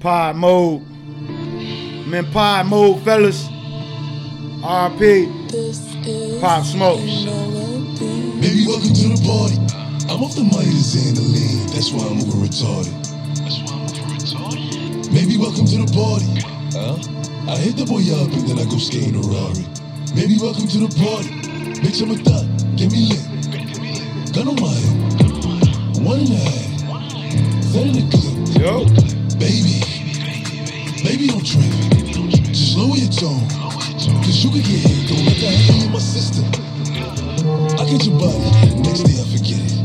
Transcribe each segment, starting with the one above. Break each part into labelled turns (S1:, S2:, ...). S1: Pod mode. I'm in pod mode, fellas. RP. Pop Smoke.
S2: Baby, welcome to the party. I'm off the money to Zandaline. That's why I'm over retarded. That's why I'm over retarded. Maybe welcome to the party. Huh? I hit the boy up and then I go skate in a Rari. Maybe welcome to the party. Bitch, I'm a thot. Get me lit. Gun on my head. One in the head. Set in the clip.
S1: Yo.
S2: Baby. Baby, don't trip. Just lower your tone. Cause you could get hit. Don't let that hang in my system. I get your body. Next day I forget it.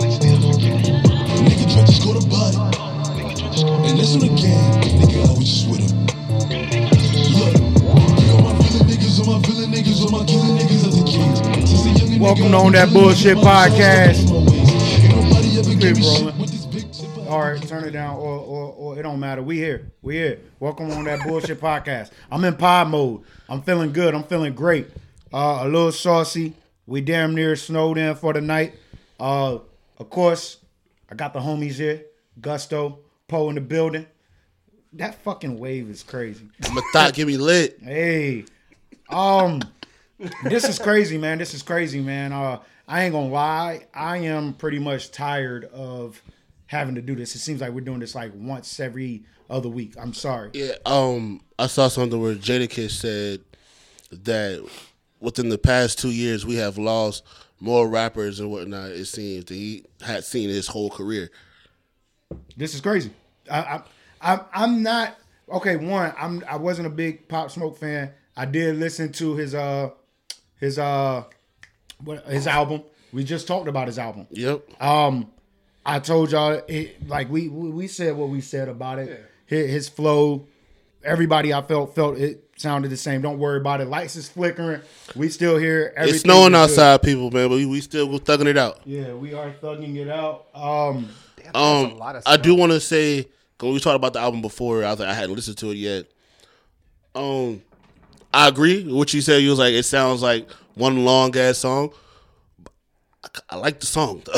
S2: Next day I forget it. Nigga try to score the body. And that's on the game. Nigga, I was just with him. Look, you got my villain niggas, all my villain niggas, all my killing niggas are the kings. Since a youngin' nigga,
S1: Welcome
S2: I've
S1: to
S2: been
S1: On That
S2: killing
S1: Bullshit
S2: niggas by myself,
S1: Podcast.
S2: stuck in my ways. Ain't nobody ever gave me
S1: bro.
S2: shit with this big tip.
S1: All right, turn it down, or, or or it don't matter. We here, we here. Welcome on that bullshit podcast. I'm in pod mode. I'm feeling good. I'm feeling great. Uh, a little saucy. We damn near snowed in for the night. Uh, of course, I got the homies here. Gusto, Poe in the building. That fucking wave is crazy.
S3: My thought get me lit.
S1: Hey, um, this is crazy, man. This is crazy, man. Uh, I ain't gonna lie. I am pretty much tired of having to do this. It seems like we're doing this like once every other week. I'm sorry.
S3: Yeah. Um, I saw something where Jadakiss said that within the past two years we have lost more rappers and whatnot. It seems that he had seen his whole career.
S1: This is crazy. I, I, I I'm not okay. One, I'm I wasn't a big Pop Smoke fan. I did listen to his uh his uh what his album. We just talked about his album.
S3: Yep.
S1: Um, I told y'all it like we we we said what we said about it. His, his flow, everybody I felt felt it sounded the same. Don't worry about it. Lights is flickering. We still here.
S3: It's
S1: Everything
S3: snowing
S1: is good.
S3: outside, people, man, but we, we still go thugging it out.
S1: Yeah, we are thugging it out. Um,
S3: Um,
S4: a lot of
S3: I do want to say 'cause we talked about the album before. I was like, I hadn't listened to it yet. Um, I agree with what you said. You was like, it sounds like one long ass song. I, I like the song. though.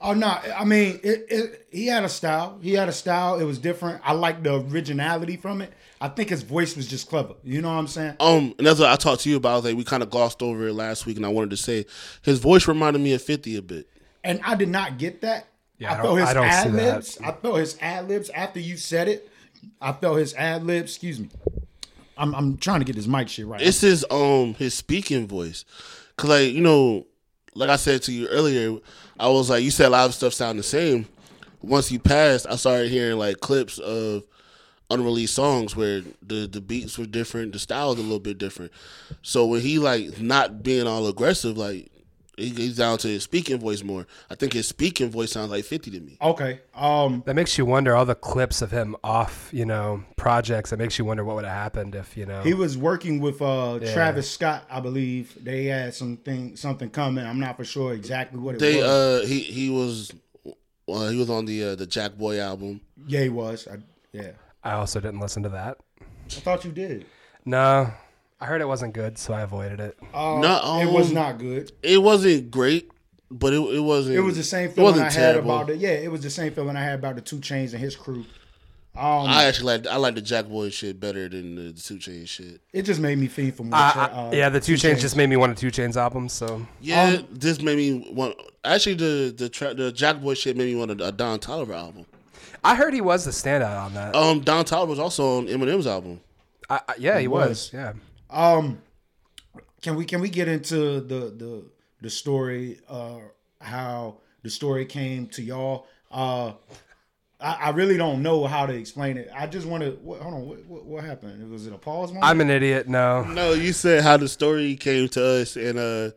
S1: oh no, I mean it, it. He had a style. He had a style. It was different. I like the originality from it. I think his voice was just clever. You know what I'm saying?
S3: Um, and that's what I talked to you about. I was like, we kind of glossed over it last week, and I wanted to say his voice reminded me of Fifty a bit.
S1: and I did not get that.
S4: Yeah, I
S1: I
S4: don't-
S1: felt his
S4: I don't see
S1: ad
S4: that.
S1: libs. I felt his ad libs after you said it. I felt his ad libs. Excuse me. I'm I'm trying to get this mic shit right.
S3: It's his um his speaking voice, cause like you know, like I said to you earlier, I was like, you said a lot of stuff sound the same. Once you passed, I started hearing like clips of unreleased songs where the the beats were different, the styles a little bit different. So when he like not being all aggressive, like he, he's down to his speaking voice more. I think his speaking voice sounds like Fifty to me.
S1: okay. Um.
S4: That makes you wonder all the clips of him off, you know, projects. That makes you wonder what would have happened if, you know,
S1: He was working with uh, Travis Scott, I believe. They had something something coming. I'm not for sure exactly what it
S3: They
S1: was.
S3: uh he he was well he was on the uh, the Jack Boy album.
S1: yeah, he was. I, yeah,
S4: I also didn't listen to that.
S1: I thought you did.
S4: No, I heard it wasn't good, so I avoided it.
S1: Uh,
S3: No,
S1: it was
S3: um,
S1: not good.
S3: It wasn't great, but it it wasn't.
S1: It was the same
S3: it
S1: feeling
S3: wasn't
S1: I had
S3: terrible.
S1: about it. Yeah, it was the same feeling I had about the Two Chains and his crew.
S3: I actually like I like the Jack Boy shit better than the, Two Chain shit.
S1: It just made me fiend for more.
S4: I,
S1: Tra-
S4: I,
S1: uh,
S4: yeah, the two, chains, just made me want a two chains album. So
S3: Yeah,
S1: Um,
S3: this made me want. Actually, the the tra- the Jack Boy shit made me want a, a Don Tolliver album.
S4: I heard he was the standout on that.
S3: Um, Don Tolliver was also on Eminem's album.
S4: I, I, yeah, he was.
S1: was.
S4: Yeah,
S1: Um, can we can we get into the the the story? Uh, how the story came to y'all? Uh, I, I really don't know how to explain it. I just want to. What, hold on, what, what, what happened? Was it a pause moment?
S4: I'm an idiot. No,
S3: No, you said how the story came to us, and uh,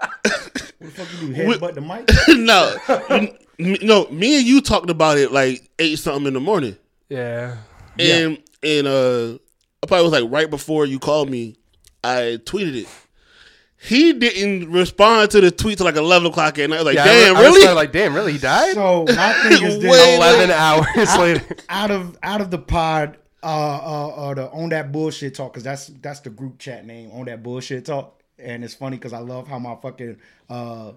S1: Fuck you, headbutt the mic.
S3: no, n- n- no, me and you talked about it like eight something in the morning.
S4: yeah,
S3: And and uh I probably was like right before you called me, I tweeted it. He didn't respond to the tweet till like eleven o'clock at night. I was like,
S4: yeah. I
S3: damn,
S4: re- I was
S3: really?
S4: kinda like, damn, really, he died.
S1: So my thing is
S3: Wait.
S1: this:
S4: Eleven hours later.
S1: out of out of the pod, uh, uh, uh the on that bullshit talk, because that's that's the group chat name on that bullshit talk. And it's funny because I love how my fucking uh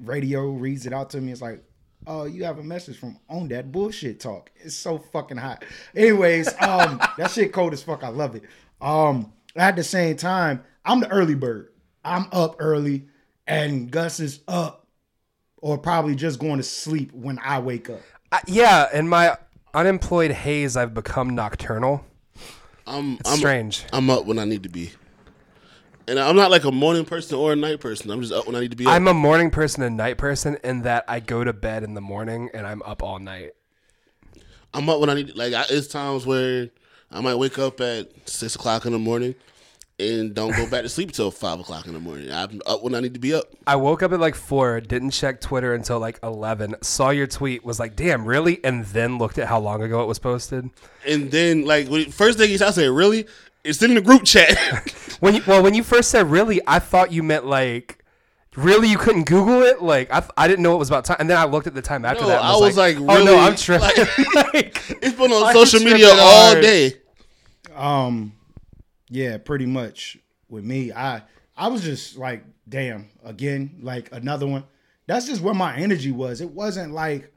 S1: radio reads it out to me. It's like Oh, you have a message from on that bullshit talk. It's so fucking hot. Anyways, um, that shit cold as fuck. I love it. Um, at the same time, I'm the early bird. I'm up early, and Gus is up, or probably just going to sleep when I wake up.
S4: I, yeah, in my unemployed haze, I've become nocturnal.
S3: I'm
S4: It's
S3: I'm
S4: strange.
S3: I'm up when I need to be. And I'm not like a morning person or a night person. I'm just up when I need to be. Up.
S4: I'm a morning person and night person in that I go to bed in the morning and I'm up all night.
S3: I'm up when I need. Like I, it's times where I might wake up at six o'clock in the morning and don't go back to sleep till five o'clock in the morning. I'm up when I need to be up.
S4: I woke up at like four, didn't check Twitter until like eleven. Saw your tweet, was like, "Damn, really?" And then looked at how long ago it was posted.
S3: And then like when, first thing is I said, really, it's in the group chat.
S4: When you, well, when you first said "really," I thought you meant like, "Really?" You couldn't Google it, like I, I didn't know it was about time. And then I looked at the time after
S3: No,
S4: that. And
S3: I was like,
S4: "Oh
S3: really?
S4: no, I'm tripping." Like,
S3: it's been on
S4: I'm
S3: social
S4: tripping
S3: media all
S4: hard.
S3: day.
S1: Um, yeah, pretty much with me. I I was just like, damn, again, like another one. That's just where my energy was. It wasn't like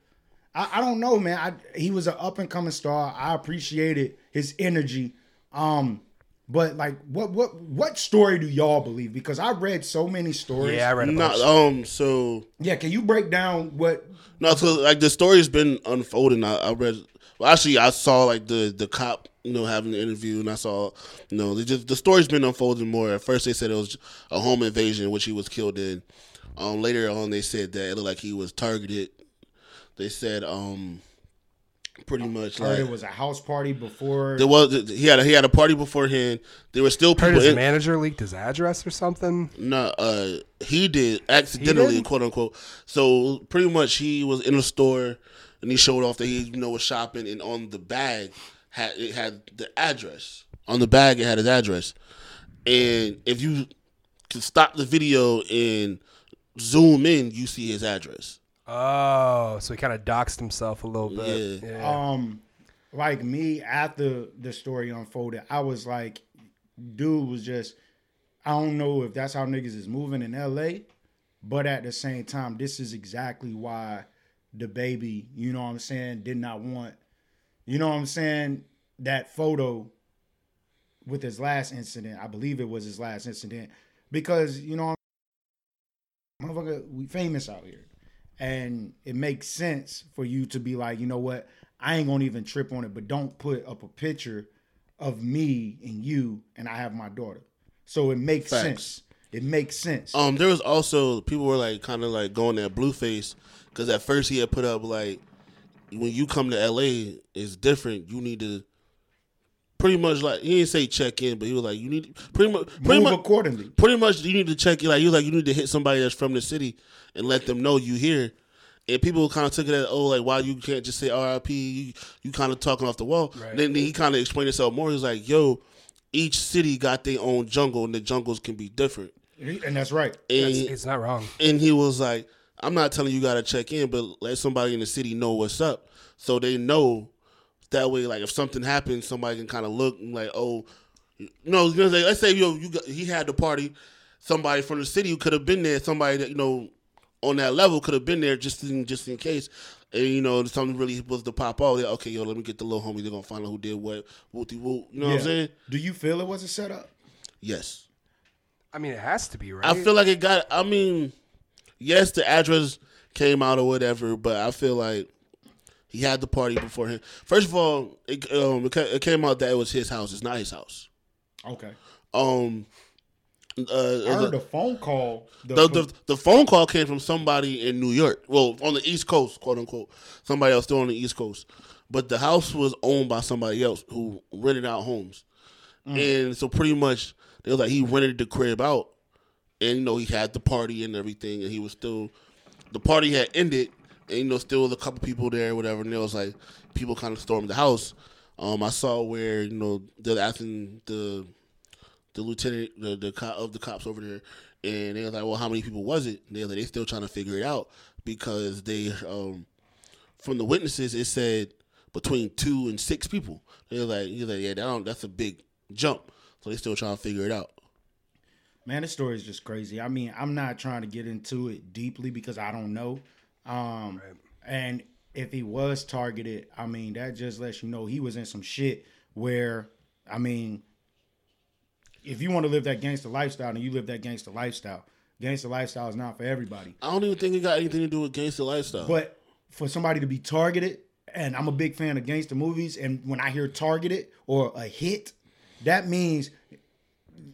S1: I, I don't know, man. I he was an up and coming star. I appreciated his energy. Um, but like, what what what story do y'all believe? Because I read so many stories.
S4: yeah, I read a
S3: Not
S4: bunch.
S3: um so
S1: Yeah, Can you break down what?
S3: No, so like the story's been unfolding. I, I read. Well, actually, I saw like the the cop, you know, having the interview, and I saw, you know, they just the story's been unfolding more. At first, they said it was a home invasion, which he was killed in. Um, later on, they said that it looked like he was targeted. They said, um, pretty much
S1: Or
S3: like
S1: it was a house party before.
S3: there was he had a, he had a party beforehand. There were still
S4: Heard
S3: people.
S4: his
S3: In,
S4: manager leaked his address or something.
S3: no, uh, he did accidentally,
S4: He did?
S3: quote unquote. So pretty much, he was in a store and he showed off that he you know was shopping, and on the bag had it had the address. On the bag, it had his address. And if you can stop the video and zoom in, you see his address.
S4: Oh, so he kind of doxed himself a little bit.
S3: Yeah. Oh,
S4: Yeah.
S1: um like me after the story unfolded i was like dude was just i don't know if that's how niggas is moving in la but at the same time this is exactly why the baby you know what i'm saying did not want you know what i'm saying that photo with his last incident i believe it was his last incident because you know motherfucker we famous out here and it makes sense for you to be like, you know what, I ain't gonna even trip on it, but don't put up a picture of me and you and I have my daughter. So it makes
S3: Facts.
S1: sense. It makes sense.
S3: Um, there was also people were like kind of like going at Blueface because at first he had put up like, when you come to LA, it's different. You need to pretty much like he didn't say check in, but he was like you need pretty much pretty
S1: Move
S3: much
S1: accordingly.
S3: pretty much you need to check in. Like you like you need to hit somebody that's from the city and let them know you here. And people kind of took it as oh like why you can't just say R.I.P. You you kind of talking off the wall.
S4: Right.
S3: Then, then he kind of explained himself more. He's like yo, each city got their own jungle and the jungles can be different.
S1: And that's right.
S3: And
S4: It's, it's not wrong.
S3: and he was like, "I'm not telling you gotta check in, but let somebody in the city know what's up, so they know. That way, like if something happens, somebody can kind of look and like, oh, no, you know, like, let's say yo, you got, he had the party, somebody from the city who could have been there, somebody that you know on that level could have been there just in just in case. And you know, if something really was to pop off. Like, okay, yo, let me get the little homie. They're gonna find out who did what. Wooty woot. You know what I'm
S1: Yeah.
S3: saying?
S1: Do you feel it was a setup?
S3: Yes.
S4: I mean, it has to be right.
S3: I feel like it got. I mean, yes, the address came out or whatever, but I feel like he had the party before him. First of all, it, um, it ca- it came out that it was his house. It's not his house.
S1: Okay.
S3: Um, uh,
S1: I heard
S3: the,
S1: a phone call. The,
S3: the, the the phone call came from somebody in New York. Well, on the East Coast, quote unquote. Somebody else still on the East Coast, but the house was owned by somebody else who rented out homes, and so pretty much they was like he rented the crib out, and you know he had the party and everything, and he was still the party had ended, and you know still was a couple people there, whatever. And it was like people kind of stormed the house. Um, I saw where you know they're asking the the lieutenant, the, the cop of the cops over there, and they was like, "Well, how many people was it?" And they was like, "They still trying to figure it out because they, um, from the witnesses, it said between two and six people." They was like, "He's like, yeah, that don't, that's a big jump." So they still trying to figure it out.
S1: Man, this story is just crazy. I mean, I'm not trying to get into it deeply because I don't know. Um, And if he was targeted, I mean, that just lets you know he was in some shit where, I mean, if you want to live that gangster lifestyle and you live that gangster lifestyle, gangster lifestyle is not for everybody.
S3: I don't even think it got anything to do with gangster lifestyle.
S1: But for somebody to be targeted, and I'm a big fan of gangster movies, and when I hear targeted or a hit, that means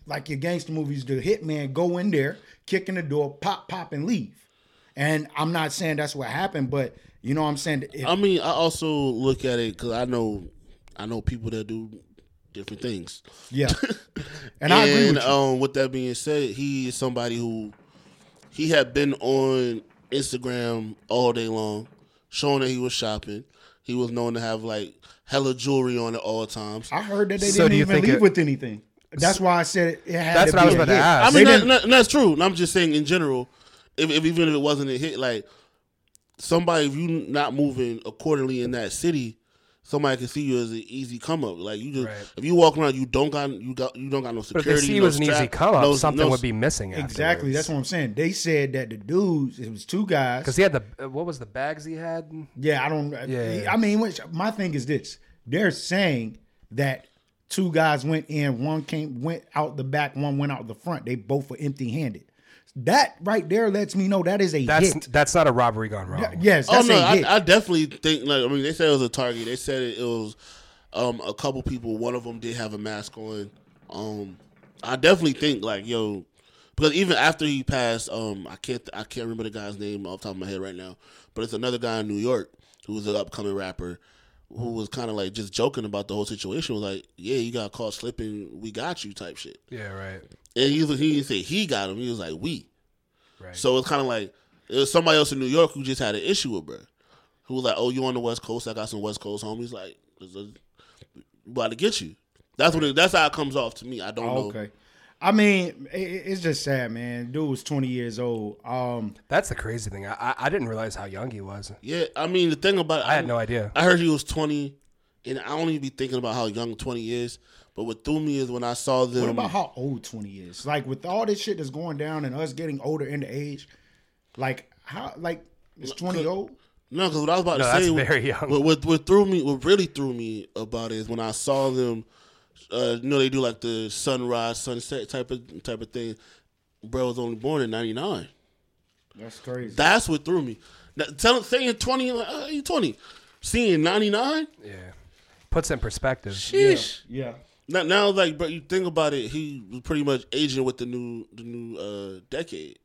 S1: like your gangster movies, the hitman go in there, kick in the door, pop, pop, and leave. And I'm not saying that's what happened, but you know what I'm saying? If-
S3: I mean, I also look at it because I know, I know people that do different things.
S1: yeah. And I agree with you.
S3: um, with that being said, he is somebody who he had been on Instagram all day long, showing that he was shopping. He was known to have like hella jewelry on at all times.
S1: I heard that they
S4: So do
S1: didn't
S4: you
S1: even
S4: think
S1: leave
S4: it-
S1: with anything. That's why I said it, it had
S4: That's
S1: to
S4: what I
S1: be
S4: was
S1: a
S4: about to
S1: hit.
S4: ask.
S3: I
S1: They
S3: mean, that,
S1: didn't-
S3: that- that's true. And I'm just saying in general, if, if even if it wasn't a hit, like somebody if you not moving accordingly in that city, somebody can see you as an easy come up. Like you just
S4: Right.
S3: if you walk around, you don't got you got you don't got no
S4: But if they
S3: security.
S4: see it
S3: no
S4: was an easy
S3: strap,
S4: come up,
S3: no-
S4: something
S3: no-
S4: would be missing.
S1: Exactly. That's what I'm saying. They said that the dudes, it was two guys.
S4: because he had the uh, what was the bags he had?
S1: Yeah, I don't.
S4: Yeah.
S1: I mean, which, my thing is this: they're saying that two guys went in, one came went out the back, one went out the front. They both were empty-handed. That right there lets me know that is a
S4: That's
S1: hit.
S4: that's not a robbery gone wrong.
S1: Yes,
S3: Oh
S1: that's
S3: no,
S1: a hit.
S3: I, I definitely think like I mean they said it was a target. They said it, it was um, a couple people. One of them did have a mask on. Um, I definitely think like yo, because even after he passed, um, I can't I can't remember the guy's name off the top of my head right now, but it's another guy in New York who was an upcoming rapper who was kind of like just joking about the whole situation. Was like, yeah, you got caught slipping, we got you type shit.
S4: Yeah, right.
S3: And he was, he didn't say he got him. He was like we.
S4: Right.
S3: So it's kind of like it was somebody else in New York who just had an issue with bro, who was like, "Oh, you on the West Coast? I got some West Coast homies. Like, this is- we about to get you." That's what. It, that's how it comes off to me. I
S4: Oh,
S3: don't know.
S1: okay. I mean, it, it- it's just sad, man. Dude was 20 years old. Um,
S4: That's the crazy thing. I, I I didn't realize how young he was.
S3: Yeah, I mean the thing about
S4: I had no idea.
S3: I heard he was twenty, and I don't even be thinking about how young twenty is. But what threw me is when I saw them.
S1: what about how old 20 is? Like with all this shit that's going down and us getting older in the age, like how like is 20 old?
S3: No, because what I was about
S4: No,
S3: to
S4: that's
S3: say,
S4: very young.
S3: What, what what threw me, what really threw me about it is when I saw them. Uh, you know, they do like the sunrise, sunset type of type of thing. Bro was only born in '99.
S1: That's crazy.
S3: That's what threw me. Now, tell, saying 20, like, uh, you 20. Seeing 99?
S4: Yeah, puts it in perspective.
S3: Sheesh.
S1: yeah.
S3: Now, now, like, but you think about it, he was pretty much aging with the new the new uh, decade.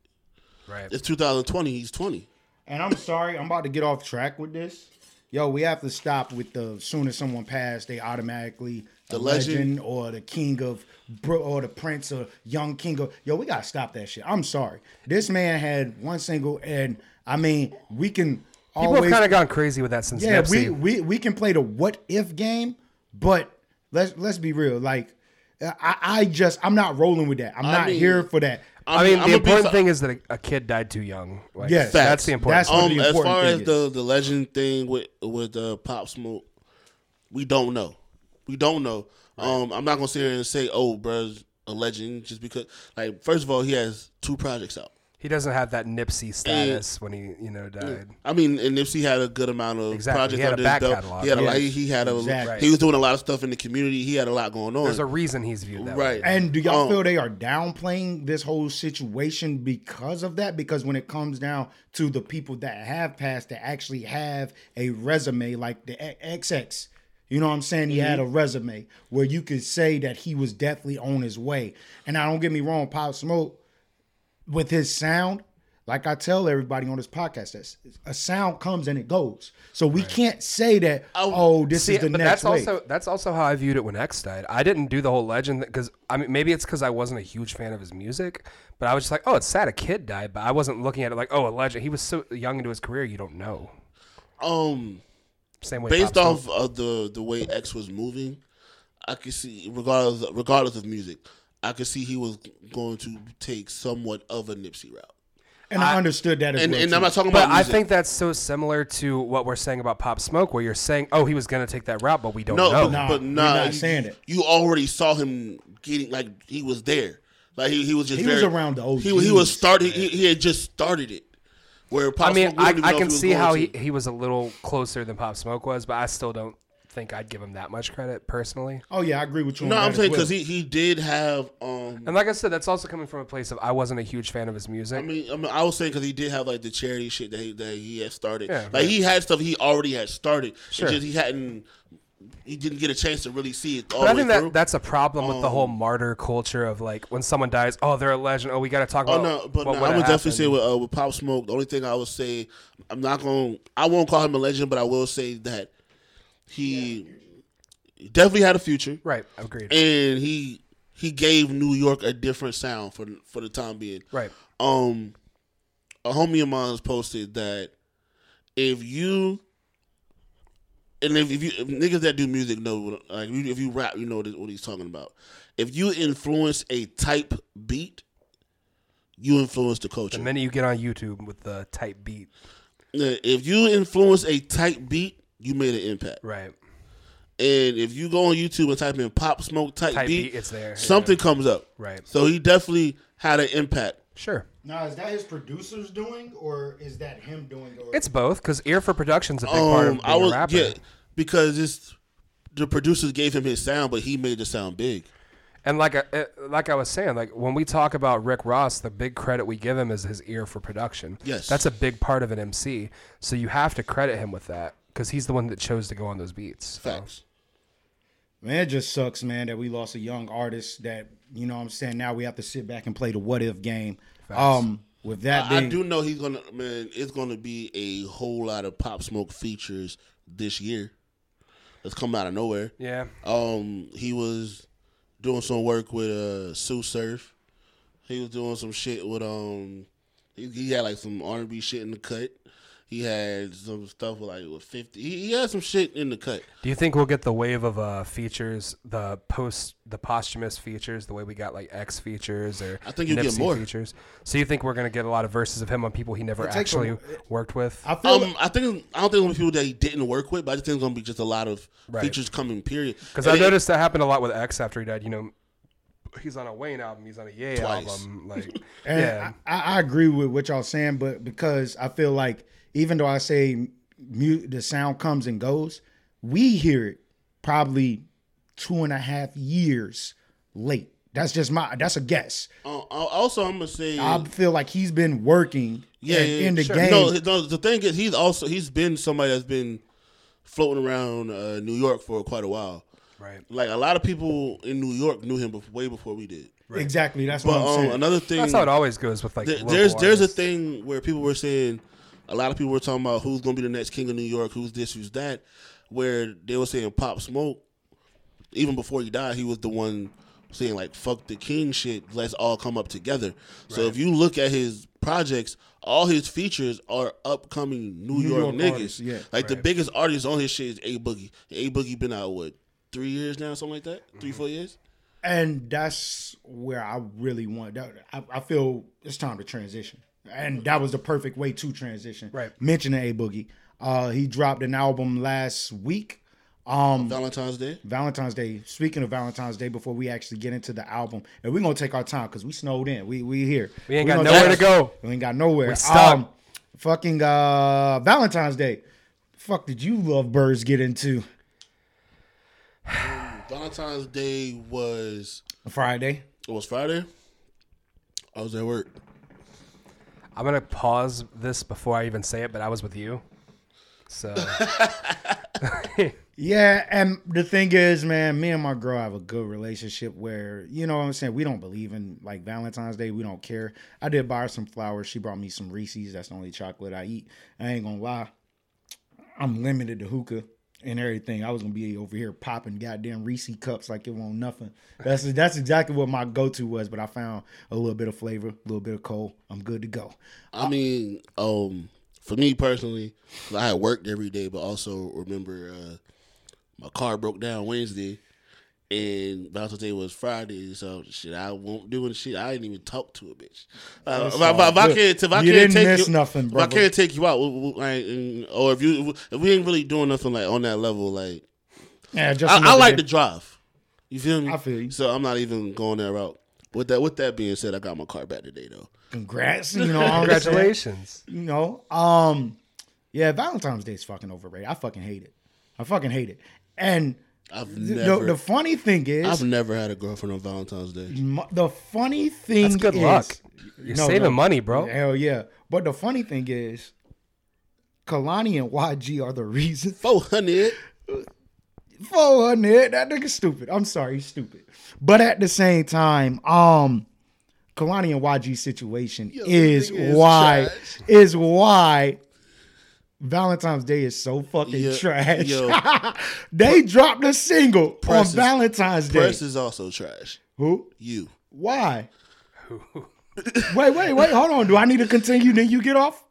S4: Right.
S3: It's 2020. He's 20.
S1: And I'm sorry, I'm about to get off track with this. Yo, we have to stop with the soon as someone passed, they automatically the
S3: legend.
S1: or the king of bro or the prince or young king of yo, we gotta stop that shit. I'm sorry. This man had one single and I mean we can
S4: People have
S1: always
S4: kind of gone crazy with that since
S1: Yeah,
S4: Nipsey.
S1: we, we we can play the what if game, but let's let's be real. Like I, I just I'm not rolling with that. I'm not
S3: mean,
S1: here for that.
S4: I mean,
S3: I'm
S4: the
S3: gonna be
S4: important
S3: so-
S4: thing is that a, a kid died too young. Like,
S1: Yes.
S4: that's
S3: Facts.
S4: the important.
S1: That's what-
S4: thing.
S3: Um,
S1: one of the
S3: as
S1: important
S3: far as
S1: things.
S3: the the legend thing with with uh, Pop Smoke, we don't know. We don't know. Um, I'm not gonna sit here and say, "Oh, bruh's a legend," just because. Like, first of all, he has two projects out.
S4: he doesn't have that Nipsey status when he you know died.
S3: I mean, and Nipsey had a good amount of
S4: Exactly.
S3: projects
S4: He had a
S3: under his
S4: back
S3: belt.
S4: catalog.
S3: He had a lot.
S1: Yes.
S3: He, he had a.
S1: Exactly.
S3: He was doing a lot of stuff in the community. He had a lot going on.
S4: There's a reason he's viewed that
S3: right.
S4: way.
S1: And do y'all
S3: Um,
S1: feel they are downplaying this whole situation because of that? Because when it comes down to the people that have passed that actually have a resume, like the A- XX, you know what I'm saying? He
S3: Mm-hmm.
S1: had a resume where you could say that he was definitely on his way. And I don't get me wrong, Pop Smoke, with his sound, like I tell everybody on this podcast, that's a sound comes and it goes. So we can't say that, oh, this
S4: See,
S1: is the
S4: but
S1: next
S4: that's
S1: wave.
S4: also that's also how I viewed it when X died. I didn't do the whole legend because I mean maybe it's because I wasn't a huge fan of his music, but I was just like, oh, it's sad a kid died, but I wasn't looking at it like, oh, a legend. He was so young into his career, you don't know.
S3: um,
S4: Same way.
S3: based
S4: Pop Smoke-
S3: off of the the way X was moving, I could see regardless regardless of music, I could see he was going to take somewhat of a Nipsey route.
S1: and I, understood that as
S3: And
S1: well.
S3: and
S1: too.
S3: I'm not talking
S4: But
S3: about.
S4: I
S3: Music.
S4: think that's so similar to what we're saying about Pop Smoke, where you're saying, oh, he was gonna take that route, but we don't
S3: No,
S4: know.
S3: but,
S1: Nah,
S3: but
S1: you're
S3: nah,
S1: not
S3: you-
S1: saying it.
S3: You already saw him getting like he was there, like he, he was just
S1: He was
S3: very-
S1: around the
S3: He, was- he was
S1: OGs,
S3: started. He, he had just started it. Where Pop
S4: I mean,
S3: Smoke, we
S4: I,
S3: don't even
S4: I
S3: know if
S4: can
S3: was
S4: see
S3: going
S4: how
S3: to.
S4: he, he was a little closer than Pop Smoke was, but I still don't think I'd give him that much credit personally.
S1: Oh yeah, I agree with you.
S3: No,
S1: on that
S3: I'm
S1: as
S3: saying
S1: well.
S3: because he, he did have um.
S4: And like I said, that's also coming from a place of I wasn't a huge fan of his music.
S3: I mean, I mean, I was saying because he did have like the charity shit that he that he had started.
S4: Yeah,
S3: like
S4: right.
S3: he had stuff he already had started. It's
S4: Sure.
S3: just he hadn't. He didn't get a chance to really see it all
S4: but
S3: the
S4: I
S3: way
S4: think that
S3: through.
S4: that's a problem with the whole
S3: Um,
S4: martyr culture of like when someone dies, oh, they're a legend. Oh, we got to talk about.
S3: Oh no, but
S4: what
S3: no, I would
S4: would've
S3: definitely say
S4: happened.
S3: with, uh, with Pop Smoke. The only thing I would say, I'm not going. to I won't call him a legend, but I will say that he definitely had a future,
S4: Right, agreed.
S3: and he he gave New York a different sound for for the time being.
S4: right,
S3: Um, a homie of mine's posted that if you and if, if you if niggas that do music know what- like if you, if you rap, you know what, what he's talking about. If you influence a type beat, you influence the culture.
S4: the minute you get on YouTube with the type beat,
S3: Yeah, if you influence a type beat, you made an impact.
S4: right,
S3: And if you go on YouTube and type in "pop smoke" type,
S4: type
S3: beat,
S4: beat, it's there.
S3: something comes up.
S4: Right.
S3: So he definitely had an impact.
S4: Sure,
S1: Now is that his producers doing, or is that him doing? Or
S4: it's both because ear for production's a big part of
S3: Um,
S4: being
S3: I was
S4: a rapper.
S3: yeah, because it's the producers gave him his sound, but he made the sound big.
S4: And like I, eh, like I was saying, like when we talk about Rick Ross, the big credit we give him is his ear for production.
S3: Yes.
S4: that's a big part of an MC. So you have to credit him with that because he's the one that chose to go on those beats. So.
S3: Facts.
S1: Man, it just sucks, man, that we lost a young artist that, you know what I'm saying? Now we have to sit back and play the what if game. Um with that
S3: I, I
S1: being-
S3: do know he's gonna man. It's gonna be a whole lot of pop smoke features this year. That's come out of nowhere.
S4: Yeah,
S3: Um, he was doing some work with uh Sue Surf. He was doing some shit with um. He, he had like some R and B shit in the cut. He had some stuff with like with fifty. He, he had some shit in the cut.
S4: Do you think we'll get the wave of uh, features, the post, the posthumous features, the way we got like X features or
S3: I think you'll get
S4: Nipsey
S3: more.
S4: features? So you think we're gonna get a lot of verses of him on people he never
S1: takes a-
S4: actually worked with?
S1: I feel
S3: Um, I think I don't think it's gonna be people that he didn't work with, but I just think it's gonna be just a lot of
S4: Right.
S3: features coming. Period.
S4: Because
S3: And
S4: I
S3: it-
S4: noticed that happened a lot with X after he died. You know, he's on a Wayne album, he's on a Ye
S3: Twice.
S4: album. Like,
S1: and
S4: yeah,
S1: I, I agree with what y'all saying, but because I feel like even though I say mu the sound comes and goes, we hear it probably two and a half years late. That's just my that's a guess.
S3: uh, uh, also, I'm gonna say
S1: I feel like he's been working
S3: yeah,
S1: and
S3: yeah,
S1: in the
S3: sure.
S1: game.
S3: No, no, the thing is, he's also he's been somebody that's been floating around uh, New York for quite a while.
S4: right.
S3: Like a lot of people in New York knew him bef- way before we did.
S1: Exactly. That's what
S3: But
S1: I'm saying.
S3: um, another thing,
S4: That's how it always goes with like.
S3: th-
S4: local
S3: there's there's a
S4: artists.
S3: thing where people were saying, a lot of people were talking about who's gonna be the next king of New York, who's this, who's that, where they were saying Pop Smoke, even before he died, he was the one saying like fuck the king shit, let's all come up together. So if you look at his projects, all his features are upcoming New, York,
S1: York
S3: niggas.
S1: artists, yeah.
S3: Like the biggest artist on his shit is A Boogie. A Boogie been out what three years now, something like that, three four years.
S1: and that's where I really want. That, I, I feel it's time to transition, and that was the perfect way to transition.
S4: Right.
S1: mentioning a boogie, uh, he dropped an album last week. Um,
S3: Valentine's Day.
S1: Valentine's Day. Speaking of Valentine's Day, before we actually get into the album, and we're gonna take our time because we snowed in. We we here.
S4: We ain't
S1: We're
S4: got
S1: gonna
S4: nowhere
S1: take-
S4: to go.
S1: We ain't got nowhere. Um,
S4: We stuck.
S1: fucking uh, Valentine's Day. Fuck, did you love birds get into
S3: Valentine's Day was
S1: Friday?
S3: It was Friday. I was at work.
S4: I'm gonna pause this before I even say it, but I was with you, so
S1: Yeah, and the thing is, man, me and my girl have a good relationship where, you know what I'm saying, we don't believe in like Valentine's Day, we don't care. I did buy her some flowers. She brought me some Reese's. That's the only chocolate I eat. I ain't gonna lie. I'm limited to hookah and everything. I was gonna be over here popping goddamn Reese cups like it won't nothing. That's that's exactly what my go-to was, but I found a little bit of flavor, a little bit of coal. I'm good to go.
S3: I mean, um, for me personally, 'cause I had worked every day, but also remember uh, my car broke down Wednesday, and Valentine's Day was Friday. So shit, I won't do any shit. I didn't even talk to a bitch. Uh, if, I- if I- if I
S1: Look,
S3: can't, if I
S1: you
S3: can't
S1: didn't
S3: take
S1: miss
S3: you,
S1: nothing,
S3: if I
S1: brother.
S3: can't take you out, we- we- like, and- or if you if we ain't really doing nothing like on that level, like
S1: Yeah, just
S3: I, I
S1: another
S3: like
S1: day.
S3: to drive. You feel me?
S1: I feel you.
S3: So I'm not even going that route. With that, with that being said, I got my car back today though.
S1: Congrats, you know. what I'm saying?
S4: Congratulations.
S1: You know, um, yeah, Valentine's Day is fucking overrated. I fucking hate it. I fucking hate it. And
S3: I've
S1: the,
S3: never,
S1: the funny thing is,
S3: I've never had a girlfriend on Valentine's Day.
S1: mu- the funny thing
S4: That's good
S1: is,
S4: luck. Oh. You're
S1: No,
S4: saving
S1: no.
S4: money, bro.
S1: Hell yeah. But the funny thing is, Kalani and YG are the reason
S3: Four hundred.
S1: for her, Ned. That nigga's stupid. I'm sorry, he's stupid. But at the same time, um, Kalani and YG situation
S3: Yo,
S1: is
S3: this nigga is
S1: why
S3: trash.
S1: is why Valentine's Day is so fucking
S3: Yo,
S1: trash.
S3: yo.
S1: they dropped a single
S3: Press is-
S1: on Valentine's Day.
S3: Press is also trash.
S1: Who?
S3: You.
S1: Why? wait, wait, wait. Hold on. Do I need to continue? Then you get off.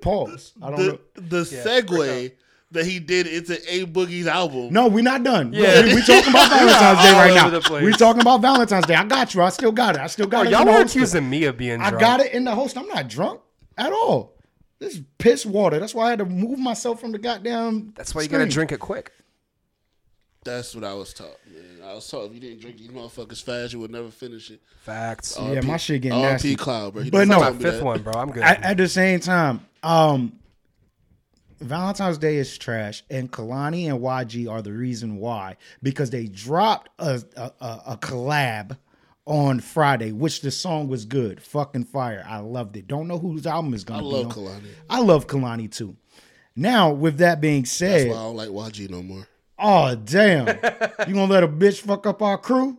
S1: Pause. I don't know.
S3: The the segue that he did into A Boogie's album.
S1: No, we're not done.
S4: Yeah.
S1: We, we talking about Valentine's Day
S4: all
S1: right
S4: over
S1: now.
S4: the place. Oh,
S1: We talking about Valentine's Day. I got you. I still got it. I still got it.
S4: Y'all
S1: in the
S4: were
S1: holster.
S4: accusing me of being
S1: I
S4: drunk.
S1: got it in the host. I'm not drunk at all. This is piss water. That's why I had to move myself from the goddamn.
S4: That's why you gotta
S1: screen.
S4: drink it quick.
S3: That's what I was taught, man. I was taught if you didn't drink these motherfuckers fast, you would never finish it.
S4: Facts.
S1: Yeah, my shit getting
S3: RP
S1: nasty.
S3: Cloud, bro. He
S1: But
S3: doesn't
S1: no.
S3: tell me
S4: Oh, Fifth
S3: that.
S4: one, bro. I'm good.
S1: At, at the same time, um, Valentine's Day is trash, and Kalani and YG are the reason why because they dropped a a, a, a collab on Friday, which the song was good, fucking fire. I loved it. Don't know whose album is gonna
S3: I
S1: be
S3: love
S1: on.
S3: Kalani.
S1: I love Kalani too. Now, with that being
S3: That's
S1: said,
S3: why I don't like YG no more.
S1: oh damn, you gonna let a bitch fuck up our crew?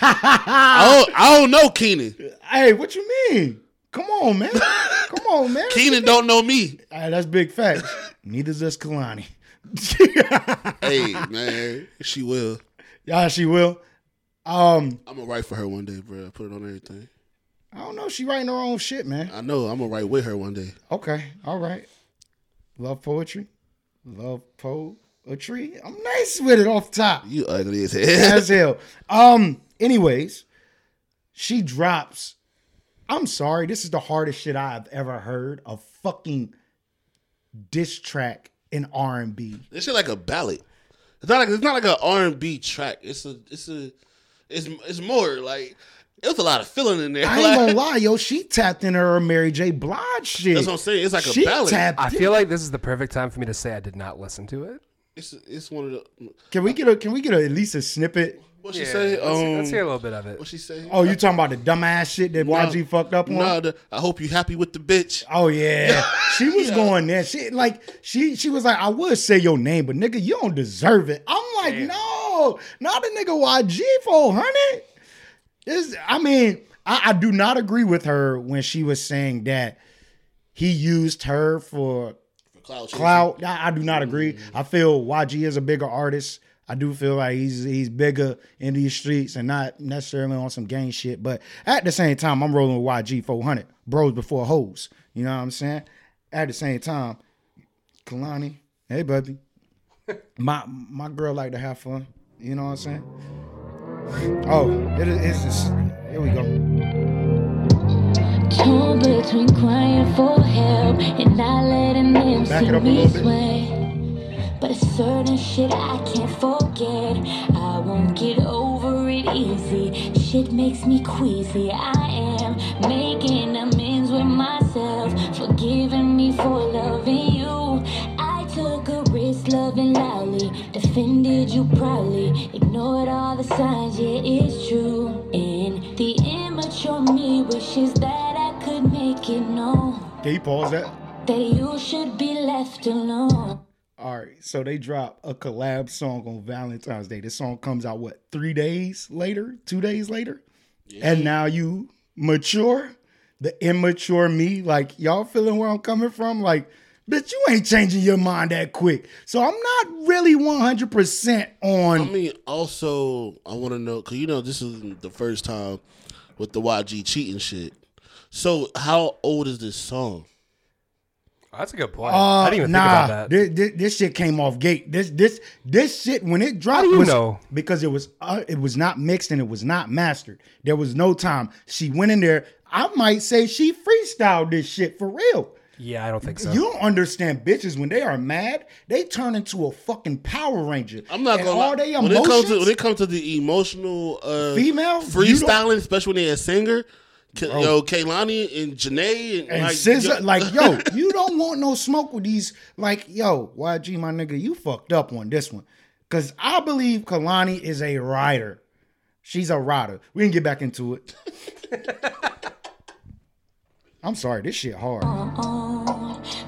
S3: I don't, I don't know Keenan.
S1: Hey, what you mean? Come on, man. Come on, man.
S3: Keenan don't know me.
S1: Hey, that's big facts. Neither does Kalani.
S3: Hey, man. She will.
S1: yeah, she will. Um,
S3: I'm going to write for her one day, bro. Put it on everything.
S1: I don't know. She writing her own shit, man.
S3: I know. I'm going to write with her one day.
S1: Okay, all right. Love poetry. Love poetry. I'm nice with it off top.
S3: You ugly as hell.
S1: as hell. Um. Anyways, she drops. I'm sorry. This is the hardest shit I've ever heard. A fucking diss track in R and B.
S3: This shit like a ballad. It's not like it's not like an R and B track. It's a it's a it's it's more like it was a lot of feeling in there.
S1: I
S3: Like,
S1: ain't gonna lie, yo. She tapped into her Mary J. Blige shit.
S3: That's what I'm saying. It's like a
S1: she
S3: ballad.
S1: tapped.
S4: I feel like this is the perfect time for me to say I did not listen to it.
S3: It's it's one of the
S1: Can we get a? Can we get a, at least a snippet?
S3: what she say.
S4: let's,
S3: Um,
S4: let's hear a little bit of it.
S3: what she say?
S1: Oh, you talking about the dumbass shit that
S3: Nah,
S1: YG fucked up on?
S3: Nah, the, I hope you happy with the bitch.
S1: Oh yeah, she was going there. She like she she was like, I would say your name, but nigga, you don't deserve it. I'm like, no, not a nigga YG four hundred. This, I mean, I, I do not agree with her when she was saying that he used her for
S3: Cloud. chasing.
S1: clout. I, I do not agree. I feel YG is a bigger artist. I do feel like he's he's bigger in these streets and not necessarily on some gang shit. But at the same time, I'm rolling with YG 400, bros before hoes. You know what I'm saying? At the same time, Kalani, hey baby, my my girl like to have fun. You know what I'm saying? Oh, it is it's just here we go.
S5: Torn between crying for help and not letting them
S1: Back
S5: see
S1: it up a
S5: me
S1: little bit.
S5: sway. But it's certain shit I can't forget. I won't get over it easy. Shit makes me queasy. I am making amends with myself, forgiving me for loving you. I took a risk loving loudly, defended you proudly, ignored all the signs. Yeah, it's true. And the immature me wishes that I could make it known
S1: Can you pause that?
S5: that you should be left alone.
S1: All right, so they drop a collab song on Valentine's Day. This song comes out what three days later, two days later, and now you mature, the immature me. Like y'all feeling where I'm coming from? Like, bitch, you ain't changing your mind that quick. So I'm not really 100 percent on.
S3: I mean, also, I want to know because you know this is the first time with the YG cheating shit. So, how old is this song?
S4: Oh, that's a good point.
S1: uh,
S4: I didn't even think
S1: nah,
S4: about that.
S1: thi- thi- This, shit came off gate. This this this shit when it dropped
S4: do you
S1: was
S4: know?
S1: because it was uh, it was not mixed and it was not mastered. There was no time. She went in there. I might say she freestyled this shit for real.
S4: Yeah, I don't think so.
S1: You don't understand bitches when they are mad, they turn into a fucking Power Ranger.
S3: I'm not
S1: And
S3: gonna
S1: all
S3: lie.
S1: they
S3: when it
S1: emotions.
S3: comes to when it comes to the emotional uh,
S1: Female? You
S3: freestyling, especially when they're a singer, K- yo, Kaylani and Janae and,
S1: and
S3: like,
S1: scissor,
S3: yo-
S1: like yo, you don't want no smoke with these. Like yo, YG, my nigga, you fucked up on this one, because I believe Kalani is a rider. She's a rider. We can get back into it. I'm sorry, this shit hard.
S5: own.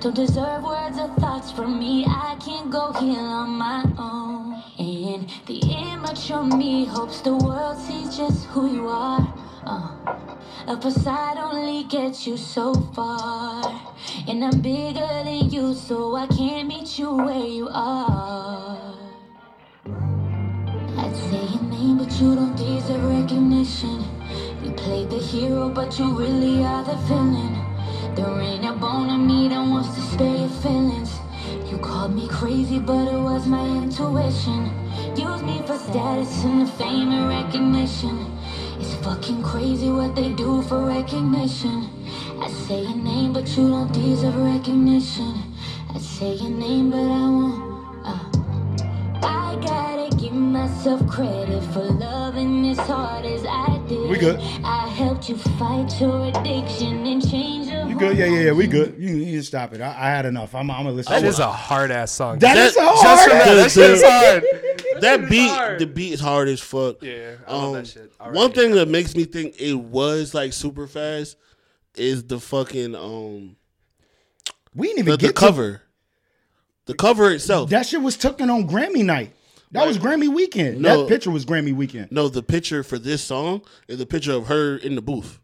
S5: Don't deserve words or thoughts from me. I can go heal on my own. And the immature me hopes the world sees just who you are. Uh, a facade only gets you so far. And I'm bigger than you, so I can't meet you where you are. I'd say your name, but you don't deserve recognition. You played the hero, but you really are the villain. There ain't a bone in me that wants to spare your feelings. You called me crazy, but it was my intuition. Use me for status and fame and recognition. It's fucking crazy what they do for recognition. I say your name, but you don't deserve recognition. I say your name, but I won't. Uh. I gotta give myself credit for loving as hard as I did.
S1: We good.
S5: I helped you fight your addiction and change your
S1: You good? Yeah, yeah, yeah. We
S5: whole
S1: good. You, you can stop it. I, I had enough. I'm, I'm gonna listen.
S4: That
S1: to
S4: is
S1: it.
S4: a hard ass song.
S1: that
S3: That-
S1: is hard.
S4: just from that, that
S3: That's
S4: shit is
S3: it.
S4: hard.
S3: that beat,
S4: hard.
S3: the beat is hard as fuck. Um,
S4: Yeah, I love that shit. All
S3: One
S4: right.
S3: thing that makes me think it was like super fast is the fucking um
S1: we didn't even
S3: the,
S1: get
S3: the
S1: to-
S3: cover, the cover itself.
S1: that shit was taken on Grammy night. That was Grammy weekend.
S3: No.
S1: That picture was Grammy weekend.
S3: no, the picture for this song is the picture of her in the booth.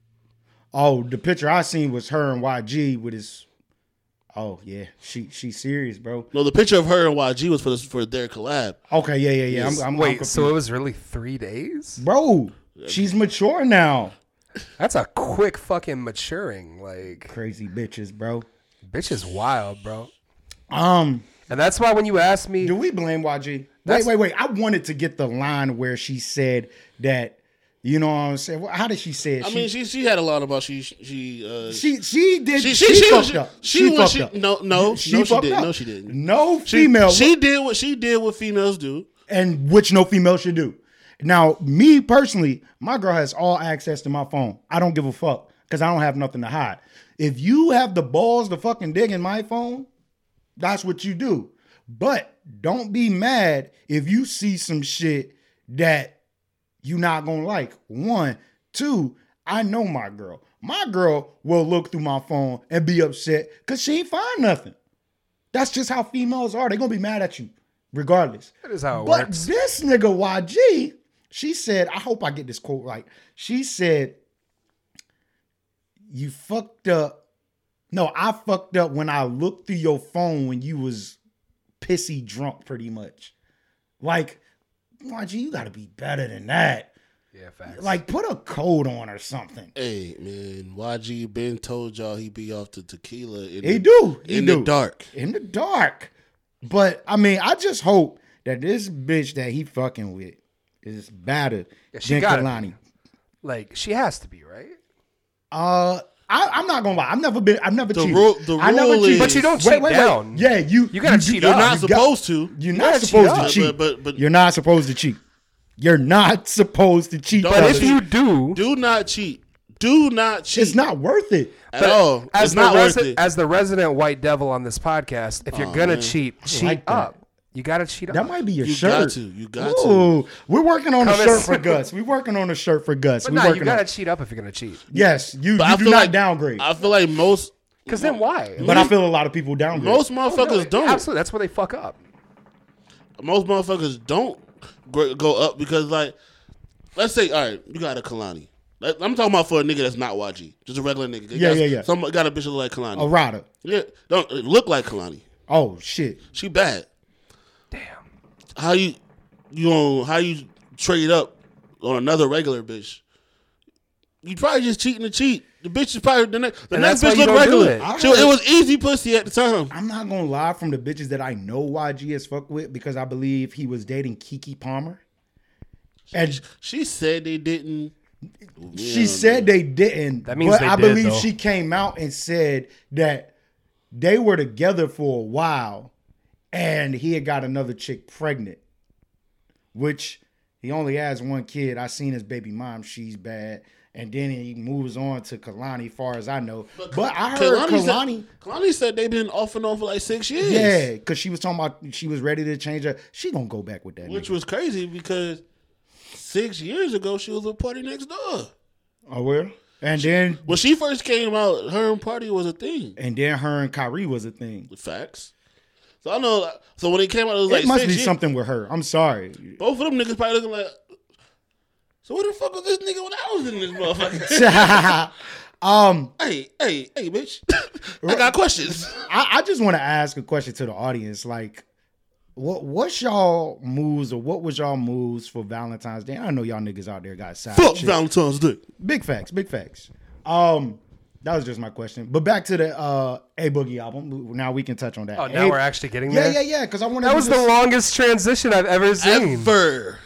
S1: Oh, the picture I seen was her and YG with his. Oh yeah, she she serious, bro.
S3: No, the picture of her and YG was for this, for their collab.
S1: Okay, yeah, yeah, yeah. I'm, I'm, I'm
S4: Wait, so it
S1: confused.
S4: was really three days?
S1: bro, she's mature now.
S4: That's a quick fucking maturing. Like,
S1: Crazy bitches, bro.
S4: bitch is wild, bro.
S1: Um,
S4: And that's why when you ask me,
S1: do we blame YG? Wait,
S4: That's-
S1: wait, wait. I wanted to get the line where she said that. You know what I'm saying? Well, how did she say it?
S3: I mean, she she had a lot about she she uh,
S1: she she did she,
S3: She- she- she
S1: fucked
S3: was-
S1: up.
S3: she
S1: She,
S3: was-
S1: fucked
S3: she-
S1: up.
S3: no, no, no, she
S1: fucked
S3: didn't.
S1: up.
S3: No, she didn't.
S1: No
S3: she,
S1: female.
S3: She did what she did what females do.
S1: and which no female should do. Now, me personally, my girl has all access to my phone. I don't give a fuck because I don't have nothing to hide. If you have the balls to fucking dig in my phone, that's what you do. But don't be mad if you see some shit that you not gonna like. One, two, I know my girl. My girl will look through my phone and be upset because she ain't find nothing. That's just how females are. they gonna be mad at you, regardless.
S4: that is how it
S1: But
S4: works.
S1: this nigga YG, she said, I hope I get this quote right. She said, You fucked up. No, I fucked up when I looked through your phone when you was pissy drunk, pretty much. Like, YG, you gotta be better than that.
S4: Yeah, facts.
S1: Like, put a code on or something.
S3: Hey man, YG Ben told y'all he be off to tequila. In
S1: He
S3: the,
S1: do. He
S3: in
S1: do.
S3: the dark.
S1: in the dark. But I mean, I just hope that this bitch that he fucking with is better
S4: she
S1: than
S4: gotta be.
S1: Kalani.
S4: like she has to be right.
S1: Uh, I, I'm not gonna lie. I've never been. I've never
S3: The
S1: cheated.
S3: rule- the
S1: I never
S3: rule
S1: cheated.
S3: is- But
S4: you don't cheat down.
S1: Yeah, you.
S4: You gotta cheat
S1: You're
S4: up.
S3: You're not
S1: you got-
S3: supposed to.
S1: You're not
S4: gotta cheat
S1: supposed
S4: up.
S1: to cheat.
S3: But but, but
S1: you're not supposed to cheat. You're not supposed to cheat.
S3: But
S4: But
S3: No,
S1: fellas.
S4: if
S3: she-
S4: you do,
S3: do not cheat. Do not cheat
S1: it's not worth it.
S3: at all.
S4: as
S3: It's
S4: the
S3: not worth
S4: resi-
S3: it.
S4: as the resident white devil on this podcast, if you're gonna cheat, cheat
S1: Oh, like that.
S4: up. You gotta cheat up.
S1: That might be your
S3: You
S1: shirt.
S3: got to. You got to.
S1: Ooh, We're working on a
S4: Come
S1: shirt
S4: as-
S1: for Gus. We're working on a shirt for Gus.
S4: but
S1: We're
S4: nah, you
S1: working
S4: gotta
S1: on.
S4: cheat up if you're gonna cheat.
S1: Yes, you.
S3: But
S1: you
S3: I
S1: do
S3: feel
S1: not
S3: like-
S1: downgrade.
S3: I feel like most
S4: Because then why?
S1: but I feel a lot of people downgrade.
S3: most motherfuckers don't.
S4: Absolutely, that's where they fuck up.
S3: most motherfuckers don't gr- go up because like let's say all right you got a Kalani Like, I'm talking about for a nigga that's not YG just a regular nigga
S1: Yeah,
S3: Got-
S1: yeah, yeah.
S3: some got a bitch that look like Kalani
S1: a rider.
S3: yeah don't it look like Kalani
S1: Oh shit.
S3: she bad
S4: Damn.
S3: how you you on how you trade up on another regular bitch you probably just cheating to cheat the bitch is probably the, ne- the
S4: And
S3: next
S4: that's
S3: bitch
S4: why you
S3: look
S4: don't do
S3: regular
S4: it.
S3: it. She, it was easy pussy at the time
S1: I'm not gonna lie from the bitches that I know YG is fuck with because I believe he was dating Kiki Palmer. And
S3: she said they didn't
S1: she said they didn't.
S4: That means
S1: but
S4: they
S1: I
S4: did,
S1: believe
S4: though.
S1: she came out and said that They were together for a while, and he had got another chick pregnant, which he only has one kid. I seen his baby mom; she's bad. And then he moves on to Kalani, far as I know. But, I heard Kalani.
S3: said, Kalani said they've been off and on for like six years.
S1: yeah, because she was talking about she was ready to change her. She gonna go back with that.
S3: Which
S1: Which,
S3: was crazy because six years ago she was with Party Next Door.
S1: oh well. And then
S3: When she first came out, her and Party was a thing.
S1: and then her and Kyrie was a thing.
S3: Facts. So I know. So when it came out, it was like
S1: it must
S3: six
S1: be
S3: years.
S1: something with her. I'm sorry.
S3: Both of them niggas probably looking like. So where the fuck was this nigga when I was in this motherfucker?
S1: um,
S3: hey, hey, hey, bitch! I got questions.
S1: I, I just want to ask a question to the audience. Like, what what's y'all moves or what was y'all moves for Valentine's Day? I know y'all niggas out there got side
S3: Fuck
S1: shit.
S3: Valentine's Day.
S1: Big facts, big facts. Um, that was just my question. But back to the uh A Boogie album. Now we can touch on that.
S4: Oh, now
S1: A-
S4: we're actually getting
S1: yeah,
S4: there.
S1: yeah, yeah. Because I want
S4: That was the longest transition I've ever seen.
S3: Ever.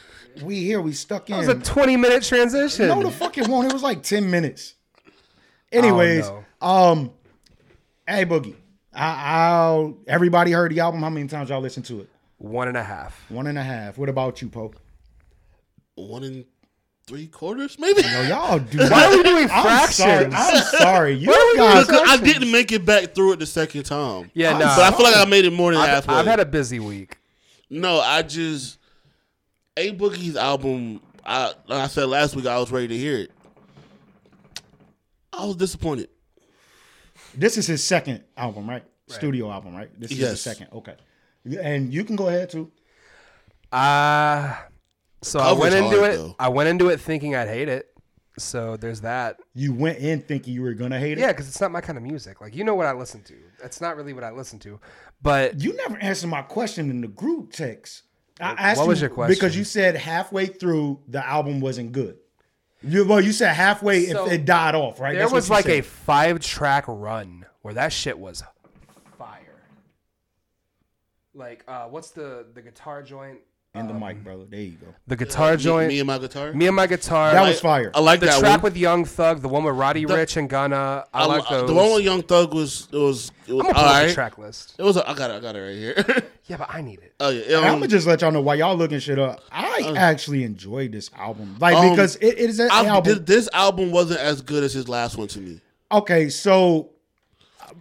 S1: we here. We stuck in.
S4: That was a 20 minute transition.
S1: No, the fuck it won't. It was like ten minutes. Anyways,
S4: Oh,
S1: um, hey Boogie, I, I'll. Everybody heard the album. How many times y'all listened to it?
S4: One and a half.
S1: One and a half. What about you, Pope?
S3: One and three quarters, maybe.
S1: No, y'all do.
S4: Why are we doing
S1: I'm sorry.
S4: fractions?
S1: I'm sorry. You
S4: Why are we
S1: guys.
S4: doing-
S3: Because I didn't make it back through it the second time.
S4: Yeah,
S1: I'm
S4: no.
S3: But I feel like I made it more than
S4: I've,
S3: halfway.
S4: I've had a busy week.
S3: no, I just A Boogie's album. I like I said last week, I was ready to hear it. I was disappointed.
S1: This is his second album, right? Studio album, right? This is
S3: Yes.
S1: his second. Okay. And you can go ahead too.
S4: Uh, so I
S3: Cover's
S4: went into
S3: hard,
S4: it.
S3: though.
S4: I went into it thinking I'd hate it. So there's that.
S1: You went in thinking you were gonna hate it.
S4: Yeah, because it's not my kind of music. Like you know what I listen to. That's not really what I listen to. But
S1: You never answered my question in the group text. I asked
S4: was
S1: you
S4: your question?
S1: because you said halfway through the album wasn't good. You, well, you said halfway
S4: So,
S1: if it died off, right?
S4: there
S1: That's what
S4: was
S1: you
S4: like
S1: said.
S4: a five track run where that shit was fire. Like uh, what's the the guitar joint?
S1: in the mic, brother. There you go.
S4: The guitar
S3: Me,
S4: joint.
S3: me and my guitar.
S4: Me and my guitar.
S1: That
S4: like,
S1: was fire.
S3: I like
S4: the
S3: that
S4: track
S3: one.
S4: with Young Thug, the one with Roddy Rich and Ghana. I, like
S3: I-
S4: those.
S3: The one with Young Thug was it was it was
S4: I'm gonna
S3: all
S4: pull up the
S3: right.
S4: track list.
S3: It was a, I got it. I got it right here.
S4: Yeah, but I need it.
S3: oh yeah. um,
S1: I'm gonna just let y'all know why y'all looking shit up. I
S4: uh,
S1: actually enjoyed this album, like
S3: Um,
S1: because it, it is an
S3: I-
S1: album.
S3: thi- this album wasn't as good as his last one to me.
S1: okay, so,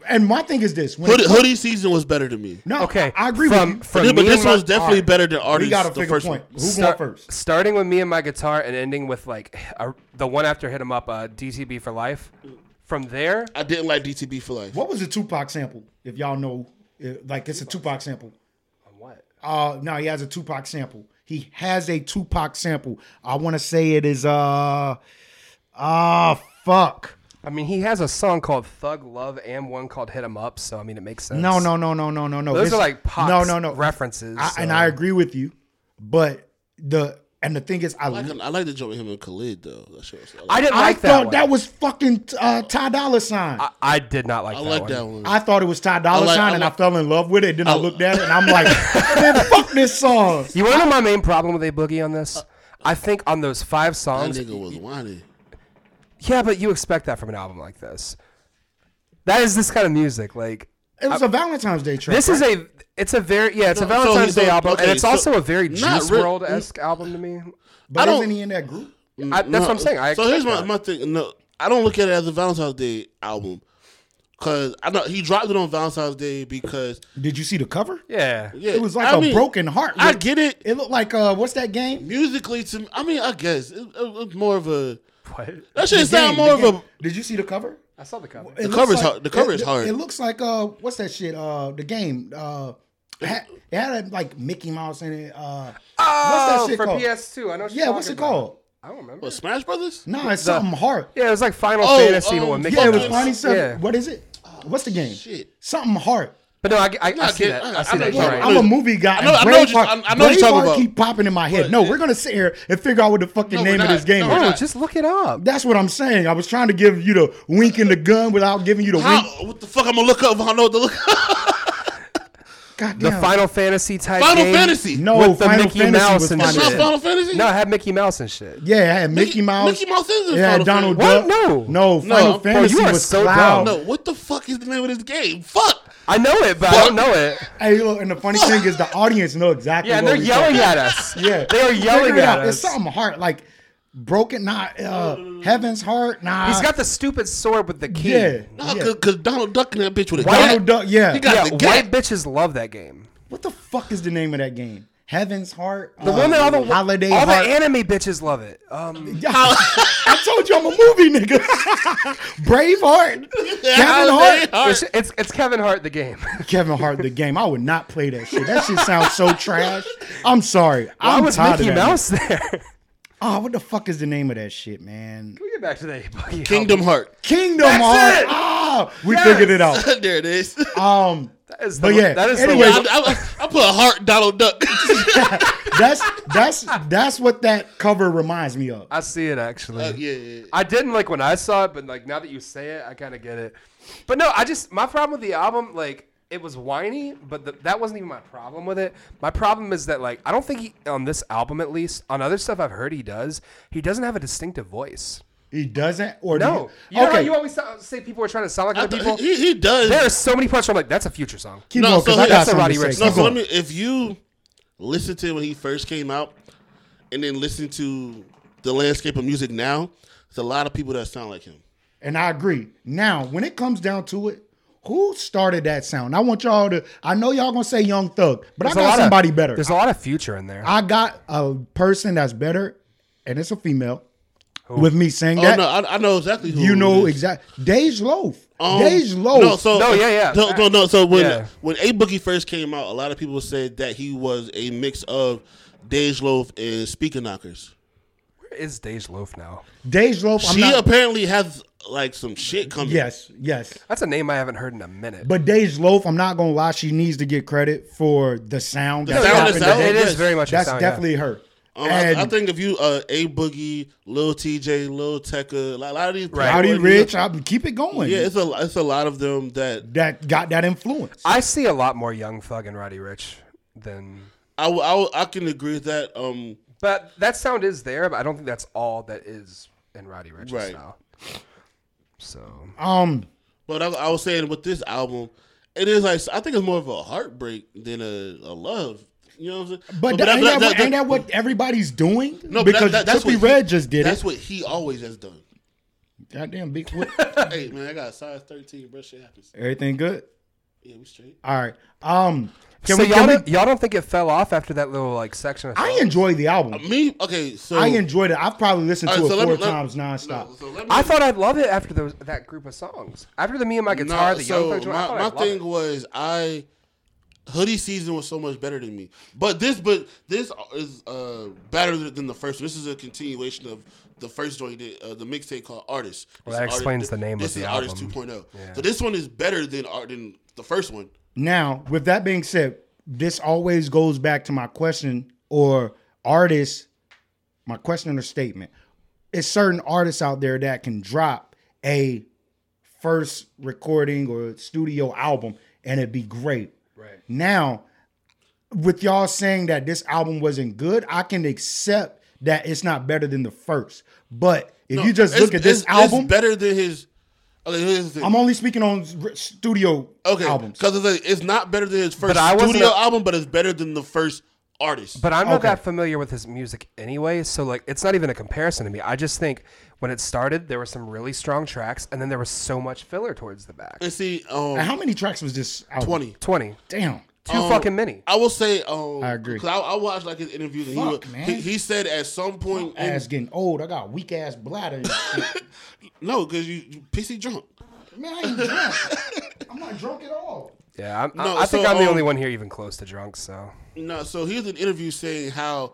S1: and my thing is this: when
S3: Hoodie,
S1: it-
S3: hoodie season was better to me.
S1: No,
S4: Okay,
S1: I, I agree
S4: from
S1: with
S4: from
S3: Yeah, but
S4: me
S3: this
S4: and my-
S3: one's definitely
S1: all right.
S3: better than
S1: you. We
S3: artists.
S1: got to
S3: the
S1: pick a
S3: first
S1: point.
S3: one.
S1: Who
S4: Start-
S1: going first?
S4: Starting with me and my guitar and ending with like a, the one after hit him up, uh, DTB for life. From there,
S3: I didn't like DTB for life.
S1: What was the Tupac sample? If y'all know, uh, like it's a Tupac sample.
S4: what?
S1: Uh, no, he has a Tupac sample. He has a Tupac sample. I want to say it is uh, ah, fuck.
S4: I mean, he has a song called Thug Love and one called Hit 'Em Up, so I mean, it makes sense.
S1: No, no, no, no, no, no, no.
S4: Those
S1: It's-
S4: are like pop
S1: no, no, no
S4: references.
S1: I, And
S4: so-
S1: I agree with you, but the and the thing is, I
S3: I
S1: I,
S3: can- I like the joint with him and Khalid though. That shit was, I like,
S4: I didn't like that
S1: thought
S4: one.
S1: that was fucking uh, Ty Dolla Sign. I,
S4: I, I did not like
S3: I
S4: that
S3: like
S4: one.
S3: that one.
S1: thought it was Ty Dolla
S3: I like-
S1: Sign,
S3: I
S1: and I
S3: like-
S1: fell in love with it. Then I, looked at it, and I'm like, man, fuck this song.
S4: You want to know my main problem with A Boogie on
S3: Uh,
S4: this? I think on those five
S3: that
S4: songs,
S3: nigga was whining.
S4: yeah, but you expect that from an album like this. That is this kind of music. Like
S1: It was a Valentine's Day track.
S4: this is a, it's a very yeah, it's a
S3: No, so
S4: Valentine's
S3: he's a-
S4: Day album,
S3: okay,
S4: and it's
S3: so
S4: also a very
S3: not
S4: Juice
S3: re-
S4: World esque album to me.
S1: But
S3: I don't-
S1: isn't he in that group?
S4: I, that's what I'm saying. I
S3: so here's my,
S4: expect
S3: my thing. No, I don't look at it as a Valentine's Day album because I know he dropped it on Valentine's Day because
S1: Did you see the cover?
S4: that. yeah.
S3: yeah,
S1: It was like
S3: a
S1: a broken heart.
S3: I get it.
S1: It looked like uh, what's that game?
S3: musically to me, I mean, I guess it, it, it's more of a
S4: What?
S3: that shit
S1: The
S3: sound
S1: game,
S3: more
S1: the
S3: of a
S1: game. Did you see the cover?
S4: I saw the cover.
S1: It looks
S3: cover's hard- the cover
S1: it-
S3: is hard.
S1: It looks like uh, what's that shit? Uh, the game. Uh, it had, it had like Mickey Mouse in it. Uh,
S4: Oh,
S1: shit
S4: for
S1: called?
S4: PS2. I know. what you're
S1: yeah, what's
S4: talking
S1: it
S4: about.
S1: called?
S4: I don't remember.
S3: what, Smash Brothers.
S1: No, it's something hard.
S4: Yeah, it was like Final
S3: Oh,
S4: Fantasy,
S3: um,
S4: but with Mickey
S1: Yeah, it was
S4: Mouse.
S3: Yes.
S1: funny stuff.
S4: Yeah.
S1: What is it? What's the game?
S3: shit.
S1: Something hard.
S4: But no, I, I, I
S3: Nah,
S4: see
S3: kid,
S4: that.
S3: I-
S4: I see
S3: I
S4: that.
S3: know-
S4: You're
S3: I
S4: right.
S3: know-
S1: I'm a movie guy.
S3: I know-
S1: and
S3: I know what you-
S1: Braveheart-
S3: I- I know what you're talking
S1: Braveheart
S3: about.
S1: keep popping in my head. No, we're gonna sit here and figure out what the fucking
S3: No,
S1: name
S3: we're
S1: of this
S3: not.
S1: game
S3: No,
S1: is.
S3: we're
S4: Oh,
S3: not.
S4: just look it up.
S1: That's what I'm saying. I was trying to give you the wink and the gun without giving you the wink.
S3: How? What the fuck? I'm gonna look up. I know what to look. up.
S4: the
S1: Goddamn.
S4: Final Fantasy type.
S3: Final
S4: game
S3: Fantasy.
S1: No,
S4: with the
S1: Final
S4: Mickey
S1: Fantasy
S4: Mouse
S1: was
S4: and
S1: Final
S4: shit.
S1: Fantasy.
S3: Not Final Fantasy?
S4: No, I had Mickey Mouse and shit.
S1: Yeah, it had Mickey, Mouse.
S3: Mickey Mouse is in
S1: It had
S3: Final
S1: Donald
S4: Fantasy.
S1: Duck.
S4: What? No.
S1: no.
S3: No.
S1: Final
S3: Bro, you
S1: Fantasy
S4: are
S1: was
S4: so
S1: cloud.
S4: dumb.
S3: No, what the fuck is the name of this game? Fuck.
S4: I know it, but I don't know it.
S1: Hey, look, and the funny thing is, the audience know exactly.
S4: Yeah, and
S1: what
S4: they're
S1: we
S4: yelling
S1: talking-
S4: at us.
S1: Yeah,
S4: they are yelling
S1: Figure it
S4: at
S1: out. It's
S4: us.
S1: something hard, like broken. Not uh, heaven's heart. Nah,
S4: He's got the stupid sword with the key.
S1: yeah,
S3: No,
S1: yeah.
S3: cause, 'cause Donald Duck in that bitch with a
S4: Why-
S1: Donald Duck. Yeah.
S3: He got-
S4: Yeah,
S3: the
S4: white
S3: gat.
S4: bitches love that game.
S1: what the fuck is the name of that game? Heaven's heart. um,
S4: The one that all the
S1: holiday
S4: all
S1: heart.
S4: the anime bitches love it. Um,
S1: I told you I'm a movie nigga. Braveheart. Kevin
S3: Holiday
S1: Hart.
S3: Heart.
S4: it's, it's it's Kevin Hart the game.
S1: Kevin Hart the game. I would not play that shit. That shit sounds so trash. I'm sorry.
S4: Why
S1: I'm
S4: was
S1: tired
S4: Mickey
S1: of that.
S4: Mouse there?
S1: Oh, what the fuck is the name of that shit, man?
S4: we get back to that fucking
S3: Kingdom Heart.
S1: Kingdom
S4: That's
S1: Heart.
S4: it!
S1: Ah, we
S4: Yes!
S1: figured it out.
S3: there it is.
S1: Um,
S4: That is the,
S1: But yeah,
S4: that is
S1: anyway,
S4: the
S3: I, I- I put a heart Donald Duck.
S1: that's that's that's what that cover reminds me of.
S4: I see it actually.
S1: Oh,
S3: yeah, yeah, yeah.
S4: I didn't like when I saw it, but like now that you say it, I kind of get it. But no, I just my problem with the album, like it was whiny, but the, that wasn't even my problem with it. My problem is that like I don't think he on this album at least on other stuff I've heard he does. He doesn't have a distinctive voice.
S1: He doesn't, or do
S4: No, you
S1: you-
S4: know how
S1: okay.
S4: you always so- say people are trying to sound like other people.
S3: he, he does.
S4: There are so many parts where I'm like, that's a future song.
S1: Keep
S3: No,
S1: going, 'cause
S3: so
S1: I got
S3: that's a
S1: something
S4: Roddy
S1: to say.
S4: Ricch
S3: No,
S1: Keep
S3: so let
S1: going.
S3: me. If you listen to when he first came out, and then listen to the landscape of music now, it's a lot of people that sound like him.
S1: And I agree. Now, when it comes down to it, who started that sound? I want y'all to. I know y'all gonna say Young Thug, but
S4: There's
S1: I
S4: a
S1: got
S4: lot of-
S1: somebody better.
S4: There's a lot of future in there.
S1: I got a person that's better, and it's a female. With me saying that,
S3: oh no, I, I know exactly. Who
S1: you know
S3: it is.
S1: exactly. Dej Loaf.
S3: Um,
S1: Dej Loaf.
S3: No, so
S4: No, yeah, yeah,
S3: No, no, no, so when
S4: Yeah.
S3: when A Boogie first came out, a lot of people said that he was a mix of Dej Loaf and Speaker Knockers.
S4: Where is Dej Loaf now?
S1: Dej Loaf. I'm
S3: she
S1: not.
S3: apparently has like some shit coming.
S1: yes, yes.
S4: That's a name I haven't heard in a minute.
S1: But Dej Loaf, I'm not gonna lie. She needs to get credit for the sound. that's
S3: sound
S1: happened
S3: is
S1: to
S3: out.
S1: Dej.
S4: it
S3: yes.
S4: is very much. a
S1: That's
S4: sound, yeah.
S1: definitely her.
S3: Um, I,
S1: and
S3: I think if you uh, A Boogie, Lil TJ, Lil Tecca, like, a lot of these
S4: Right.
S1: Howdy
S3: people-
S1: Rich, I keep it going.
S3: Yeah, it's a it's a lot of them that
S1: that got that influence.
S4: I see a lot more Young Thug and Roddy Rich than.
S3: I, w- I, w- I can agree with that. Um,
S4: But that sound is there, but I don't think that's all that is in Roddy Rich's
S3: Right.
S4: style. So
S1: Um,
S3: but I, I was saying with this album, it is like I think it's more of a heartbreak than a, a love. You know what I'm saying?
S1: but, that, ain't, that, what- ain't that what everybody's doing?
S3: No, but
S1: because
S3: that, that, that's
S1: Trippie
S3: what he-
S1: Red just did
S3: That's
S1: it.
S3: what he always has done.
S1: Goddamn, big. What,
S3: hey man, I got a size 13, bro. Shit happens.
S1: everything good?
S3: Yeah, we straight.
S1: All right. Um, can
S4: so
S1: we?
S4: y'all,
S1: Can we
S4: don't, y'all don't think it fell off after that little like section? Of
S1: I
S4: songs?
S1: enjoy the album.
S3: Uh, Me, okay, so
S1: I enjoyed it. I've probably listened
S3: Um, All
S1: to
S3: right,
S1: it
S3: so let
S1: four
S3: me- let-
S1: times nonstop.
S3: No, so let me-
S4: I thought I'd love it after those, that group of songs. After the Me and My
S3: No,
S4: Guitar, the
S3: so
S4: Young Thug joint. I
S3: my,
S4: thought
S3: my
S4: I'd love
S3: thing
S4: it.
S3: was I hoodie season was so much better than me, but this but this is uh better than the first. one. This is a continuation of the first joint, he did, uh, the mixtape called Artist.
S4: Well, that
S3: This is Artist-
S4: explains the name
S3: This
S4: of
S3: is
S4: the
S3: Artist
S4: album.
S3: 2.0.
S4: Yeah.
S3: So this one is better than art than the first one.
S1: Now, with that being said, this always goes back to my question or artists, my question or statement. It's certain artists out there that can drop a first recording or studio album and it'd be great.
S4: Right.
S1: Now, with y'all saying that this album wasn't good, I can accept that it's not better than the first. But if
S3: No,
S1: you just
S3: it's-
S1: look at this
S3: it's-
S1: album,
S3: it's better than his. Okay, here's the thing.
S1: I'm only speaking on r- studio
S3: Okay,
S1: albums.
S3: because it's, like, it's not better than his first
S4: But I wasn't
S3: studio
S4: a-
S3: album, but it's better than the first artist.
S4: But I'm not
S1: Okay.
S4: that familiar with his music anyway, so like it's not even a comparison to me. I just think when it started, there were some really strong tracks, and then there was so much filler towards the back.
S3: and see, um,
S1: And how many tracks was this album?
S3: twenty.
S4: Twenty,
S1: Damn.
S4: too
S3: Um,
S4: fucking many.
S3: I will say, um,
S1: I agree.
S3: 'cause I, I watched like his interviews, and
S1: Fuck,
S3: he, was,
S1: man.
S3: he he said at some point, in-
S1: Ass getting old. I got weak ass bladder. and shit.
S3: no, because you, you PC drunk.
S1: Man, I ain't drunk. I'm not drunk at all.
S4: Yeah, I'm, I-
S3: No,
S4: I, think
S3: so,
S4: I'm the
S3: um,
S4: only one here even close to drunk. So
S3: No, so here's an interview saying how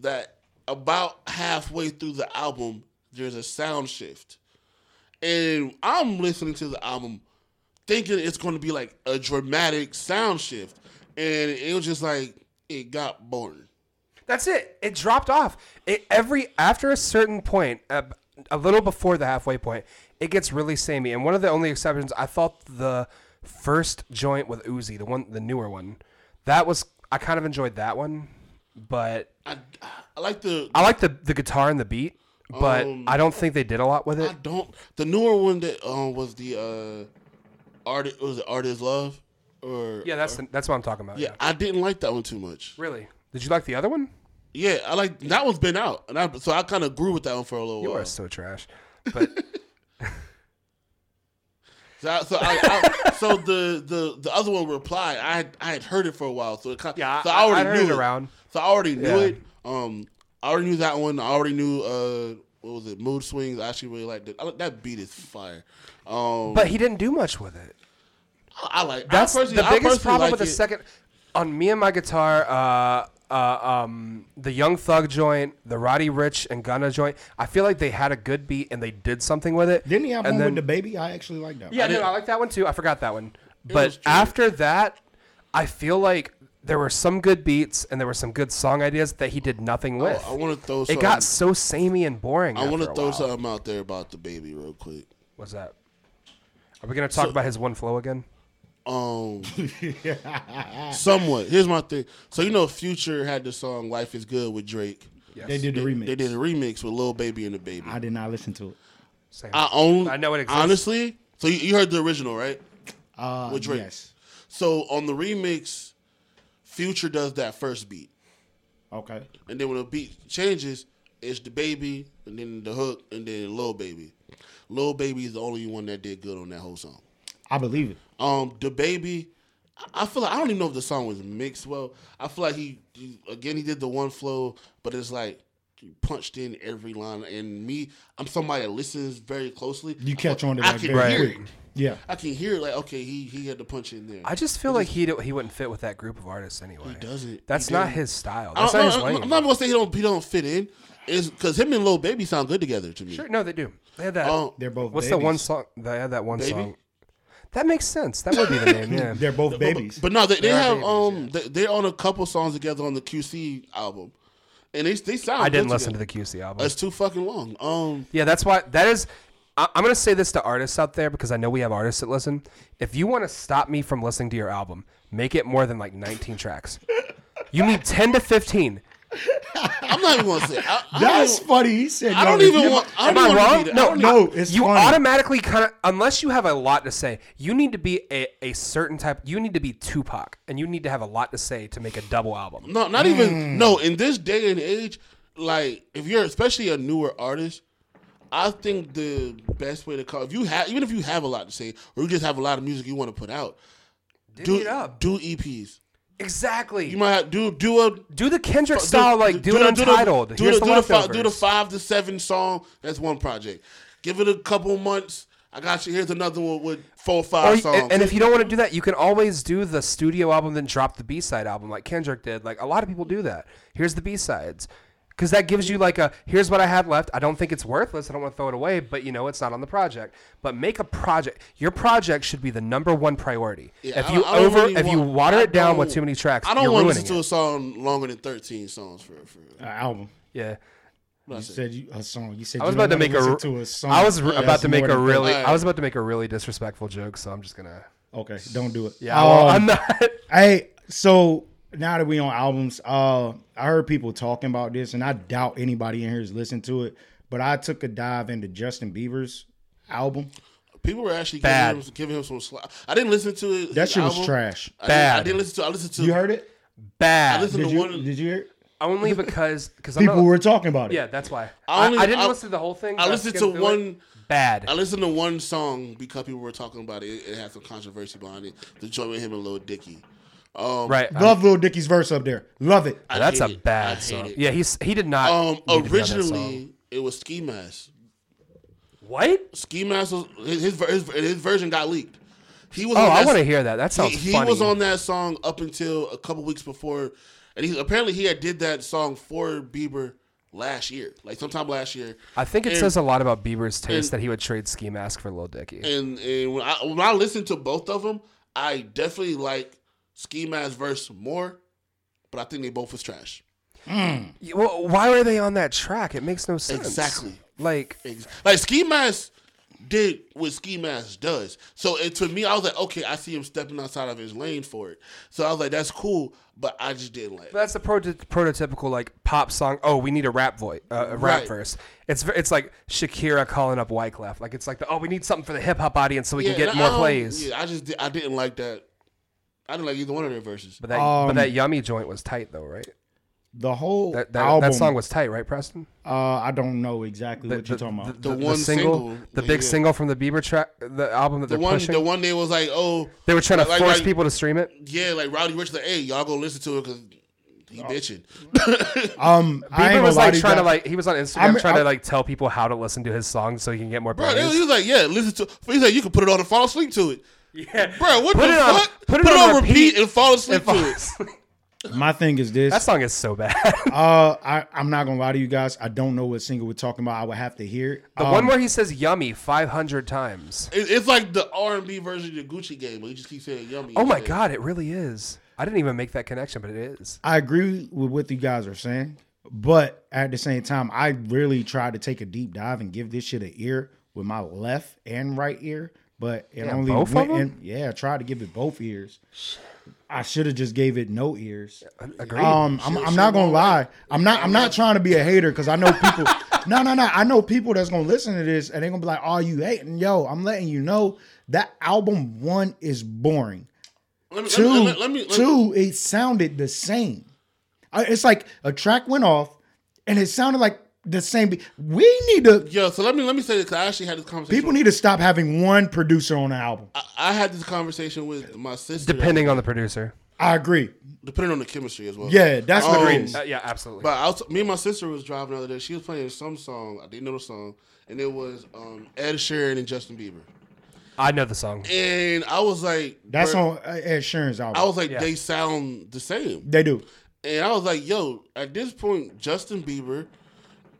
S3: that about halfway through the album there's a sound shift, and I'm listening to the album thinking it's going to be like a dramatic sound shift, and it was just like it got boring.
S4: That's it. It dropped off. It, every after a certain point, a, a little before the halfway point, it gets really samey. And one of the only exceptions, I thought the first joint with Uzi, the one, the newer one, That was I kind of enjoyed that one, but
S3: I, I like the
S4: I like the the guitar and the beat, but
S3: Um,
S4: I don't think they did a lot with it.
S3: I don't. The newer one that um was the uh, art was it Art is Love or
S4: yeah, that's the, that's what I'm talking about.
S3: yeah.
S4: yeah.
S3: I didn't like that one too much.
S4: Really? Did you like the other one?
S3: Yeah, I like that one's been out, and I so I kind of grew with that one for a little
S4: You
S3: while.
S4: are so trash. But
S3: So, I, so, I, I, so the, the the other one reply, I had, I had heard it for a while, so it kind,
S4: Yeah,
S3: so
S4: I- I'd heard it around.
S3: So I already knew
S4: Yeah.
S3: it. Um, I already knew that one. I already knew uh, what was it? Mood swings. I actually really liked it. I, like- that beat is fire. Um,
S4: but he didn't do much with it.
S3: I, I like
S4: That's
S3: I
S4: the
S3: personally- I
S4: biggest
S3: personally
S4: problem
S3: like
S4: with the
S3: it.
S4: second on me and my guitar. Uh, uh, um, the Young Thug joint, the Roddy Rich and Gunna joint. I feel like they had a good beat and they did something with it.
S1: Didn't he have
S4: and
S1: one
S4: then-
S1: with the baby? I actually like that.
S4: Yeah,
S1: one.
S4: no, I like that one too. I forgot that one.
S3: was
S4: But
S3: true.
S4: after that, I feel like there were some good beats and there were some good song ideas that he did nothing with.
S3: Oh, I wanna throw
S4: It got
S3: some-
S4: so samey and boring.
S3: I want
S4: want
S3: to throw something out there about the baby real quick.
S4: What's that? Are we gonna talk about his one flow again?
S3: Um, somewhat. Here's my thing. So you know, Future had the song "Life Is Good" with Drake.
S1: they did the remix.
S3: They did a remix with Lil Baby and the Baby.
S1: I did not listen to it.
S4: Same.
S3: I um, own.
S4: I know it exists.
S3: Honestly, so you, you heard the original, right?
S1: Uh,
S3: With Drake.
S1: Yes.
S3: So on the remix, Future does that first beat,
S1: Okay.
S3: and then when the beat changes, it's the baby, and then the hook, and then Lil Baby. Lil Baby is the only one that did good on that whole song.
S1: I believe it.
S3: Um, the baby, I feel like I don't even know if the song was mixed well. I feel like he, he- again he did the one flow, but it's like he punched in every line. And me, I'm somebody that listens very closely.
S1: You catch on to
S3: I
S1: that
S3: can
S1: very
S3: hear
S1: quick.
S3: it.
S1: Yeah.
S3: I can hear it, like okay, he he had to punch in there.
S4: I just feel like he d- he wouldn't fit with that group of artists anyway. He
S3: doesn't.
S4: That's
S3: He
S4: not
S3: didn't.
S4: his style.
S3: I
S4: That's
S3: don't-
S4: not
S3: I'm-
S4: his lane.
S3: I'm not gonna say he don't he don't fit in. Is because him and Lil Baby sound good together to me.
S4: sure, no, they do. They had that.
S3: Um,
S1: They're both.
S4: what's
S1: babies.
S4: the one song? They had that one
S3: Baby?
S4: song. That makes sense. That would be the name. Yeah.
S1: They're both babies.
S3: But no, they, they
S4: are
S3: have
S4: babies,
S3: um they, they're on a couple songs together on the QC album, and they they sound.
S4: I
S3: good
S4: didn't listen to
S3: together.
S4: the QC album.
S3: It's too fucking long. Um,
S4: Yeah, that's why. That is. I, I'm gonna say this to artists out there because I know we have artists that listen. If you want to stop me from listening to your album, make it more than like 19 tracks. You need 10 to 15.
S3: I'm not even gonna say. I, I
S1: That's
S3: don't,
S1: funny. He said.
S3: I
S1: no,
S3: don't
S1: if
S3: even
S1: you-
S3: want. I
S4: Am
S3: don't
S4: I
S3: want
S4: wrong?
S3: To be
S4: No,
S3: no,
S1: no.
S4: no.
S1: it's
S4: you
S1: funny.
S4: automatically kind of unless you have a lot to say. You need to be a, a certain type. You need to be Tupac, and you need to have a lot to say to make a double album.
S3: no, not
S4: Mm.
S3: even. No, in this day and age, like if you're especially a newer artist, I think the best way to call if you have even if you have a lot to say or you just have a lot of music you want to put out, do
S4: it up.
S3: do EPs.
S4: Exactly.
S3: You might have, do do a
S4: do the Kendrick style, like do, it
S3: the-
S4: untitled.
S3: Do, the-
S4: Here's
S3: do,
S4: the
S3: the five, do the
S4: leftovers.
S3: five to seven song. That's one project. Give it a couple months. I got you. Here's another one with four or
S4: Or,
S3: five
S4: y-
S3: songs.
S4: and, and if you don't want to do that, you can always do the studio album, then drop the B side album, like Kendrick did. Like a lot of people do that. Here's the B sides, because that gives you like a here's what I had left. I don't think it's worthless. I don't want to throw it away, but you know it's not on the project. But make a project. Your project should be the number one priority.
S3: Yeah,
S4: if
S3: I
S4: you
S3: don't- I don't
S4: over,
S3: really
S4: if you
S3: want-
S4: water
S3: I
S4: it down with
S3: don't-
S4: too many tracks,
S3: I don't
S4: you're
S3: want to
S4: ruining
S3: listen to
S4: it.
S3: a song longer than thirteen songs for for.
S1: Uh, album.
S4: Yeah.
S1: You said you, a song. You said
S4: I was
S1: you
S4: about to
S1: don't
S4: make a.
S1: wanna
S4: r-
S1: listen to a song.
S4: I was r-
S1: that's
S4: about to make
S1: more
S4: a
S1: than-
S4: really.
S3: Alright.
S4: I was about to make a really disrespectful joke, so I'm just gonna.
S1: Okay, don't do it.
S4: Yeah, well,
S3: Oh.
S1: Um,
S4: I'm not.
S1: Hey, so now that we on albums, uh, I heard people talking about this, and I doubt anybody in here has listened to it. But I took a dive into Justin Bieber's album.
S3: People were actually
S4: Bad.
S3: giving him, giving him some slack. I didn't listen to it.
S1: That
S3: his
S1: shit was
S3: album.
S1: trash.
S3: I
S4: Bad.
S3: Didn't, I didn't listen to. I listened to.
S1: You heard it?
S4: Bad.
S3: I listened
S1: Did
S3: to
S1: you?
S3: one.
S1: Did you hear? It?
S4: Only because because I'm
S1: People
S4: not,
S1: were talking about it.
S4: Yeah, that's why.
S3: I
S4: I,
S3: only-
S4: I didn't
S3: I-
S4: listen to the whole thing.
S3: I
S4: but
S3: listened
S4: skimmed
S3: to
S4: through it.
S3: one-
S4: Bad.
S3: I listened to one song because people were talking about it. It, it had some controversy behind it. The joint with him and Lil Dicky. Um,
S4: right. I-
S1: Love Lil Dicky's verse up there. Love it.
S3: I
S4: that's
S3: hate
S4: a
S3: it. I
S4: bad
S3: hate
S4: song.
S3: it.
S4: Yeah, he's he did not.
S3: Um,
S4: need to be on that song.
S3: originally it was Ski Mask.
S4: what?
S3: Ski Mask was his his, ver- his, ver- his version got leaked. He was.
S4: Oh,
S3: on
S4: I
S3: that-
S4: want to hear that. That sounds
S3: he, he
S4: funny.
S3: was on that song up until a couple weeks before, and he apparently he had did that song for Bieber last year, like sometime last year.
S4: I think it
S3: and-
S4: says a lot about Bieber's taste
S3: and-
S4: that he would trade ski mask for Lil Dicky.
S3: And and when I when I listened to both of them, I definitely like Ski Mask verse more, but I think they both was trash.
S4: Y- well, why were they on that track? It makes no sense.
S3: Exactly.
S4: Like
S3: Ex- Like Ski Mask did what Ski Mask does. So it, to me, I was like, okay, I see him stepping outside of his lane for it. So I was like, that's cool, but I just didn't like.
S4: But that's the proto- prototypical like pop song. Oh, we need a rap voice, uh, a rap
S3: Right.
S4: verse. It's ve- it's like Shakira calling up Wyclef. Like it's like the oh, we need something for the hip hop audience so we can get
S3: and I- um,
S4: more
S3: I don't-
S4: plays.
S3: Yeah, I just di- I didn't like that. I didn't like either one of their verses.
S4: But that but
S1: Um,
S4: that yummy joint was tight though, right?
S1: The whole
S4: That that,
S1: album.
S4: that song was tight, right, Preston?
S1: Uh, I don't know exactly what you're talking about.
S3: The one single,
S4: the
S3: yeah,
S4: big
S3: yeah.
S4: single from the Bieber track, the album that
S3: The
S4: they're
S3: one,
S4: pushing.
S3: the one they was like, oh,
S4: they were trying to
S3: like-
S4: force
S3: like-
S4: people to stream it.
S3: yeah, like Rowdy Rich, like, hey, y'all go listen to it because
S1: Oh.
S3: he bitching.
S1: um, I
S4: Bieber
S1: ain't
S4: was
S1: gonna lie
S4: like
S1: to you
S4: trying to
S1: guys.
S4: like he was on Instagram
S1: I'm-
S4: trying to
S1: I'm-
S4: like tell people how to listen to his songs so he can get more
S3: Bro,
S4: plays.
S3: they- he was like, yeah, listen to. He's like, you can put it on and fall asleep to it. Yeah, bro, what
S4: Put
S3: the
S4: it on-
S3: fuck? Put it, on, repeat, and fall asleep
S4: And fall
S3: to it.
S4: asleep.
S1: My thing is this.
S4: that song is so bad.
S1: Uh, I, I'm not gonna lie to you guys. I don't know what single we're talking about. I would have to hear it.
S4: the
S1: Um,
S4: one where he says "yummy" five hundred times.
S3: It- It's like the R and B version of the Gucci game, but he just keeps saying yummy.
S4: Oh my
S3: instead.
S4: god, it really is. I didn't even make that connection, but it is.
S1: I agree with what you guys are saying, but at the same time, I really tried to take a deep dive and give this shit an ear with my left and right ear, but it only
S4: both of
S1: went
S4: them?
S1: in. Yeah, I tried to give it both ears. I should have just gave it no ears.
S4: Agreed.
S1: Um, I'm, I'm not gonna lie. I'm not. I'm not trying to be a hater because I know people. no, no, no. I know people that's gonna listen to this and they're gonna be like, "Oh, you hating?" Yo, I'm letting you know that album one is boring.
S3: Let me,
S1: Two,
S3: let me, let me, let me, let me-
S1: two. It sounded the same. I- It's like a track went off, and it sounded like the same. be- We need to.
S3: Yo, so let me let me say this 'cause I actually had this conversation.
S1: People need to stop having one producer on an album.
S3: I, I had this conversation with my sister.
S4: Depending on the producer.
S1: I agree.
S3: depending on the chemistry as well.
S1: Yeah, that's what it
S3: Um,
S1: is.
S4: Uh, yeah, absolutely.
S3: But I was, me and my sister was driving the other day. She was playing some song. I didn't know the song, and it was um, Ed Sheeran and Justin Bieber.
S4: I know the song.
S3: And I was like,
S1: That's
S3: bruh,
S1: on uh, Ed Sheeran's album.
S3: I was like,
S4: Yeah.
S3: they sound the same.
S1: they do.
S3: And I was like, yo, at this point, Justin Bieber,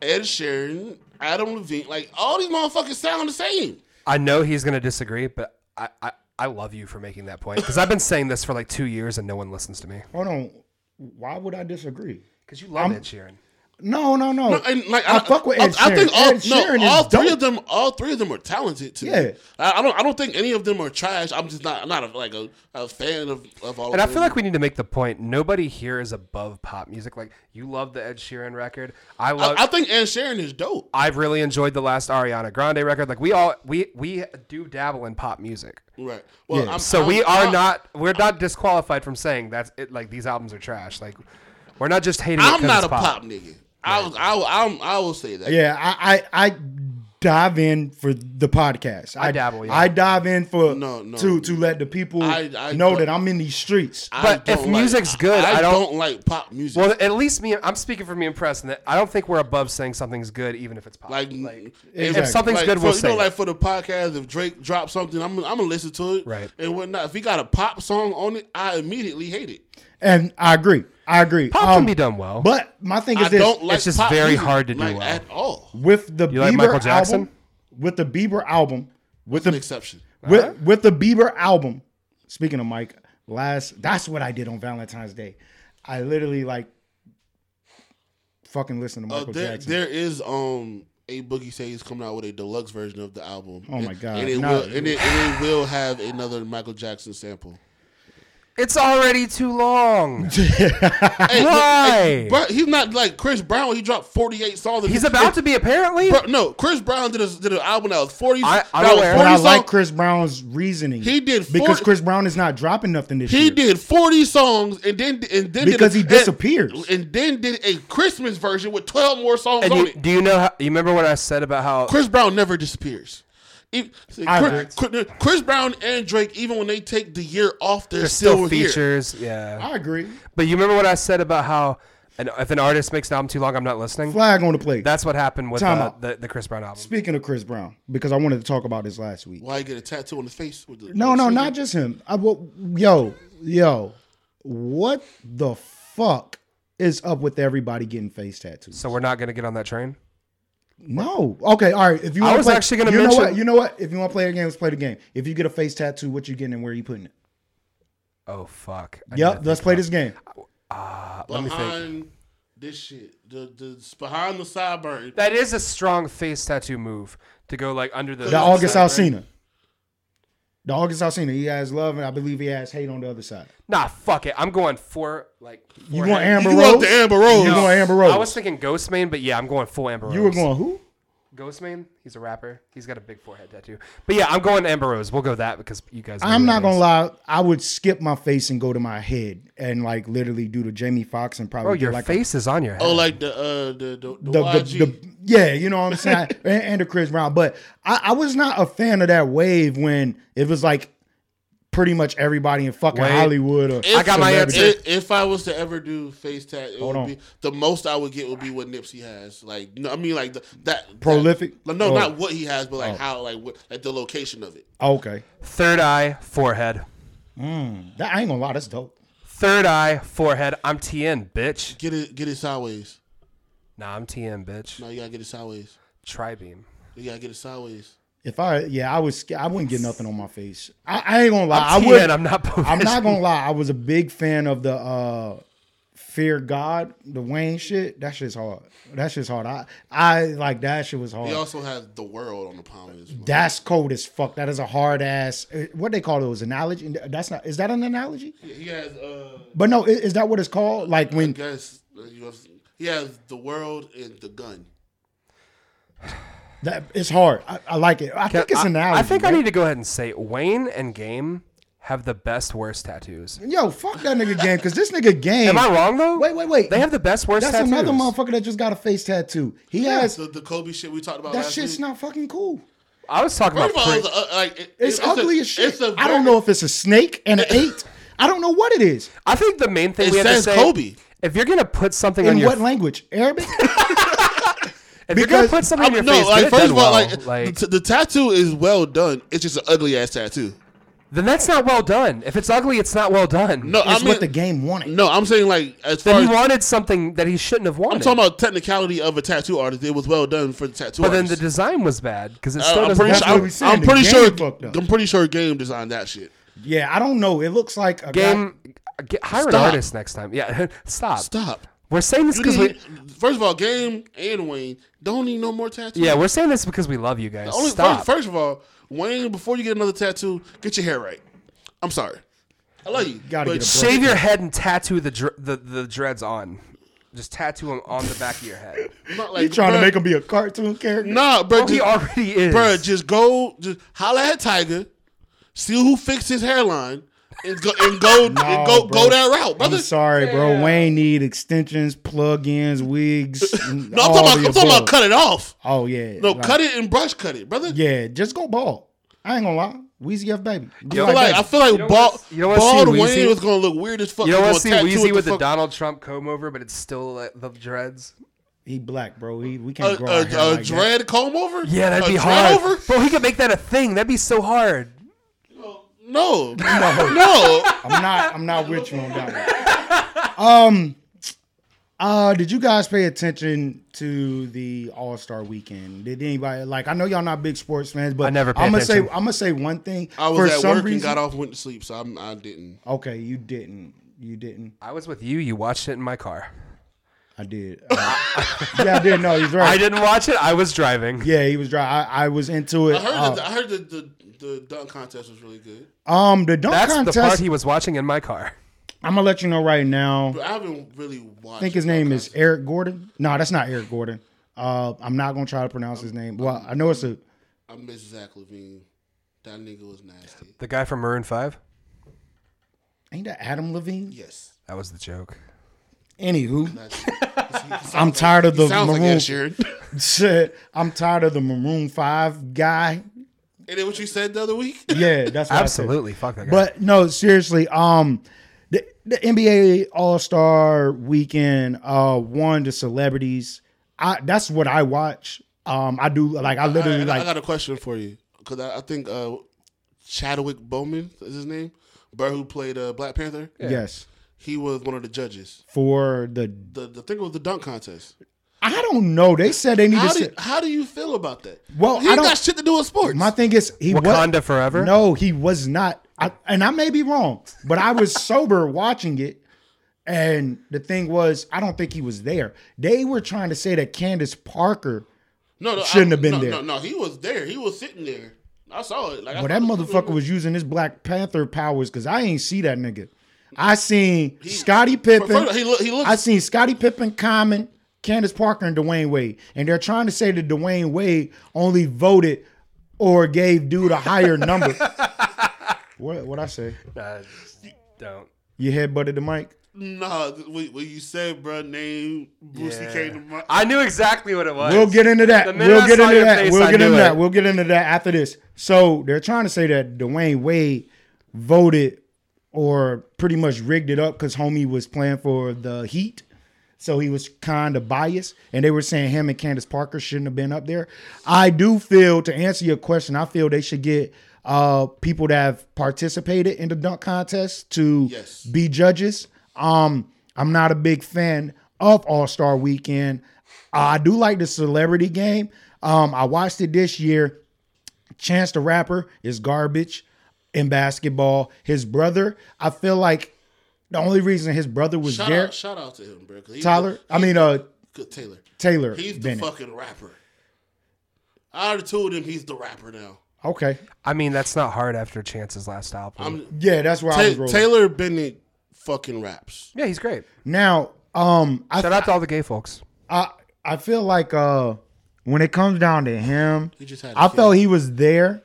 S3: Ed Sheeran, Adam Levine, like all these motherfuckers sound the same.
S4: I know he's gonna disagree, but I I, I love you for making that point because I've been saying this for like two years and no one listens to me.
S1: Hold on. Why would I disagree?
S4: Because you love Ed Sheeran.
S1: No, no, no.
S3: And like,
S1: Oh, I, fuck with Ed
S3: I,
S1: Sheeran.
S3: think all,
S1: Ed Sheeran
S3: no, all
S1: is
S3: three
S1: dope.
S3: of them, all three of them are talented. To me.
S1: Yeah.
S3: I, I don't, I don't think any of them are trash. I'm just not, I'm not a, like a, a fan of, of all.
S4: And I
S3: of
S4: feel
S3: them.
S4: like we need to make the point. Nobody here is above pop music. Like you love the Ed Sheeran record. I love.
S3: I, I think Ed Sheeran is dope.
S4: I've really enjoyed the last Ariana Grande record. Like we all we we do dabble in pop music.
S3: Right. Well,
S1: Yeah.
S3: I'm,
S4: So we
S3: I'm-
S4: are not we're not disqualified from saying that's it like these albums are trash. Like we're not just hating it
S3: I'm
S4: 'cause
S3: not
S4: it's
S3: a pop, nigga. I was, I, I'm, I will say that.
S1: Yeah, I, I I dive in for the podcast. I,
S4: dabble, yeah.
S1: I dive in for
S3: No, no.
S1: to to let the people
S3: I- I
S1: know
S3: don't-
S1: that I'm in these streets.
S3: I
S4: But
S3: don't
S4: if music's good, I don't-
S3: like pop music.
S4: Well, at least me I'm speaking for me and Preston that I don't think we're above saying something's good even if it's pop.
S3: like,
S1: if
S4: something's
S3: like,
S4: good,
S3: for,
S4: we'll
S3: you
S4: say
S3: know,
S4: it.
S3: like for the podcast, if Drake drops something, I'm, I'm gonna listen to it,
S4: Right.
S3: And whatnot. If he got a pop song on it, I immediately hate it.
S1: And I agree. I agree. Um,
S4: Pop can be done well.
S1: But my thing is
S3: I
S1: this
S3: don't like.
S4: It's just
S3: pop
S4: very
S3: music,
S4: hard to do
S3: like,
S4: well.
S3: at all.
S1: with the
S4: You
S1: Bieber
S4: like Michael Jackson?
S1: album, with the Bieber album, with
S3: An
S1: the
S3: exception.
S1: with, with the Bieber album. Speaking of Mike, last that's what I did on Valentine's Day. I literally like fucking listen to
S3: Uh,
S1: Michael
S3: there,
S1: Jackson.
S3: there is um a boogie say he's coming out with a deluxe version of the album.
S1: Oh my
S3: And-
S1: God.
S3: And it
S1: No.
S3: will, and it, and it will have another Michael Jackson sample.
S4: it's already too long.
S3: Hey, look,
S4: Why?
S3: hey, bro, he's not like Chris Brown. He dropped 48 songs.
S4: He's about to be apparently.
S3: Bro, no, Chris Brown did, a, did an album that was 40.
S4: I- I'm
S3: that was
S4: aware.
S1: But I
S3: 40
S1: like
S3: songs.
S1: Chris Brown's reasoning.
S3: He did
S1: because
S3: 40
S1: Chris Brown is not dropping nothing this
S3: He
S1: year.
S3: did 40 songs and then and then
S1: because he
S3: did a-
S1: disappears.
S3: And, and then did a Christmas version with 12 more songs
S4: And
S3: on
S4: you,
S3: it.
S4: do you know how you remember what I said about how
S3: Chris Brown never disappears. He- see,
S1: I
S3: Chris, Chris- Chris Brown and Drake, even when they take the year off, they're,
S4: there's
S3: still,
S4: still
S3: here.
S4: features? Yeah.
S1: I agree.
S4: But you remember what I said about how an, if an artist makes an album too long, I'm not listening?
S1: Flag on the plate.
S4: That's what happened with
S1: Time
S4: uh,
S1: out.
S4: the, the Chris Brown album.
S1: Speaking of Chris Brown, because I wanted to talk about this last week.
S3: Why you get a tattoo on the face? With the,
S1: No,
S3: with
S1: no,
S3: the-
S1: not just him. I, well, yo, yo, what the fuck is up with everybody getting face tattoos?
S4: So we're not going to get on that train?
S1: No. Okay, all right. If you
S4: I
S1: want
S4: was
S1: play,
S4: actually gonna
S1: you
S4: mention-
S1: know what, you know what? If you want to play a game, let's play the game. If you get a face tattoo, what you getting and where you putting it?
S4: Oh, fuck. I need to
S1: Yep.
S4: think
S1: Let's play
S4: about-
S1: this game.
S4: Let me think.
S3: behind This shit, the the it's behind the sideburn.
S4: That is a strong face tattoo move to go like under the.
S1: The August
S4: side, right?
S1: Alsina. The August Alsina. He has love, and I believe he has hate on the other side.
S4: Nah, fuck it. I'm going for like.
S1: You
S4: forehead.
S1: want Amber
S3: you
S1: Rose?
S3: want the Amber Rose?
S1: You want Amber Rose?
S4: I was thinking Ghostmane, but yeah, I'm going full Amber Rose.
S1: you were going who?
S4: Ghostmane? He's a rapper. He's got a big forehead tattoo. But yeah, I'm going Amber Rose. We'll go that because you guys. know
S1: I'm
S4: who
S1: not
S4: that
S1: gonna
S4: is.
S1: lie. I would skip my face and go to my head and like literally do the Jamie Foxx and probably
S4: Bro,
S1: do,
S4: Oh, your
S1: like a-
S4: face is on your head.
S3: Oh, like the uh the the, the,
S1: the, the,
S3: YG.
S1: the yeah, you know what I'm saying, and, and the Chris Brown. But I, I was not a fan of that wave when it was like pretty much everybody in fucking
S4: Wave.
S1: Hollywood. Or
S4: I got my
S1: celebrity.
S4: answer.
S3: If, if I was to ever do face tat, it
S1: Hold
S3: would
S1: on.
S3: be the most I would get would be what Nipsey has. Like, no, I mean, like the, that
S1: Prolific?
S3: that- no,
S1: Oh.
S3: not what he has, but like how, like what, like the location of it.
S1: Okay,
S4: Third eye, forehead.
S1: that I ain't gonna lie, that's dope.
S4: Third eye, forehead. I'm TN, bitch.
S3: Get it, get it sideways.
S4: Nah, I'm TN, bitch.
S3: No, you gotta get it sideways.
S4: Tribeam.
S3: You gotta get it sideways.
S1: If I yeah, I was sca- I wouldn't get nothing on my face. I, I ain't gonna lie.
S4: I'm
S1: I
S4: TN,
S1: would.
S4: I'm not both.
S1: I'm not gonna lie. I was a big fan of the uh Fear God, the Wayne shit. That shit's hard. That shit's hard. I I like that shit was hard.
S3: He also has the world on the palm of his. mouth.
S1: That's cold as fuck. That is a hard ass. uh, What they call those analogy? That's not. Is that an analogy?
S3: He has, uh,
S1: But no, i- is that what it's called? Like
S3: I
S1: when
S3: guess uh, you have, he has the world and the gun.
S1: that it's hard. I, I like it. I think it's an analogy.
S4: I think I
S1: right?
S4: need to go ahead and say Wayne and Game have the best worst tattoos.
S1: Yo, fuck that nigga game. Cause this nigga game.
S4: Am I wrong though?
S1: Wait, wait, wait.
S4: They have the best worst
S1: That's
S4: tattoos.
S1: another motherfucker that just got a face tattoo. He has.
S3: The, the Kobe shit we talked about.
S1: that
S3: last
S1: shit's
S3: week.
S1: not fucking cool.
S4: I was talking
S3: First
S4: about.
S3: of
S4: pre-
S3: all, it's, uh, like, it-
S1: It's,
S3: it's a-
S1: ugly as shit.
S3: It's a
S1: I don't
S3: very-
S1: know if it's a snake and an eight. I don't know what it is.
S4: I think the main thing
S3: It
S4: we have to
S3: says
S4: say,
S3: Kobe.
S4: If you're gonna put something on
S1: In
S4: your,
S1: what language? Arabic?
S4: if you're gonna
S1: because-
S4: put something on your
S3: no,
S4: face,
S3: like
S4: get it
S3: first
S4: done
S3: of all,
S4: well.
S3: like, the, the tattoo is well done. It's just an ugly ass tattoo.
S4: then that's not well done. If it's ugly, it's not well done.
S3: No,
S1: It's
S3: I mean,
S1: what the game wanted.
S3: No, I'm saying like as far
S4: then
S3: as
S4: he wanted something that he shouldn't have wanted.
S3: I'm talking about technicality of a tattoo artist. It was well done for the tattoo.
S4: but then the
S3: artist.
S4: design was bad because it still
S3: Uh, I'm
S4: doesn't.
S3: pretty
S1: That's
S3: sure.
S1: what
S3: I'm,
S1: we said,
S3: I'm
S1: the
S3: pretty
S1: game
S3: sure.
S1: fucked up.
S3: I'm pretty sure Game designed that shit.
S1: Yeah, I don't know. It looks like a guy-
S4: game. Get, hire an
S3: Stop.
S4: artist next time. Yeah, stop.
S3: Stop.
S4: We're saying this
S3: You
S4: because we.
S3: didn't- first of all, Game and Wayne don't need no more tattoos.
S4: Yeah, we're saying this because we love you guys.
S3: Only
S4: Stop.
S3: First, first of all, Wayne, before you get another tattoo, get your hair right. I'm sorry. I love you.
S1: Gotta
S3: but
S1: get a
S3: shit,
S1: break.
S4: Shave your head and tattoo the, dr- the the dreads on. Just tattoo them on the back of your head.
S3: not
S1: You
S3: like,
S1: trying to
S3: bruh,
S1: make him be a cartoon character?
S3: Nah,
S4: Bro, Oh,
S3: bro.
S4: he already is.
S3: Bro, just go, just holla at Tiger, see who fixed his hairline, and go and go and go
S1: Oh, bro.
S3: go that route, brother.
S1: I'm sorry, bro. Wayne need extensions, plug-ins, wigs. no, I'm
S3: No, I'm talking about I'm talking about cut it off.
S1: Oh yeah,
S3: No,
S1: like-
S3: cut it and brush cut it, brother.
S1: Yeah, just go bald. I ain't gonna lie, Weezy F baby. Just
S3: I feel
S1: like
S3: like
S1: that.
S3: I feel like
S4: don't wanna
S3: bald,
S4: see- you don't wanna
S3: bald
S4: see Weezy?
S3: Wayne was gonna look weird as fuck.
S4: You don't
S3: want
S4: want to see Weezy with the, Donald Trump comb over, but it's still like, the dreads.
S1: he black, bro. He, we
S3: a,
S1: can't grow our hair
S3: a, a
S1: like that.
S3: dread comb over?
S4: Yeah, that'd
S3: a
S4: be
S3: dread
S4: hard.
S3: Over?
S4: Bro, he could make that a thing. That'd be so hard.
S3: No, no, no.
S1: I'm not. I'm not with you on that one. Um, uh, did you guys pay attention to the All Star Weekend? Did anybody like? I know y'all not big sports fans, but
S4: I never pay
S1: I'm gonna say.
S4: attention.
S1: I'm gonna say one thing.
S3: I was
S1: For
S3: at
S1: some
S3: work and
S1: reason-
S3: got off, went to sleep, so I'm, I didn't.
S1: Okay, you didn't. You didn't.
S4: I was with you. You watched it in my car.
S1: I did. Uh, yeah, I did. No, he's right.
S4: I didn't watch it. I was driving.
S1: Yeah, he was dry. I, I was into it.
S3: I heard
S1: Uh,
S3: that I heard that the, the dunk contest was really good.
S1: um, the dunk
S4: That's
S1: contest.
S4: the part he was watching in my car.
S1: I'm gonna let you know right now.
S3: But I haven't really watched.
S1: I think his name is Eric Gordon. No, that's not Eric Gordon. Uh, I'm not gonna try to pronounce his name. Well, I know it's a.
S3: I miss Zach Levine. That nigga was nasty.
S4: The guy from Maroon 5?
S1: Ain't that Adam Levine?
S3: Yes.
S4: That was the joke.
S1: Anywho,
S3: That's, he sounds
S1: I'm tired of the
S3: sounds like
S1: maroon.
S3: Ed Sheeran.
S1: shit, I'm tired of the Maroon Five guy.
S3: And then what you said the other week?
S1: Yeah, that's what I said.
S4: Absolutely. Fuck that guy.
S1: But no, seriously, um, the, the NBA All Star Weekend, uh, one the celebrities. I that's what I watch. Um, I do like I literally
S3: I, I
S1: like
S3: got a question for you because I, I think uh, Chadwick Bowman is his name, bro, who played uh, Black Panther.
S1: yes
S3: He was one of the judges.
S1: for the.
S3: The the thing was the dunk contest.
S1: I don't know. They said they need
S3: How
S1: to.
S3: do,
S1: sit-
S3: how do you feel about that?
S1: Well,
S3: he
S1: I
S3: ain't
S1: don't-
S3: got shit to do with sports.
S1: My thing is he wa-
S4: Wakanda forever?
S1: No, he was not. I, and I may be wrong, but I was sober watching it, And the thing was, I don't think he was there. They were trying to say that Candace Parker,
S3: No, no,
S1: Shouldn't
S3: I-
S1: have been
S3: no,
S1: there.
S3: No, no, he was there. He was sitting there. I saw it. Like, I
S1: but that
S3: saw-
S1: motherfucker was using his Black Panther powers because I ain't see that nigga. I seen Scottie Pippen.
S3: But first, he look- he looks-
S1: I seen Scottie Pippen, Common, Candace Parker, and Dwayne Wade, and they're trying to say that Dwayne Wade only voted or gave dude a higher number. what what I say?
S4: Uh, don't.
S1: You headbutted the mic.
S3: Nah, th- what, what you said, bro? Name Brucey
S4: Yeah.
S3: came to my.
S4: I knew exactly what it was.
S1: We'll get into that.
S4: The minute
S1: We'll
S4: I
S1: get
S4: saw
S1: into
S4: your
S1: that.
S4: face,
S1: we'll
S4: I
S1: get
S4: knew
S1: into
S4: it.
S1: that. We'll get into that after this. So they're trying to say that Dwayne Wade voted or pretty much rigged it up because homie was playing for the Heat. So he was kind of biased, and they were saying him and Candace Parker shouldn't have been up there. I do feel, to answer your question, I feel they should get uh, people that have participated in the dunk contest to
S3: Yes.
S1: be judges. Um, I'm not a big fan of All Star Weekend. I do like the celebrity game. Um, I watched it this year. Chance the Rapper is garbage in basketball. His brother, I feel like the only reason his brother was
S3: Shout
S1: there,
S3: out, shout out to him, bro. 'cause he's
S1: Tyler,
S3: the-
S1: I mean, uh,
S3: good Taylor.
S1: Taylor
S3: He's the
S1: Bennett.
S3: fucking rapper. I already told him he's the rapper now.
S1: Okay,
S4: I mean, that's not hard after Chance's last album.
S3: I'm
S1: yeah, that's where I was
S3: Ta-
S1: rolling.
S3: Taylor Bennett fucking raps.
S4: yeah, he's great.
S1: Now, um, I
S4: Shout out to all the gay folks.
S1: I I feel like uh when it comes down to him,
S3: He just had a
S1: I
S3: kid.
S1: felt he was there.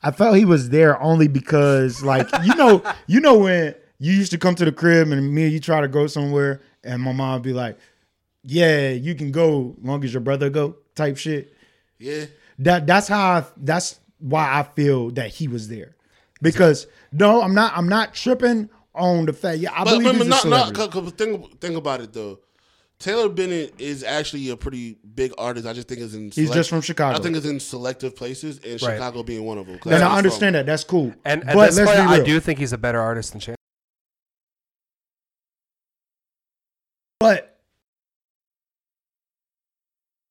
S1: I felt he was there only because like you know you know when you used to come to the crib and me and you try to go somewhere and my mom be like, "Yeah, you can go long as your brother go." Type shit.
S3: Yeah.
S1: That that's how I, that's why I feel that he was there because no, I'm not I'm not tripping on the fact. Yeah, I
S3: But,
S1: believe
S3: but,
S1: he's
S3: not,
S1: a
S3: not,
S1: celebrity.
S3: cause, 'cause think, think about it, though. Taylor Bennett is actually a pretty big artist. I just think it's in. He's
S1: just from Chicago.
S3: I think it's in selective places, and Chicago being one of them. 'cause
S1: and
S3: that's where
S1: I
S3: he's
S1: understand
S3: from.
S1: that. That's cool.
S4: And at
S1: but
S4: this
S1: let's
S4: point,
S1: be real.
S4: I do think he's a better artist than Chance.
S1: But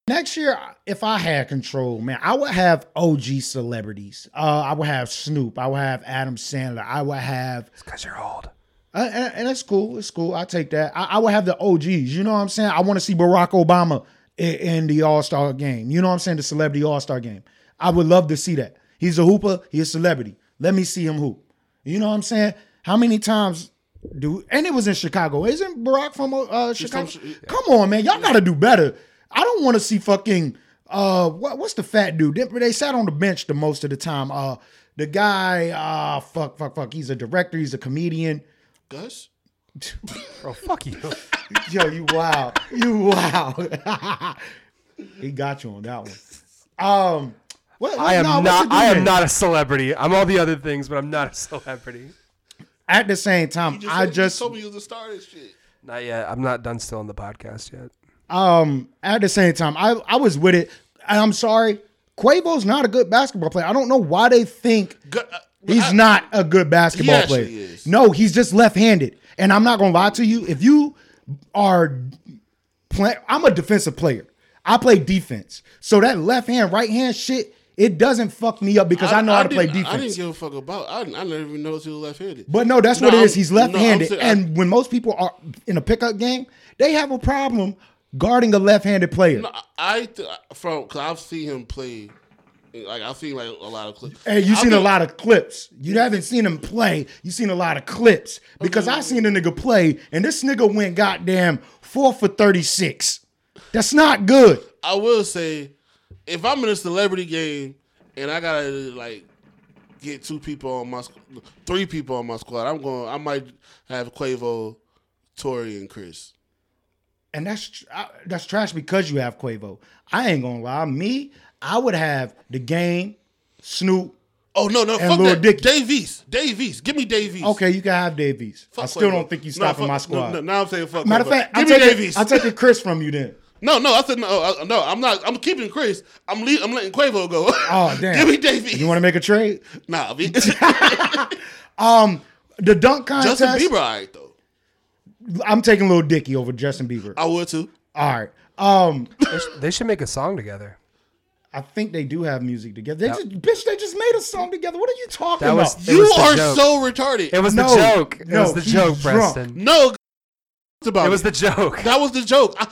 S1: next year, if I had control, man, I would have OG celebrities. Uh, I would have Snoop. I would have Adam Sandler. I would have,
S4: It's because you're old.
S1: uh, and, and it's cool. It's cool. I take that. I, I would have the OGs. You know what I'm saying? I want to see Barack Obama in, in the All Star game. You know what I'm saying? The celebrity All Star game. I would love to see that. He's a hooper. He's a celebrity. Let me see him hoop. You know what I'm saying? How many times do? And it was in Chicago. Isn't Barack from uh, Chicago?
S3: from-
S1: Come on, man. Y'all gotta do better. I don't want to see fucking uh what, what's the fat dude? They, they sat on the bench the most of the time. Uh the guy, ah fuck, fuck, fuck. He's a director, he's a comedian.
S3: Gus?
S4: Bro, fuck you.
S1: Yo, you wow. You wow. he got you on that one. Um what,
S4: I am
S1: nah, what's the
S4: not.
S1: dude
S4: I am
S1: name?
S4: not a celebrity. I'm all the other things, but I'm not a celebrity.
S1: at the same time,
S3: You just
S1: I
S3: said- you
S1: just
S3: told me you was a star and shit.
S4: Not yet. I'm not done still on the podcast yet.
S1: Um, at the same time, I, I was with it. And I'm sorry, Quavo's not a good basketball player. I don't know why they think
S3: Gu- uh,
S1: he's
S3: I-
S1: not a good basketball
S3: He
S1: player.
S3: actually is.
S1: No, he's just left-handed. And I'm not gonna lie to you. If you are playing, I'm a defensive player. I play defense. So that left hand, right hand shit, it doesn't fuck me up because I, know how to play
S3: didn't-
S1: defense.
S3: I didn't give a fuck about. I, didn't- I never even noticed he was left-handed.
S1: But no, that's what it
S3: I'm-
S1: is. He's
S3: no, I'm
S1: left-handed,
S3: saying- I-
S1: and when most people are in a pickup game, they have a problem guarding a left-handed player.
S3: No, I th- from because I've seen him play. Like I've seen like a lot of clips.
S1: Hey, you've
S3: I
S1: seen a
S3: think-
S1: lot of clips. You haven't seen him play. You've seen a lot of clips because I seen a nigga play, and this nigga went goddamn four for thirty six. That's not good.
S3: I will say, if I'm in a celebrity game and I gotta like get two people on my squ- three people on my squad, I'm going. I might have Quavo, Tori, and Chris.
S1: And that's tr- I- that's trash because you have Quavo. I ain't gonna lie. Me, I would have the game, Snoop.
S3: Oh no, no,
S1: And
S3: fuck
S1: Lil
S3: that.
S1: Dicky.
S3: Davies, Davies, give me Davies.
S1: Okay, you can have Davies.
S3: Fuck
S1: I still
S3: Quavo.
S1: don't think you
S3: No,
S1: stopping
S3: fuck-
S1: my squad.
S3: No, no, now I'm saying fuck.
S1: Matter of
S3: Quavo.
S1: fact, I'll
S3: give me
S1: take,
S3: Davies.
S1: It, I'll take it Chris from you then.
S3: No, no, I said no, uh, no. I'm not. I'm keeping Chris. I'm le- I'm letting Quavo go.
S1: Oh damn!
S3: Give me Davies.
S1: You want to make a trade?
S3: nah, I mean,
S1: The dunk contest.
S3: Justin Bieber, all right though.
S1: I'm taking Lil Dicky over Justin Bieber.
S3: I would too.
S1: All right. Um,
S4: They, sh- they should make a song together.
S1: I think they do have music together. They just, bitch, they just made a song together. What are you talking
S4: That was-
S1: about?
S4: It
S3: You
S4: the
S3: are
S4: joke.
S3: so retarded.
S4: It was
S1: No,
S4: the joke. It
S1: no,
S4: was the
S1: he's
S4: joke,
S1: drunk.
S4: Preston.
S3: no, about
S4: It was
S3: it.
S4: the joke.
S3: That was the joke. I,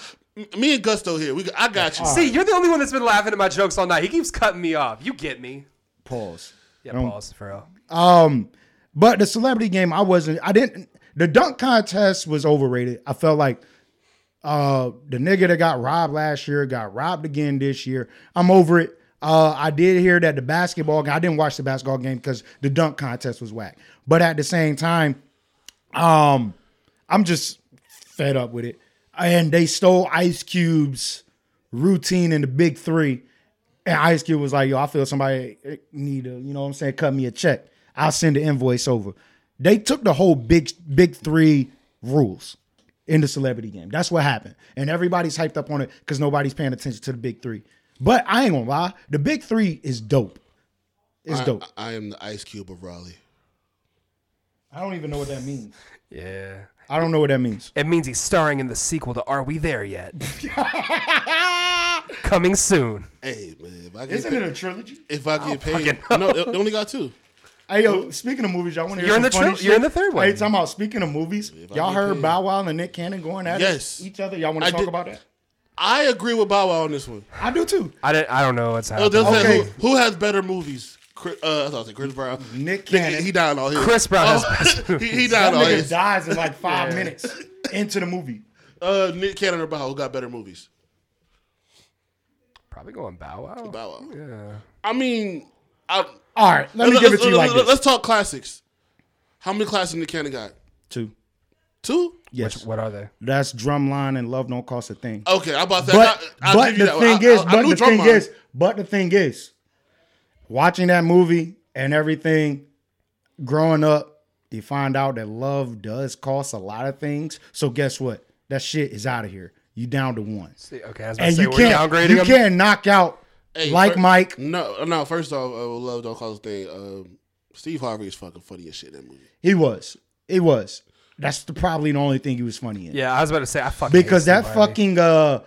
S3: m- me and Gusto here. We, I got you.
S4: See, you're the only one that's been laughing at my jokes all night. He keeps cutting me off. You get me.
S1: Pause.
S4: Yeah,
S1: Don't-
S4: pause for real.
S1: Um, but the celebrity game, I wasn't. I didn't. The dunk contest was overrated. I felt like uh the nigga that got robbed last year got robbed again this year. I'm over it. Uh, I did hear that the basketball. I didn't watch the basketball game because the dunk contest was whack. But at the same time, um, I'm just fed up with it. And they stole Ice Cube's routine in the Big Three. And Ice Cube was like, "Yo, I feel somebody need to, you know what I'm saying, cut me a check. I'll send the invoice over." They took the whole big big 3 rules in the celebrity game. That's what happened. And everybody's hyped up on it cuz nobody's paying attention to the big 3. But I ain't going to lie, the big 3 is dope. It's
S3: I,
S1: dope.
S3: I am the Ice Cube of Raleigh.
S1: I don't even know what that means.
S4: Yeah.
S1: I don't know what that means.
S4: It means he's starring in the sequel to Are We There Yet? Coming soon.
S3: Hey man, if I get
S1: Isn't
S3: paid,
S1: it a trilogy?
S3: if I get paid, no, they they only got two.
S1: Hey yo, speaking of movies, y'all want to hear
S4: You're in
S1: some
S4: the
S1: funny
S4: tri-
S1: shit?
S4: you're in the third one.
S1: Hey, talking about speaking of movies, y'all
S3: get
S1: heard
S3: paid.
S1: Bow Wow and Nick Cannon going at it-
S3: Yes.
S1: each other. Y'all want
S3: I
S1: to talk
S3: did-
S1: about that?
S3: I agree with Bow Wow on this one.
S1: I do too.
S4: I didn't. I don't know what's
S3: Oh,
S4: happening.
S3: that's
S1: Okay.
S3: it. who, who has better movies? Chris, uh, I thought it was Chris Brown.
S1: Nick
S3: Nigga,
S1: Cannon.
S3: He died all his.
S4: Chris Brown has
S3: Oh, he, he
S1: That
S3: died all
S1: nigga
S3: his.
S1: dies in like five minutes into the movie.
S3: Uh, Nick Cannon or Bow Wow, who got better movies?
S4: Probably going Bow Wow.
S3: Bow Wow. Yeah. I mean, I,
S1: All right, let me give it to you like
S3: let's-
S1: this.
S3: Let's talk classics. How many classics Nick Cannon got?
S1: Two.
S3: Two.
S1: Yes,
S4: What are they?
S1: that's Drumline and Love Don't Cost a Thing.
S3: Okay, I about that.
S1: But
S3: I, I'll
S1: but
S3: give you
S1: the
S3: that one.
S1: thing
S3: I-
S1: is,
S3: I- I
S1: but
S3: knew
S1: the thing
S3: Drumline.
S1: is, but the thing is, watching that movie and everything, growing up, you find out that love does cost a lot of things. So guess what? That shit is out of here. You down to one,
S4: See, okay, I was about to
S1: and
S4: say,
S1: you
S4: we're
S1: can't
S4: downgrading
S1: you
S4: them.
S1: can't knock out
S3: Hey,
S1: like
S3: fir-
S1: Mike.
S3: No, no. First off, uh, love don't cause a thing. Um, Steve Harvey is fucking funny as shit in that movie.
S1: He was, he was. That's the, probably the only thing he was funny in.
S4: Yeah, I was about to say I fucking hate
S1: because that
S4: Steve Harvey.
S1: fucking uh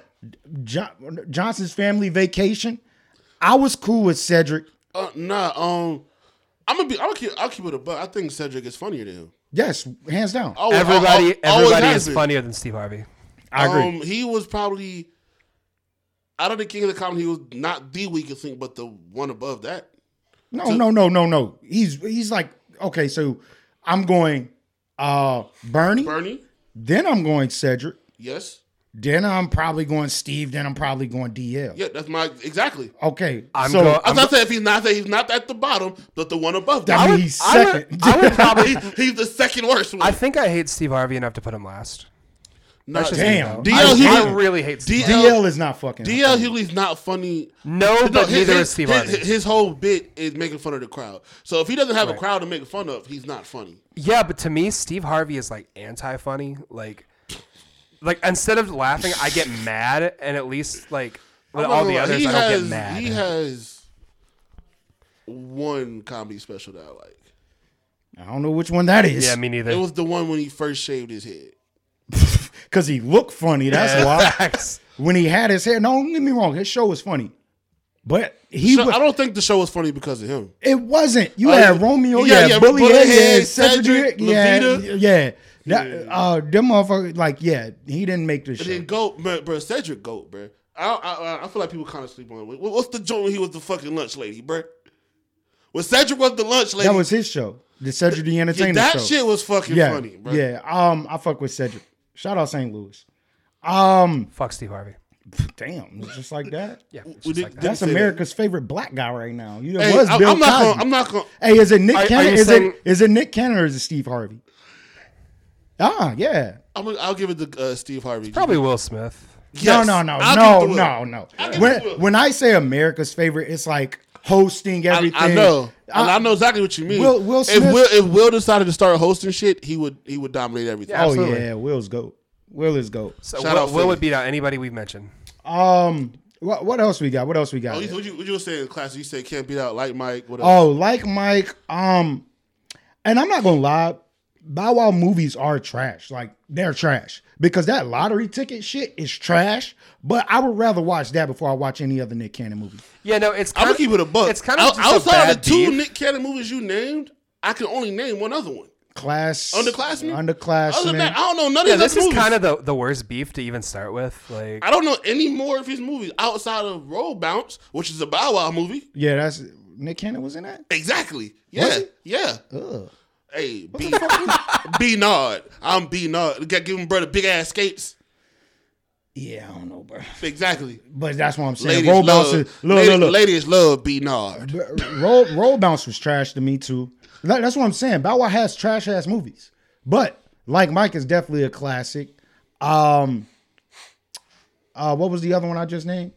S1: John, Johnson's family vacation. I was cool with Cedric.
S3: Uh, nah. Um, I'm gonna be. I'm gonna keep. I'll keep it a buck. I think Cedric is funnier than him.
S1: Yes, hands down.
S3: Always-
S4: everybody
S3: al- al- always
S4: everybody
S3: has
S4: is
S3: been.
S4: funnier than Steve Harvey.
S1: I agree.
S3: Um, he was probably out of the King of the Comedy. He was not the weakest thing, but the one above that.
S1: no, no, no, no, no. He's he's like okay. So I'm going uh Bernie.
S3: Bernie.
S1: Then I'm going Cedric.
S3: Yes.
S1: Then I'm probably going Steve. Then I'm probably going DL.
S3: Yeah. That's my exactly.
S1: Okay,
S4: I'm
S1: so
S4: go-
S3: I
S4: I'm
S3: was about to say if he's not that he's not at the bottom, but the one above
S1: I
S3: that.
S1: mean,
S4: would-
S1: he's
S4: I would-
S1: second.
S4: I would probably.
S3: He's, he's the second worst one.
S4: I think I hate Steve Harvey enough to put him last.
S3: Not-
S4: just me,
S1: damn.
S4: though.
S3: DL
S4: I, I
S3: Hughley-
S4: really hate Steve.
S3: DL
S1: DL is not fucking.
S3: DL Hughley's not funny.
S4: No, but neither is Steve
S3: his,
S4: Harvey.
S3: his whole bit is making fun of the crowd. So if he doesn't have a crowd to make fun of, he's not funny.
S4: Yeah, but to me, Steve Harvey is like anti-funny. Like, like instead of laughing, I get mad, and at least like with
S3: I'm
S4: all
S3: not
S4: the
S3: gonna lie,
S4: others,
S3: he
S4: I don't
S3: has,
S4: get mad.
S3: He has one comedy special that I like.
S1: I don't know which one that is.
S4: yeah, me neither.
S3: It was the one when he first shaved his head.
S1: because he looked funny. That's why.
S4: Facts.
S1: When he had his hair, no, don't get me wrong. His show was funny, but he
S3: So
S1: was,
S3: I don't think the show was funny because of him.
S1: It wasn't.
S3: Oh,
S1: You had
S3: yeah.
S1: Romeo.
S3: Yeah,
S1: Yeah,
S3: yeah,
S1: Bully.
S3: Bully
S1: Head,
S3: Head,
S1: Cedric.
S3: Cedric,
S1: yeah,
S3: Levita.
S1: yeah. That, Uh, them motherfuckers. Like, yeah, he didn't make this
S3: And
S1: shit.
S3: then Goat, bro, bro Cedric Goat, bro. I, I I- I feel like people kind of sleep on it. What- What's the joint when he was the fucking lunch lady, bro? When Cedric was the lunch lady,
S1: That was his show, the Cedric the
S3: yeah,
S1: Entertainer
S3: that
S1: show.
S3: shit was fucking
S1: yeah,
S3: funny, bro.
S1: yeah. Um, I fuck with Cedric. Shout out St. Louis. Um,
S4: Fuck Steve Harvey.
S1: damn, it's just like that.
S4: Yeah, it's
S3: We
S4: just
S3: did-
S4: like that.
S3: did-
S1: That's
S3: say that.
S1: America's favorite black guy right now. You
S3: Hey,
S1: was
S3: I,
S1: Bill
S3: am not
S1: Cosby.
S3: gonna. I'm not gonna.
S1: Hey, is it Nick
S4: Are- are
S1: Cannon?
S4: you
S1: is
S4: saying-
S1: it is it Nick Cannon or is it Steve Harvey? Ah, yeah.
S3: I'm gonna I'll give it to uh, Steve Harvey.
S4: probably Will Smith.
S3: Yes.
S1: no, no, no,
S3: I'll give it
S1: no,
S3: to
S1: no,
S3: Will.
S1: no.
S3: I'll give it
S1: When
S3: to Will.
S1: when I say America's favorite, it's like hosting
S3: I,
S1: everything. Uh, oh,
S3: I know. And
S1: I-
S3: I know exactly what you mean.
S1: Will- Will Smith-
S3: If Will if Will decided to start hosting shit, he would he would dominate everything.
S4: Yeah.
S1: oh
S4: Absolutely.
S1: yeah, Will's goat. Will is goat.
S4: So
S3: Shout
S4: Will,
S3: out
S4: Will
S3: Philly.
S4: would beat out anybody we've mentioned.
S1: Um, what what else we got? What else we got?
S3: Oh, you,
S1: Oh,
S3: what you what you were saying in class? You said can't beat out like Mike. Whatever.
S1: like Mike. Um, and I'm not gonna lie, Bow Wow movies are trash. Like they're trash because that lottery ticket shit is trash. But I would rather watch that before I watch any other Nick Cannon movie.
S4: Yeah, no, it's
S3: I'm
S4: kind
S3: gonna keep it a buck.
S4: It's kind of
S3: Out- outside of the two
S4: beef.
S3: Nick Cannon movies you named. I can only name one other one.
S1: class
S3: Underclassmen?
S1: underclassmen.
S3: Other than that, I don't know none
S4: Yeah,
S3: of these
S4: this
S3: other
S4: is
S3: movies.
S4: kind of the, the worst beef to even start with. Like,
S3: I don't know any more of his movies outside of Roll Bounce, which is a Bow Wow movie.
S1: yeah, that's Nick Cannon was in that.
S3: Exactly. Yeah. Yeah.
S1: Ugh.
S3: Hey,
S1: What
S3: B,
S1: the fuck? is-
S3: B Nod. I'm B Nod. Got give him brother big ass skates.
S1: yeah, I don't know, bro.
S3: Exactly.
S1: But that's what I'm saying.
S3: Ladies
S1: Roll bounce.
S3: love.
S1: Look,
S3: ladies,
S1: look, look.
S3: ladies love B Nod.
S1: B- roll roll bounce was trash to me too. That- that's what I'm saying. Bow Wow has trash ass movies, but like Mike is definitely a classic. Um, uh, what was the other one I just named?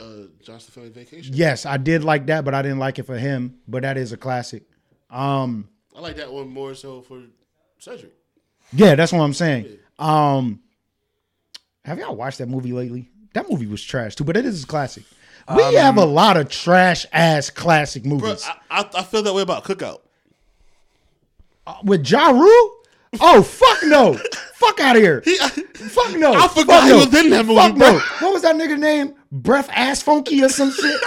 S3: Uh, Johnson Family Vacation.
S1: Yes, I did like that, but I didn't like it for him. But that is a classic. Um,
S3: I like that one more so for Cedric.
S1: yeah, that's what I'm saying. Um, have y'all watched that movie lately? That movie was trash too, but it is a classic. We have a lot of trash ass classic
S3: Um, Bro,
S1: movies.
S3: I, I, I feel that way about Cookout.
S1: with Ja Rule? Oh fuck no! fuck out of here! fuck no!
S3: I
S1: Fuck
S3: forgot he
S1: no.
S3: was in that movie,
S1: Fuck
S3: bro.
S1: no. What was that nigga name? Breath ass funky or some shit?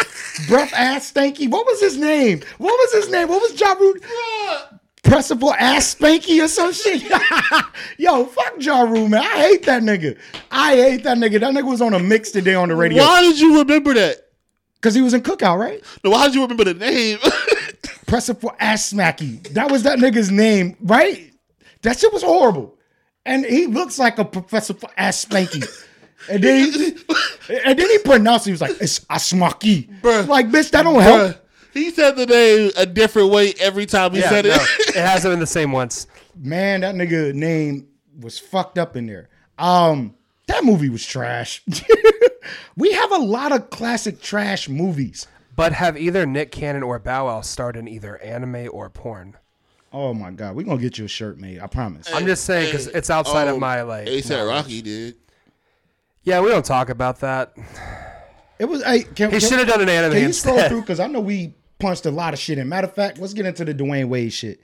S1: Breath ass stanky. What was his name? What was his name? What was Ja Rule? Pressable ass spanky or some shit. Yo, fuck Ja Rule, man. I hate that nigga. I hate that nigga. That nigga was on a mix today on the radio.
S3: Why did you remember that?
S1: Because he was in Cookout, right?
S3: No, Why did you remember the name?
S1: Pressable ass smacky. That was that nigga's name, right? That shit was horrible. And he looks like a professor for ass spanky. And then, he, and then he pronounced it. He was like, it's asmaki.
S3: Bruh.
S1: Like, bitch, that don't help.
S3: he said the name a different way every time he
S4: yeah,
S3: said
S4: no,
S3: it.
S4: it hasn't been the same once.
S1: Man, that nigga name was fucked up in there. Um, that movie was trash. we have a lot of classic trash movies.
S4: But have either Nick Cannon or Bow Wow starred in either anime or porn?
S1: Oh my god, we're gonna get you a shirt made. I promise.
S4: I'm just saying because it's outside of my like.
S3: ASAP
S4: no.
S3: Oh, Rocky did.
S4: Yeah, we don't talk about that.
S1: It was. Hey, can,
S4: He
S1: can-
S4: should have done an anime
S1: Can you scroll
S4: instead.
S1: through? Because I know we punched a lot of shit in. Matter of fact, let's get into the Dwayne Wade shit.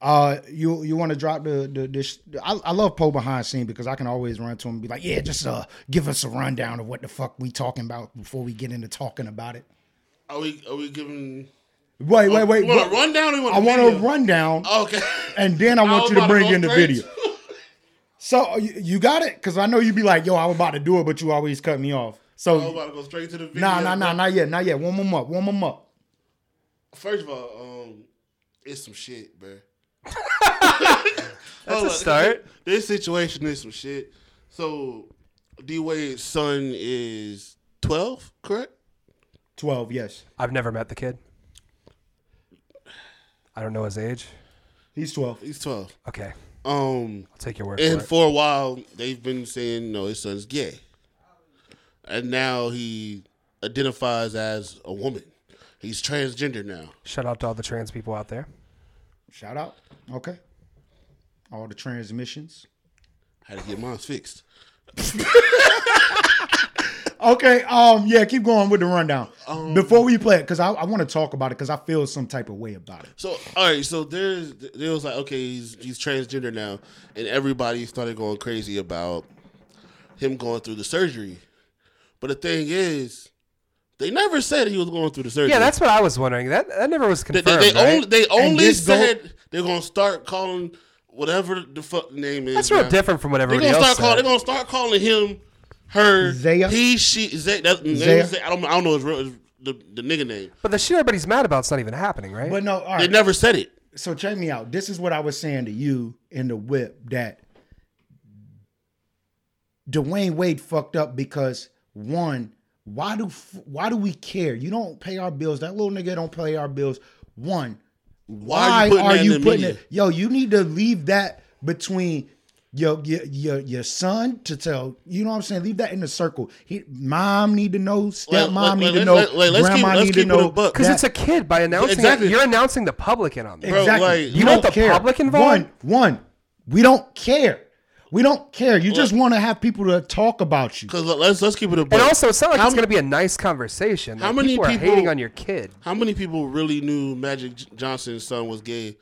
S1: Uh, you you want to drop the the, the sh- I, I love Poe behind scene because I can always run to him and be like, yeah, just uh give us a rundown of what the fuck we talking about before we get into talking about it.
S3: Are we are we giving?
S1: Wait wait wait.
S3: you want
S1: wait.
S3: a rundown? Or you want
S1: I want
S3: video? Oh,
S1: a rundown,
S3: Okay.
S1: and then I want
S3: was
S1: you to
S3: about
S1: bring
S3: go
S1: in the
S3: straight
S1: video.
S3: to-
S1: So you, you got it because I know you'd be like, yo, I'm about to do it, but you always cut me off.
S3: I was
S1: So
S3: about to go straight to the video.
S1: nah nah nah not yet not yet. Warm them up, warm them up.
S3: First of all, um, it's some shit, bro.
S4: That's a start.
S3: This situation is some shit. So, D Wade's son is twelve, correct?
S1: Twelve yes,
S4: I've never met the kid. I don't know his age.
S1: he's twelve.
S3: He's twelve.
S4: Okay,
S3: Um,
S4: I'll take your word
S3: and
S4: for it.
S3: for a while they've been saying no, his son's gay, and now he identifies as a woman. He's transgender now.
S4: Shout out to all the trans people out there.
S1: Shout out. Okay. All the transmissions.
S3: Had to get mine fixed.
S1: Okay. Um. Yeah. Keep going with the rundown before we play it, because I, I want to talk about it because I feel some type of way about it.
S3: So all right, so there's there was like okay, he's he's transgender now, and everybody started going crazy about him going through the surgery. But the thing is, they never said he was going through the surgery.
S4: Yeah, that's what I was wondering. That that never was
S3: they,
S4: confirmed.
S3: they, they
S4: right?
S3: only they only
S1: this go-
S3: said they're gonna start calling whatever the fuck name is.
S4: that's real
S3: now.
S4: different from what
S3: They're
S4: everybody
S3: gonna
S4: else
S3: start calling.
S4: said.
S3: They're gonna start calling him her
S1: Zaya?
S3: he she Zay, that,
S1: Zaya?
S3: Zay, I don't I don't know his real his, the the nigga name.
S4: but the shit everybody's mad about is not even happening, right?
S1: But no. All
S3: They
S1: right.
S3: never said it.
S1: so check me out. This is what I was saying to you in the whip that Dwayne Wade fucked up because one, why do f- why do we care? You don't pay our bills. That little nigga don't pay our bills. One,
S3: Why are you putting that in the media?
S1: it? Yo, you need to leave that between your your your, your son to tell. You know what I'm saying? Leave that in the circle. He, mom need to know. Stepmom
S3: like,
S1: need to
S3: let's-
S1: know.
S3: let- like, let's
S1: grandma
S3: keep- let's
S1: need to
S3: keep it a
S1: know.
S3: buck.
S4: because
S1: that-
S4: it's a kid by announcing
S3: Exactly.
S4: it, you're announcing the public in on this.
S3: Bro,
S1: exactly.
S3: like-
S1: you
S4: You
S1: don't
S4: want the
S1: care.
S4: public involved?
S1: One, one. We don't care. We don't care. You just want to have people to talk about you.
S3: Cause let's let's keep it a. buck.
S4: And also, it's not like
S3: How
S4: it's
S3: many-
S4: going to be a nice conversation.
S3: how
S4: Like,
S3: many
S4: people are
S3: people-
S4: hating on your kid?
S3: How many people really knew Magic J- Johnson's son was gay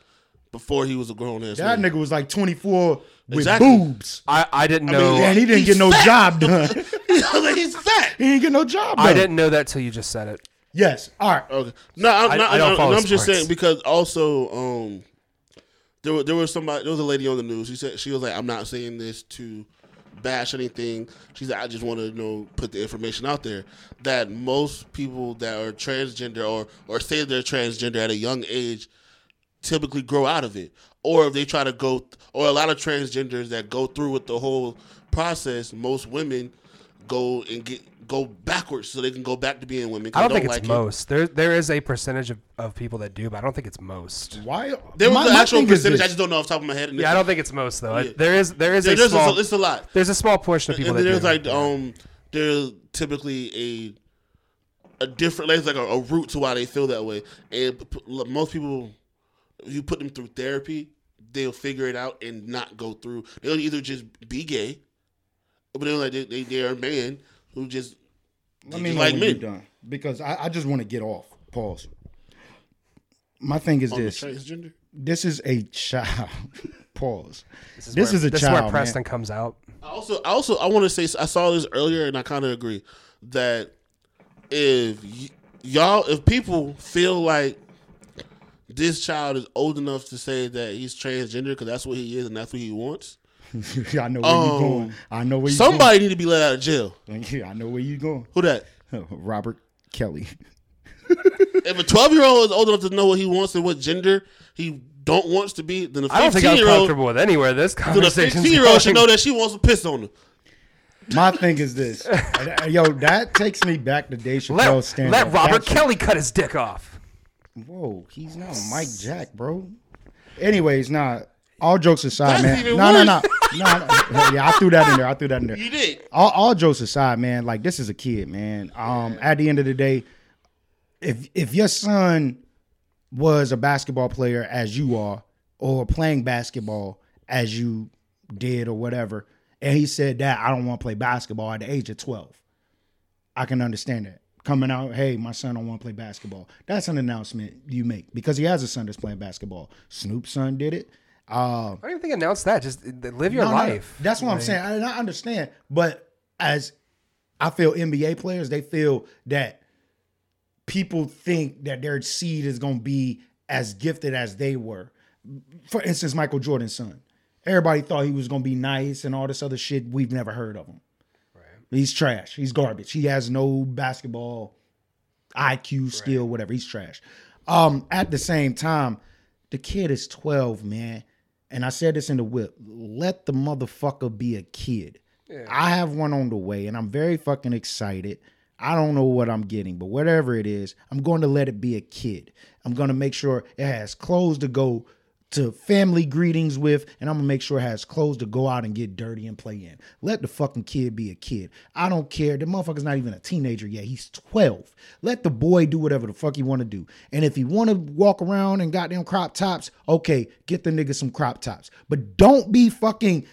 S3: before he was a grown ass
S1: That
S3: man?
S1: nigga was like 24 with
S3: Exactly.
S1: boobs,
S4: I, I didn't know.
S3: mean,
S1: and he didn't
S3: He's
S1: get no
S3: fat.
S1: job done.
S3: Nigga, he's fat.
S1: he didn't get no job done.
S4: I didn't know that till you just said it.
S1: Yes. All right.
S3: Okay. No, I'm,
S4: I-
S3: not,
S4: I don't
S3: I'm-
S4: follow
S3: I'm just
S4: sports.
S3: saying because also um, there were, there was somebody there was a lady on the news. She said she was like, I'm not saying this to bash anything. She said, I just want to you know put the information out there that most people that are transgender or or say they're transgender at a young age typically grow out of it or if they try to go or a lot of transgenders that go through with the whole process most women go and get go backwards so they can go back to being women 'cause
S4: I don't,
S3: they
S4: think it's
S3: like it.
S4: most. There, there is a percentage of, of people that do, but I don't think it's most.
S1: Why?
S3: there was
S1: my-
S3: an
S1: my
S3: actual
S1: thing is
S3: percentage i
S1: this.
S3: just don't know off the top of my head and
S4: Yeah, I
S3: it's-
S4: don't think it's most though.
S3: Yeah.
S4: There is, there is
S3: there-
S4: a
S3: there's
S4: small,
S3: a, it's a lot
S4: there's a small portion of people
S3: and
S4: that
S3: then there's
S4: do.
S3: like um there's typically a a different there's like a, a root to why they feel that way and p- p- look, most people if you put them through therapy they'll figure it out and not go through they'll either just be gay but they're like they, they, they're a man who just
S1: Let me
S3: just
S1: know
S3: like
S1: when
S3: me.
S1: you're done because I, I just want to get off. Pause. My thing is
S3: on the
S1: this:
S3: transgender
S1: this is a child. Pause. This is,
S4: where-
S1: a
S4: this
S1: child.
S4: Is where
S1: man.
S4: Preston comes out.
S3: I also, I also, I want to say, I saw this earlier, and I kind of agree that if y- y'all, if people feel like this child is old enough to say that he's transgender because that's what he is and that's what he wants,
S1: I know where
S3: Um,
S1: you're going. I know where you
S3: somebody need to be let out of jail.
S1: Going. Yeah, I know where you're going.
S3: Who that?
S1: Robert Kelly.
S3: If a twelve year old is old enough to know what he wants and what gender he don't wants to be, then a
S4: I don't think
S3: fifteen
S4: I'm
S3: year old,
S4: comfortable with anywhere this
S3: then a
S4: conversation.
S3: fifteen year old should know that she wants to piss on him.
S1: My thing is this, yo. That takes me back to Dave
S4: Let,
S1: Chappelle's stand.
S4: let Robert Kelly cut his dick off.
S1: Whoa, he's not Mike Jack, bro. Anyways, nah. All jokes
S3: That's
S1: aside, man.
S3: even
S1: No, no, no,
S3: worse.
S1: no. no. Yeah, I threw that in there. I threw that in there.
S3: You did.
S1: all, all jokes aside, man, like this is a kid, man. Um, at the end of the day, if if your son was a basketball player as you are, or playing basketball as you did, or whatever, and he said that I don't want to play basketball at the age of twelve, I can understand that. Coming out, hey, my son don't want to play basketball. That's an announcement you make because he has a son that's playing basketball. Snoop's son did it. Uh,
S4: I don't even think announce that. Just uh, live your
S1: no, no, no.
S4: life.
S1: That's what I'm saying. I, and I understand, but as I feel NBA players, they feel that people think that their seed is going to be as gifted as they were. For instance, Michael Jordan's son. Everybody thought he was going to be nice and all this other shit we've never heard of him. He's trash. He's garbage. He has no basketball IQ, skill, whatever. He's trash. Um, at the same time, the kid is 12, man. And I said this in the whip. Let the motherfucker be a kid. I have one on the way, and I'm very fucking excited. I don't know what I'm getting, but whatever it is, I'm going to let it be a kid. I'm going to make sure it has clothes to go to family greetings with, and I'm gonna make sure it has clothes to go out and get dirty and play in. Let the fucking kid be a kid. I don't care. The motherfucker's not even a teenager yet. He's 12. Let the boy do whatever the fuck he wanna do. And if he wanna walk around and goddamn crop tops, okay, get the nigga some crop tops. But don't be fucking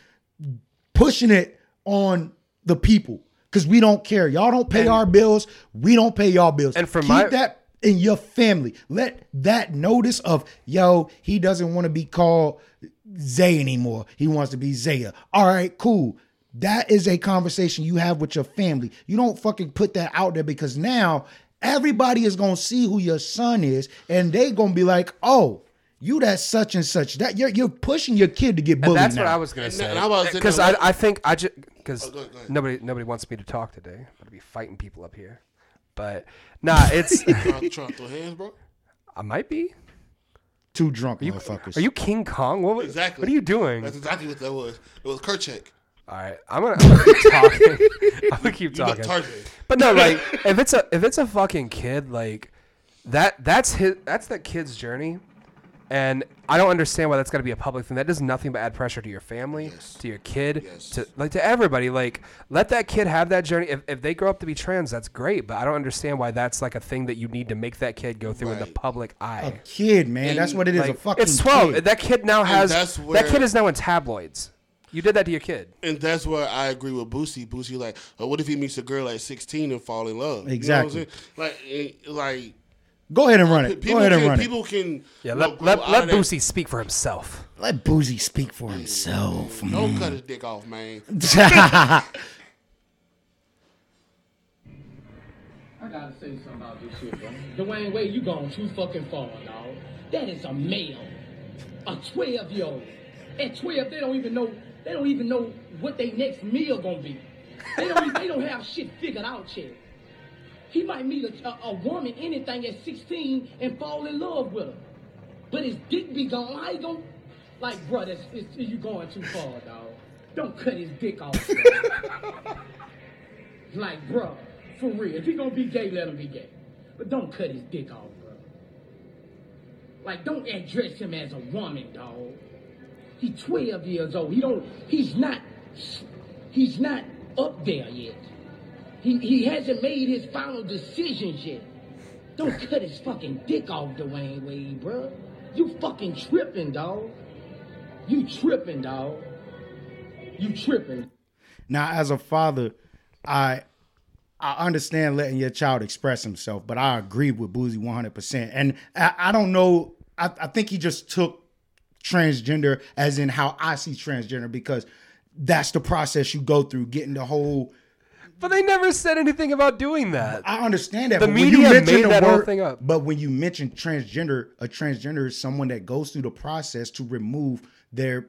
S1: pushing it on the people. Cause we don't care. Y'all don't pay our bills. We don't pay y'all bills.
S4: And for
S1: Keep
S4: my-
S1: that in your family. Let that notice of yo, he doesn't want to be called Zay anymore. He wants to be Zaya. All right, cool. That is a conversation you have with your family. You don't fucking put that out there because now everybody is gonna see who your son is, and they gonna be like, oh. You that such and such that you're you're pushing your kid to get bullied.
S4: That's
S1: now.
S4: what I was gonna
S3: And-
S4: say.
S3: and I was-
S4: Because I, I think I just because
S3: Oh, go ahead, go ahead.
S4: nobody nobody wants me to talk today. I'm gonna be fighting people up here. But nah, it's
S3: Trying to throw hands, bro.
S4: I might be.
S1: Too drunk, motherfuckers.
S4: Are you King Kong? What was,
S3: Exactly.
S4: What are you doing?
S3: That's exactly what that was. It was Kerchak.
S4: All right, I'm gonna, I'm gonna keep talking. I'm gonna keep
S3: You got
S4: talking.
S3: targeted.
S4: But no, like if it's a if it's a fucking kid, like that that's his that's that kid's journey, and I don't understand why that's got to be a public thing. That does nothing but add pressure to your family, to your kid, to like to everybody. Like let that kid have that journey. If if they grow up to be trans, that's great. But I don't understand why that's like a thing that you need to make that kid go through in the
S3: Right.
S4: public eye.
S1: kid, man. that's what it is.
S4: Like,
S1: a fucking
S4: it's twelve.
S1: kid.
S4: That kid now has
S3: that's
S4: that
S3: where-
S4: kid is now in tabloids. You did that to your kid.
S3: And that's where I agree with Boosie. Boosie, like, oh, what if he meets a girl at 16 and fall in love?
S1: Exactly.
S3: You know what I'm saying? like, eh, like
S1: Go ahead and run it.
S3: people
S1: Go ahead
S3: can,
S1: and run it.
S3: people can.
S4: Yeah,
S3: you
S4: let,
S3: know, grow
S4: let,
S3: out
S4: let
S3: of that.
S4: Boosie speak for himself.
S1: Let Boozy speak for himself.
S3: Don't cut his dick off, man.
S6: I gotta say something about this shit, bro. Dwayne Wade, you gone too fucking far, dog. That is a male. a 12 year old. At 12, they don't even know they don't even know what their next meal gonna be. They don't they don't have shit figured out yet. He might meet a, a, a woman, anything at 16, and fall in love with her. But his dick be gone. How he gon' like, bruh, that's, it's, you going too far, dog. Don't cut his dick off. dog. like, bruh, for real. If he gonna be gay, let him be gay. But don't cut his dick off, bruh. Like, don't address him as a woman, dog. He's 12 years old. He don't. He's not. He's not up there yet. He he hasn't made his final decisions yet. Don't cut his fucking dick off, Dwayne Wade, bruh. You fucking tripping, dog. You tripping, dog. You tripping.
S1: Now, as a father, I I understand letting your child express himself, but I agree with Boozy 100%. And I, I don't know, I, I think he just took transgender as in how I see transgender because that's the process you go through getting the whole.
S4: But they never said anything about doing that.
S1: I understand that.
S4: The
S1: but
S4: media made that whole thing up.
S1: But when you mention transgender, a transgender is someone that goes through the process to remove their.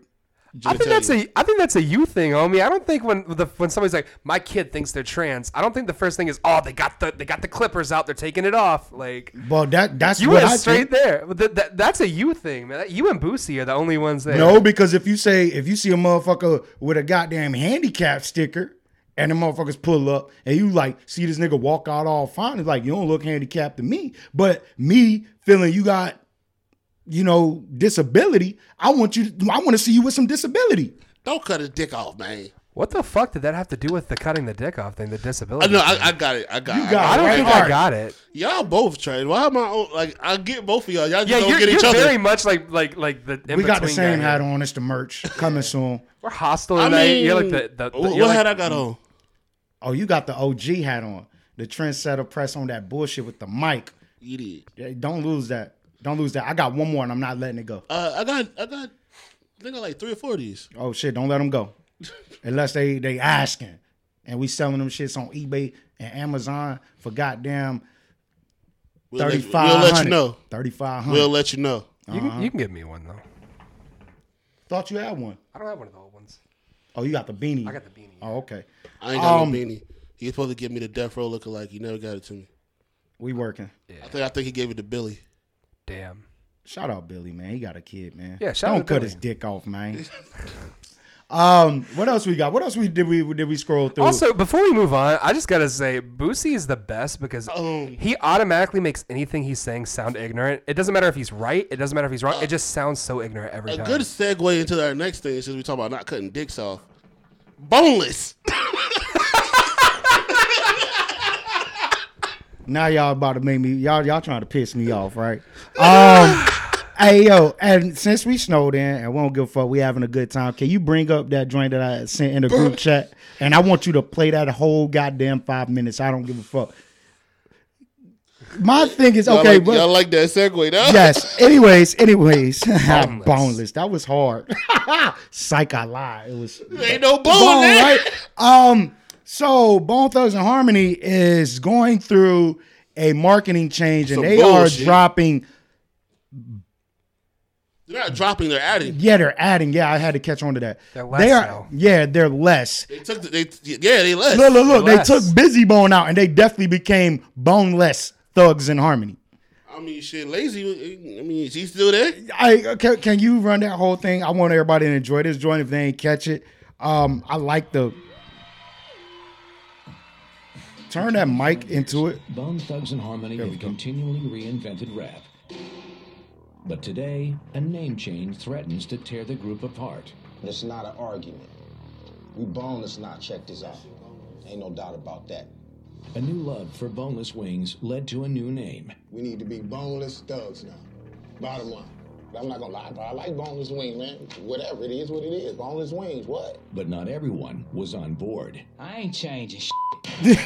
S4: I think that's a I think that's a you thing, homie. I don't think when the when somebody's like, my kid thinks they're trans. I don't think the first thing is, oh, they got the they got the clippers out, they're taking it off. Like
S1: Well, that that's
S4: you
S1: what
S4: went
S1: I
S4: straight
S1: think.
S4: there. But That, that, that's a you thing, man. You and Boosie are the only ones there.
S1: No, because if you say if you see a motherfucker with a goddamn handicap sticker and the motherfuckers pull up and you like see this nigga walk out all fine, it's like you don't look handicapped to me. But me feeling you got, you know, disability, I want you I want to see you with some disability.
S3: Don't cut his dick off, man.
S4: What the fuck did that have to do with the cutting the dick off thing? The disability.
S3: I know.
S4: thing?
S3: I, I got it. I got.
S1: You
S3: it.
S1: got
S4: I
S3: I
S4: don't
S1: Right,
S4: think I
S1: alright.
S4: got it.
S3: Y'all both trade. Why am I on, like? I get both of y'all. Y'all just
S4: Yeah,
S3: don't
S4: you're,
S3: get
S4: you're
S3: each other.
S4: very much like like like the.
S1: we got the
S4: in-between
S1: same
S4: guy
S1: hat
S4: here.
S1: on. It's the merch coming soon.
S4: We're hostile
S3: I
S4: tonight.
S3: mean,
S4: you're like the. the, the
S3: what
S4: you're like-
S3: hat I got on?
S1: Oh, you got the OG hat on. The trendsetter press on that bullshit with the mic.
S3: You did.
S1: Yeah, Don't lose that. Don't lose that. I got one more and I'm not letting it go.
S3: Uh, I got. I got. I think I got like three or four of these.
S1: Oh shit, don't let them go. Unless they they asking. And we selling them shits on eBay and Amazon for goddamn
S3: We'll let,
S1: thirty
S3: you-
S1: five
S3: We'll let you know.
S1: Thirty five
S3: We'll
S1: hundred.
S3: let you know.
S4: You can,
S1: Uh-huh.
S4: you can give me one though.
S1: Thought you had one.
S4: I don't have one of the old ones.
S1: Oh, you got the beanie.
S4: I got the beanie.
S1: Oh, okay.
S3: I ain't got
S1: Um,
S3: no beanie. He was supposed to give me the death row lookalike. He never got it to me.
S1: We working.
S3: I think. I think he gave it to Billy.
S4: Damn.
S1: Shout out Billy, man. He got a kid, man.
S4: Yeah, shout
S1: Don't
S4: out
S1: cut
S4: Billy.
S1: his dick off, man. um, what else we got? What else we did we did we scroll through?
S4: Also, before we move on, I just gotta say Boosie is the best because
S3: Oh.
S4: he automatically makes anything he's saying sound ignorant. It doesn't matter if he's right. It doesn't matter if he's wrong. It just sounds so ignorant every
S3: A
S4: time.
S3: good segue into our next thing since we talk about not cutting dicks off. Boneless.
S1: Now y'all about to make me y'all y'all trying to piss me off, right? Um Hey yo, and since we snowed in and we don't give a fuck, we having a good time. Can you bring up that joint that I sent in the group chat? And I want you to play that whole goddamn five minutes. I don't give a fuck. My thing is
S3: Y'all
S1: okay,
S3: like,
S1: but
S3: y'all like that segue, though?
S1: yes. Anyways, anyways, boneless. That was hard. Psych, I lie. It was
S3: Ain't no bone,
S1: bone,
S3: there.
S1: right? Um, so Bone Thugs and Harmony is going through a marketing change, and
S3: Some
S1: they
S3: bullshit.
S1: are dropping.
S3: They're not dropping their addy.
S1: Yeah, they're adding. Yeah, I had to catch on to that.
S4: They're less
S1: They are-
S4: now.
S1: Yeah, they're less.
S3: They took. The, they yeah. They left.
S1: Look, look, look. They
S4: less.
S1: took Busy Bone out, and they definitely became boneless Thugs and Harmony.
S3: I mean, shit. Lazy. I mean, she's still there.
S1: I can, can you run that whole thing? I want everybody to enjoy this joint if they ain't catch it. Um, I like the turn that mic into it.
S7: Bone Thugs and Harmony have continually reinvented rap. But today, a name change threatens to tear the group apart.
S8: It's not an argument. We boneless now. Check this out. Ain't no doubt about that.
S7: A new love for boneless wings led to a new name.
S8: We need to be boneless thugs now. Bottom line. But I'm not gonna lie, bro. I like boneless wings, man. Whatever it is, what it is. Boneless wings. What?
S7: But not everyone was on board.
S9: I ain't changing shit.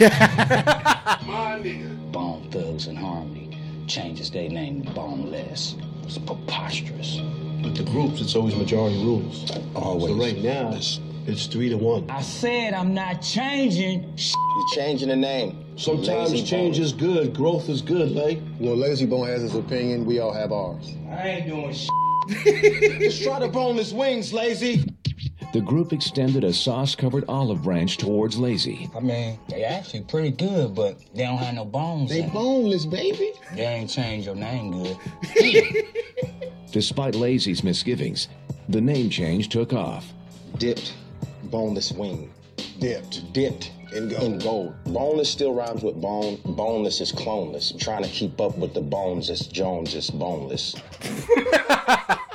S3: My nigga.
S9: Bone Thugs and Harmony changes their name to Boneless. It's preposterous.
S10: With the groups, it's always majority rules.
S8: Always.
S10: So right now, it's, it's three to one.
S9: I said I'm not changing shit.
S8: You're changing the name.
S10: Sometimes
S8: Lazy
S10: change
S8: Bone.
S10: is good, growth is good, like.
S8: Well, Lazy Bone has his opinion. We all have ours.
S9: I ain't doing shit.
S10: Just try to bone his wings, lazy.
S7: The group extended a sauce covered olive branch towards Lazy.
S9: I mean, they actually pretty good, but they don't have no bones.
S8: They
S9: in 'em.
S8: boneless, baby.
S9: They ain't changed your name good.
S7: Despite Lazy's misgivings, the name change took off.
S10: Dipped, boneless wing.
S8: Dipped.
S10: Dipped
S8: In gold.
S10: in gold. Boneless still rhymes with bone. Boneless is cloneless. trying to keep up with the bones is Jones is boneless.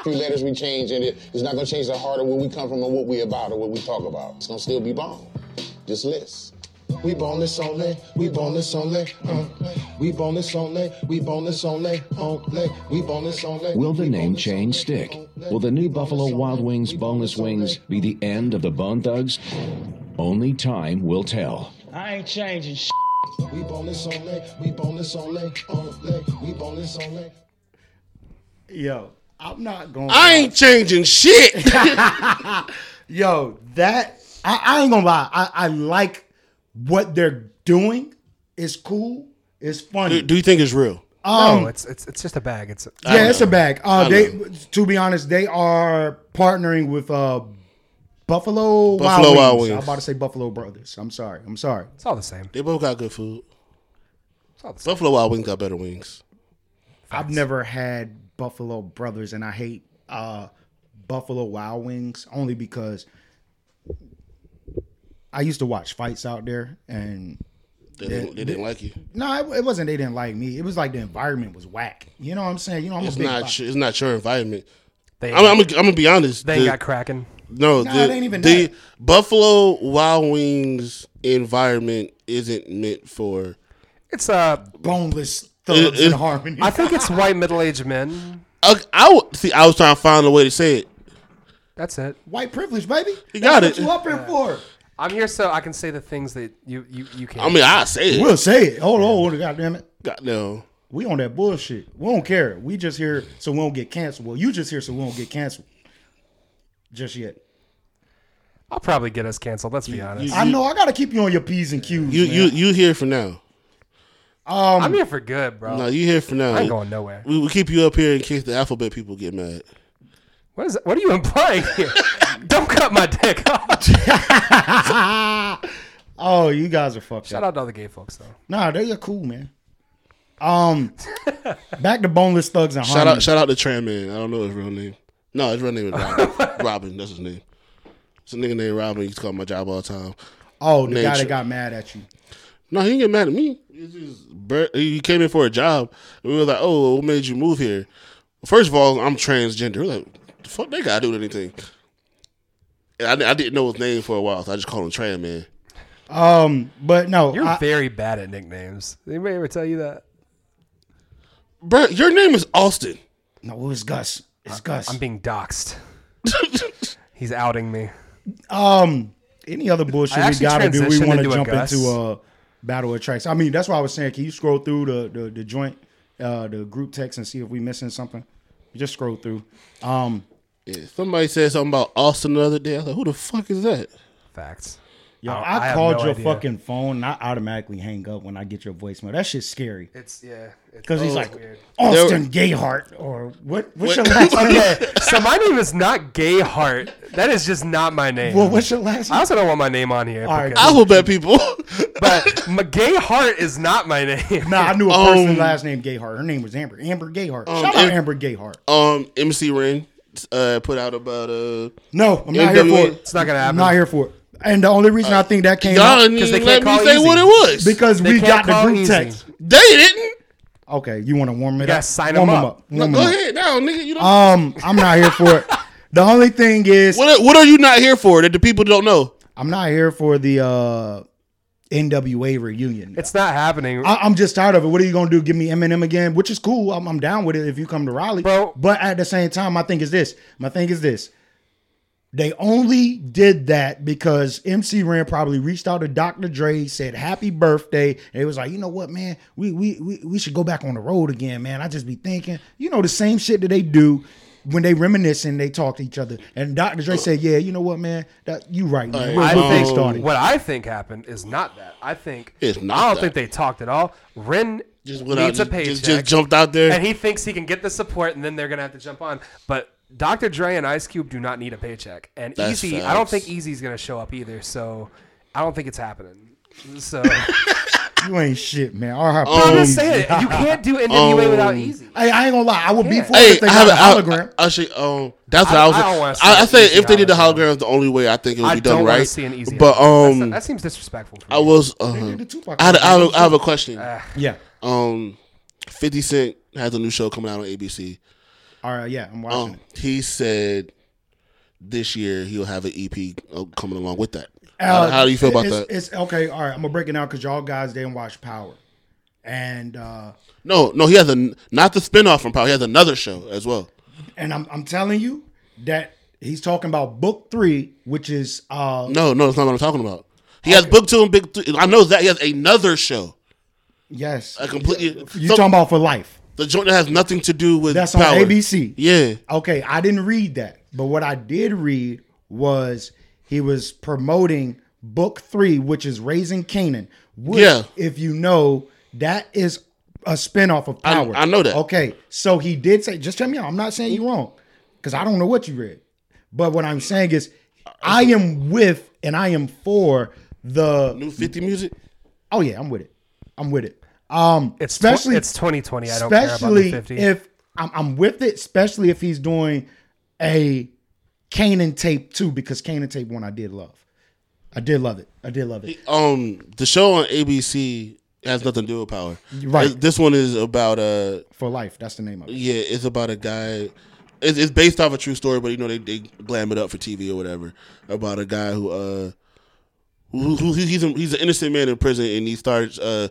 S8: Few letters we change in it. It's not gonna change the heart of where we come from and what we about or what we talk about. It's gonna still be bone. Just list. We boneless only, we boneless only, only. We boneless only, we boneless only, only. We boneless only.
S7: Will the
S8: we
S7: name
S8: boneless
S7: change
S8: only,
S7: stick?
S8: only.
S7: Will the new
S8: We
S7: Buffalo
S8: boneless
S7: Wild
S8: only,
S7: Wings
S8: we
S7: boneless wings
S8: only.
S7: be the end of the Bone Thugs? Only time will tell.
S9: I ain't changing shit.
S8: We boneless only, we boneless only, only. We boneless only.
S1: Yo, I'm not going.
S3: I ain't changing shit.
S1: Yo, that I, I ain't gonna lie. I, I like what they're doing. It's cool. It's funny.
S3: do, do you think it's real?
S1: um,
S4: no, Oh, it's it's it's just a bag. It's
S1: yeah, it's a bag. Uh,
S3: I
S1: they
S3: know.
S1: to be honest, they are partnering with uh, Buffalo,
S3: Buffalo
S1: Wild,
S3: Wild
S1: Wings.
S3: Wings.
S1: I'm about to say Buffalo Brothers. I'm sorry. I'm sorry.
S4: it's all the same.
S3: They both got good food.
S4: It's all the same.
S3: Buffalo Wild Wings got better wings.
S1: I've never had Buffalo Brothers, and I hate uh, Buffalo Wild Wings only because I used to watch fights out there, and
S3: They, didn't, they didn't like you.
S1: no, it, it wasn't. They didn't like me. It was like the environment was whack. You know what I'm saying? You know, I'm
S3: It's
S1: a big.
S3: not.
S1: fi-
S3: your- It's not your environment.
S4: They,
S3: I'm. I'm. gonna- I'm gonna be honest.
S4: they ain't
S3: The-
S4: got cracking.
S3: No,
S1: Nah,
S3: the,
S1: it ain't even
S3: the
S1: that.
S3: Buffalo Wild Wings environment isn't meant for.
S4: It's uh,
S1: boneless
S3: it-
S1: thugs in harmony.
S4: I think it's white middle aged men.
S3: I, I would- see. I was trying to find a way to say it.
S4: That's it.
S1: White privilege, baby.
S3: You got
S1: That's
S3: it.
S1: What you up here for?
S4: I'm here so I can say the things that you you you can't.
S3: I mean, I say it.
S1: We'll say it. Hold on, hold on, goddamn it.
S3: Goddamn.
S1: We on that bullshit. We don't care. We just here so we don't get canceled. Well, you just here so we don't get canceled. Just yet.
S4: I'll probably get us canceled. Let's be honest.
S1: I know. I gotta keep you on your p's and q's.
S3: You
S1: man.
S3: you you here for now?
S4: I'm here for good, bro.
S3: No, you here for now.
S4: I ain't going nowhere.
S3: We will keep you up here in case the alphabet people get mad.
S4: What is? What are you implying here? Don't cut my dick off.
S1: oh, you guys are fucked
S4: Shout
S1: up.
S4: out to all the gay folks though.
S1: Nah, they're cool, man. Um, back to boneless thugs and
S3: Shout
S1: harmony.
S3: out shout out to Tran Man. I don't know his real name. No, his real name is Robin. Robin, that's his name. It's a nigga named Robin. He used to call my job all the time.
S1: Oh, the guy
S3: Nature.
S1: that got mad at you.
S3: No, he didn't get mad at me. It's just bur- he came in for a job. And we were like, oh, what made you move here? First of all, I'm transgender. We're like, the fuck, they got to do with anything. And I, I didn't know his name for a while, so I just called him Tran Man.
S1: Um, but no,
S4: You're
S1: I,
S4: very bad at nicknames. Anybody ever tell you that?
S3: Bro, your name is Austin.
S1: no, it was Gus. It's Gus.
S4: I'm being doxxed. He's outing me.
S1: Um, any other bullshit
S4: I
S1: we
S4: actually
S1: gotta do? We
S4: transitioned
S1: want to
S4: into a
S1: jump
S4: Gus.
S1: into uh, battle of tracks. I mean, that's why I was saying, can you scroll through the the, the joint, uh, the group text and see if we missing something? Just scroll through. Um,
S3: Yeah, somebody said something about Austin the other day. I was like, who the fuck is that?
S4: Facts.
S1: yo,
S4: don't-
S1: I,
S4: have
S1: called
S4: no
S1: your
S4: idea.
S1: fucking phone, and I automatically hang up when I get your voicemail. That shit's scary.
S4: It's yeah. it's-
S1: Because he's
S4: oh,
S1: like
S4: it's weird.
S1: Austin Gayhart or what? What's your last name?
S4: so my name is not Gayheart. That is just not my name.
S1: well, what's your last
S4: I
S1: name?
S4: also don't want my name on here.
S1: All right,
S4: because-
S3: Alphabet people.
S4: but my gay heart is not my name.
S1: Nah, I knew a person
S3: Um,
S1: last name Gayhart. Her name was Amber. Amber Gayhart.
S4: um,
S1: Shout out
S3: Am-
S1: Amber Gayhart.
S4: uh,
S3: um, MC Ren uh, put out about uh,
S1: No, I'm not here for
S3: NWA.
S1: it.
S4: It's not gonna
S1: I'm
S4: happen.
S1: not here for it. And the only reason I think that came out
S3: y'all didn't
S4: 'cause they
S3: even let
S4: can't
S3: me
S4: call
S3: say
S4: easy.
S3: what it was.
S1: because
S4: They
S1: we
S4: can't
S1: got the
S4: call
S1: group
S4: easy.
S1: text.
S3: they didn't.
S1: Okay, you want to warm it
S4: gotta
S1: up?
S4: sign 'em
S1: warm 'em
S4: up.
S3: No,
S1: Warm 'em
S3: go
S1: up.
S3: ahead now, nigga. You don't.
S4: Uh,
S1: Um, I'm not here for it. The only thing is,
S3: what What are you not here for that the people don't know?
S1: I'm not here for the uh, NWA reunion.
S4: It's not happening.
S1: I, I'm just tired of it. What are you gonna do? Give me Eminem again, which is cool. I'm, I'm down with it if you come to Raleigh,
S4: Bro.
S1: But at the same time, my thing is this. My thing is this. They only did that because MC Ren probably reached out to Dr. Dre, said happy birthday. And it was like, you know what, man, we, we we we should go back on the road again, man. I just be thinking, you know, the same shit that they do when they reminisce and they talk to each other. And Dr. Dre said, yeah, you know what, man, that you right, man. We're,
S4: I
S1: we're
S4: think
S1: fixed on it.
S4: what I think happened is not that. I think
S3: It's not
S4: I don't
S3: that.
S4: think they talked at all. Ren
S3: Just went out.
S4: needs a
S3: Just,
S4: paycheck,
S3: just, just jumped out there.
S4: and he thinks he can get the support, and then they're gonna have to jump on. But Dr. Dre and Ice Cube do not need a paycheck, and
S3: That's
S4: Easy. I don't
S3: facts.
S4: think Easy's gonna show up either. So I don't think it's happening. So
S1: You ain't shit, man. RIP.
S4: I'm just saying you can't do NWA without
S3: Um,
S4: Easy.
S1: Hey, I ain't gonna lie. I would be
S4: Yeah.
S1: for it
S3: Hey,
S1: if they
S3: I have
S1: got a
S3: a
S1: hologram.
S3: I, I, actually, um, that's what
S4: I-
S3: I, was.
S4: I don't wanna see
S3: I, I
S4: an
S3: say
S4: easy
S3: if they did the
S4: hologram.
S3: hologram, the only way I think it would
S4: I
S3: be
S4: don't
S3: done
S4: want to
S3: right.
S4: see an Easy.
S3: but
S4: album. That's-
S3: um,
S4: that seems disrespectful. For
S3: I
S4: me.
S3: was.
S1: did
S3: Uh,
S1: the Tupac
S3: I, had, I, had
S1: album.
S3: a, I have a question.
S4: Ah.
S1: Yeah.
S3: Um, Fifty Cent has a new show coming out on ABC.
S1: All right. Yeah, I'm watching.
S3: Um, he said this year he'll have an EP uh, coming along with that.
S1: Uh,
S3: how, how do you feel about
S1: it's-
S3: that?
S1: It's okay. All right. I'm gonna break it out because y'all guys didn't watch Power, and uh
S3: no, no, he has a not the spinoff from Power. He has another show as well.
S1: and I'm I'm telling you that he's talking about book three, which is uh
S3: No, no, that's not what I'm talking about. He has book two and big. Three. I know that he has another show.
S1: yes.
S3: A completely.
S1: You
S3: so-
S1: talking about for life?
S3: the joint that has nothing to do with
S1: That's on
S3: power.
S1: ABC.
S3: Yeah,
S1: Okay, I didn't read that, but what I did read was he was promoting book three, which is Raising Canaan. Which,
S3: Yeah.
S1: if you know, that is a spinoff of
S3: I-
S1: Power.
S3: I know that.
S1: Okay, so he did say, just tell me, out, I'm not saying you wrong, because I don't know what you read, but what I'm saying is, I am with and I am for the.
S3: new fifty music.
S1: Oh yeah, I'm with it. I'm with it. Um,
S4: It's tw-
S1: especially
S4: it's 2020. I don't care about
S1: especially
S4: the 50.
S1: if I'm, I'm with it, especially if he's doing a Canaan tape two because Canaan tape one I did love. I did love it. I did love it.
S3: Um, the show on ABC has nothing to do with power.
S1: Right.
S3: Uh, This one is about uh
S1: For life, that's the name of it.
S3: yeah, it's about a guy. It's, it's based off a true story, but you know they they glam it up for TV or whatever about a guy who uh who, who he's a, he's an innocent man in prison and he starts uh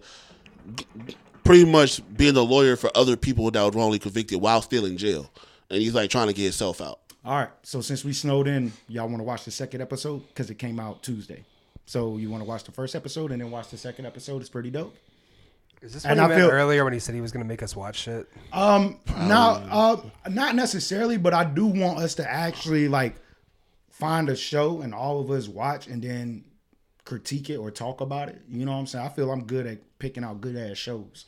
S3: pretty much being a lawyer for other people that were wrongly convicted while still in jail, and he's like trying to get himself out.
S1: All right. So since we snowed in, y'all want to watch the second episode because it came out Tuesday. So you want to watch the first episode and then watch the second episode. It's pretty dope.
S4: Is this
S1: and
S4: what he
S1: I
S4: meant
S1: feel-
S4: earlier when he said he was gonna make us watch shit?
S1: Now, uh, not necessarily, but I do want us to actually like find a show and all of us watch and then critique it or talk about it. You know what I'm saying? I feel I'm good at picking out good ass shows.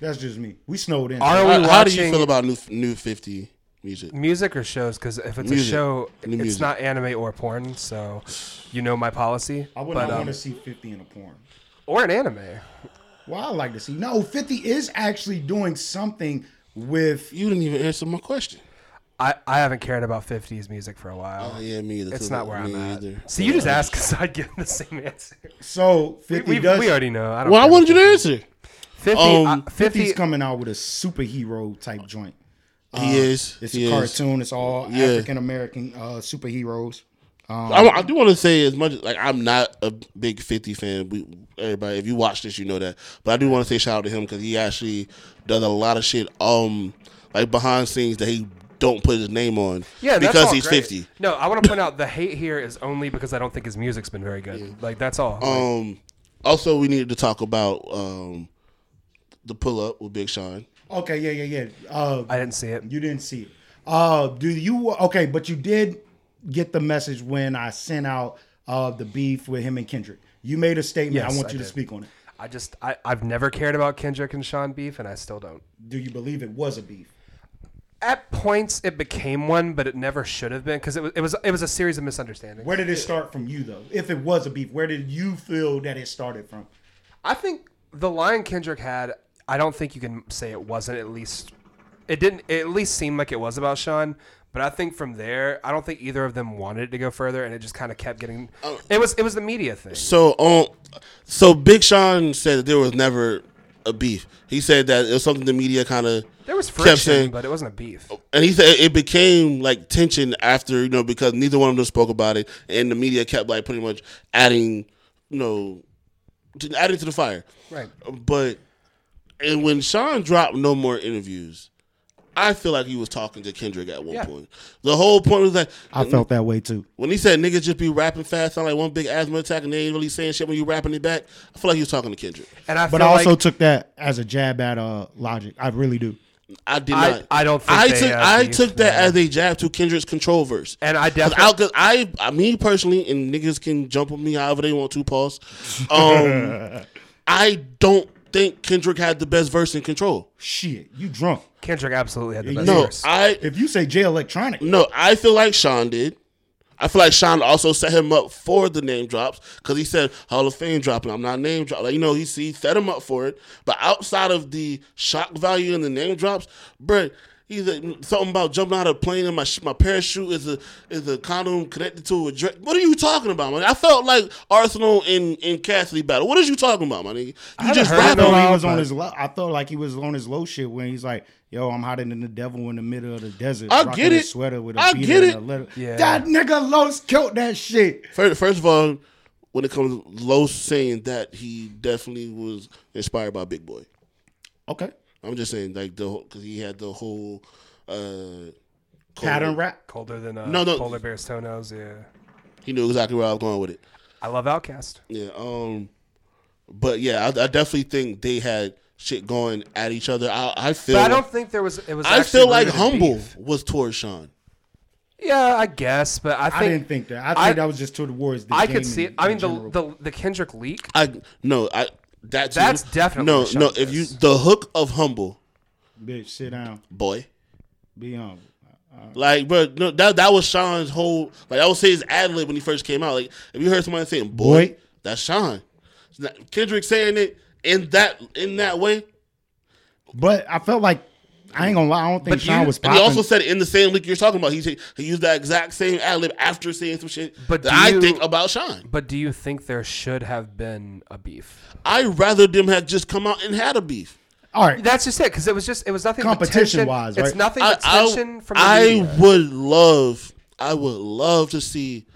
S1: That's just me. We snowed in.
S4: Are we
S3: How,
S4: watching
S3: how do you feel about new new fifty music?
S4: music or shows? Because if it's
S3: Music.
S4: a show,
S3: New
S4: it's
S3: music.
S4: not anime or porn. So you know my policy.
S1: I would
S4: But,
S1: not
S4: um,
S1: want to see 50 in a porn.
S4: or an anime.
S1: Well, I like to see. No, 50 is actually doing something with.
S3: You didn't even answer my question.
S4: I, I haven't cared about 50s music for a while.
S3: Oh, yeah, me either.
S4: It's
S3: too.
S4: not where
S3: Me
S4: I'm at.
S3: either.
S4: See, you just asked because I'd give the same answer.
S1: So 50
S4: We, we
S1: does.
S4: already know. I don't
S3: Well, I
S4: care. uh,
S3: wanted you to answer.
S4: 50,
S3: um,
S4: I-
S1: 50's
S4: 50
S1: coming out with a superhero type joint.
S3: he is.
S1: It's
S3: he
S1: a
S3: is.
S1: cartoon. It's all
S3: Yeah.
S1: African American uh, superheroes.
S3: I, wa- I do want to say as much like I'm not a big Fifty fan. We, everybody, if you watch this, you know that. But I do want to say shout out to him because he actually does a lot of shit. Um, like behind scenes that he don't put his name on.
S4: Yeah, that's
S3: because
S4: all
S3: he's
S4: great.
S3: fifty.
S4: No, I want to point out the hate here is only because I don't think his music's been very good. Like that's all. Like,
S3: Um, also we needed to talk about um the pull up with Big Sean.
S1: Okay, yeah, yeah, yeah. Uh,
S4: I didn't see it.
S1: you didn't see it. Uh, do you? Okay, but you did get the message when I sent out uh, the beef with him and Kendrick. You made a statement. I
S4: Yes,
S1: want
S4: I
S1: you to
S4: did.
S1: speak on it.
S4: I just I, I've never cared about Kendrick and Sean Beef, and I still don't.
S1: Do you believe it was a beef?
S4: At points, it became one, but it never should have been because it was it was it was a series of misunderstandings.
S1: Where did it start from you though? If it was a beef, where did you feel that it started from?
S4: I think the line Kendrick had, I don't think you can say it wasn't at least it didn't it at least seem like it was about Sean, but I think from there, I don't think either of them wanted it to go further and it just kind of kept getting It was it was the media thing.
S3: Oh. So um, so Big Sean said that there was never a beef. He said that it was something the media kind of
S4: There was friction, but it wasn't a beef.
S3: and he said it became like tension after you know because neither one of them spoke about it, and the media kept like pretty much adding, you know, to, adding to the fire.
S4: Right.
S3: But and when Sean dropped no more interviews, I feel like he was talking to Kendrick at one
S4: Yeah.
S3: point. The whole point was like
S1: I felt that way too.
S3: when he said niggas just be rapping fast, sound like one big asthma attack, and they ain't really saying shit when you rapping it back. I feel like he was talking to Kendrick.
S4: And I
S1: But
S4: feel
S1: I also
S4: like
S1: took that as a jab at uh, Logic. I really do.
S3: I did
S4: I-
S3: not.
S4: I don't think
S3: I
S4: they
S3: took.
S4: have
S3: I
S4: beef,
S3: took that
S4: no.
S3: as a jab to Kendrick's control verse.
S4: And I
S3: Cause
S4: definitely-
S3: I, cause I, I, me personally, and niggas can jump on me however they want to. Pause. Um, I don't think Kendrick had the best verse in Control.
S1: Shit, you drunk.
S4: Kendrick absolutely had the best
S3: No,
S4: verse.
S3: I
S1: If you say Jay Electronic,
S3: no, I feel like Sean did. I feel like Sean also set him up for the name drops because he said Hall of Fame dropping. I'm not name drop. Like you know, he he set him up for it. But outside of the shock value and the name drops, bruh, he's like, something about jumping out of a plane and my sh- my parachute is a is a condom connected to a dress. What are you talking about, man? I felt like Arsenal in in Cassidy battle. What are you talking about, my nigga? You
S4: haven't
S3: just
S4: heard
S1: I
S3: rapping.
S1: thought
S4: Loud,
S1: he was on
S4: but-
S1: his. Low, I thought like he was on his low shit when he's like, "Yo, I'm hotter than the devil in the middle of the desert."
S3: I
S1: rocking
S3: get
S1: a
S3: it.
S1: Sweater with a
S3: I
S1: beater
S3: get
S1: and
S3: it.
S1: a letter.
S4: Yeah.
S1: That nigga Los killed that shit.
S3: First, first of all, when it comes to Los saying that, he definitely was inspired by Big Boy.
S1: Okay.
S3: I'm just saying, like the because he had the whole uh, cold-
S1: Pattern rap.
S4: Colder than uh,
S3: No, no.
S4: polar bear's toenails. Yeah,
S3: He knew exactly where I was going with it.
S4: I love Outcast.
S3: Yeah. Um. But yeah, I, I definitely think they had shit going at each other. I, I feel.
S4: But I don't think there was. It was.
S3: I
S4: actually
S3: feel like
S4: rooted in
S3: humble
S4: beef.
S3: was towards Sean.
S4: Yeah, I guess, but I think
S1: I didn't think that. I think
S4: I-
S1: that was just to the Warriors. The
S4: I
S1: game
S4: could see.
S1: in-
S4: it. I
S1: in
S4: mean, the,
S1: general.
S4: the the Kendrick leak.
S3: I no. I that too.
S4: That's definitely
S3: no.
S4: what
S3: No.
S4: Sean
S3: If you
S4: says.
S3: the hook of humble
S1: bitch, sit down,
S3: boy.
S1: be humble.
S3: Like, bro, no, that that was Sean's whole. Like, I would say his ad lib when he first came out. Like, if you heard somebody saying "boy,",
S1: Boy.
S3: that's Sean. It's not- Kendrick saying it in that in that way.
S1: But I felt like I ain't gonna lie. I don't think
S4: But
S1: Sean
S4: you-
S1: was
S3: And
S1: popping.
S3: he also said it in the same leak you're talking about. He said- he used that exact same ad lib after saying some shit
S4: But
S3: that
S4: do
S3: I
S4: you-
S3: think about Sean.
S4: But do you think there should have been a beef?
S3: I rather them have just come out and had a beef.
S1: All right,
S4: That's just it, because it was just it was nothing but
S1: Competition
S4: tension.
S1: wise, right?
S4: It's nothing
S3: I,
S4: but tension
S3: I,
S4: from the
S3: I
S4: media.
S3: would love, I would love to see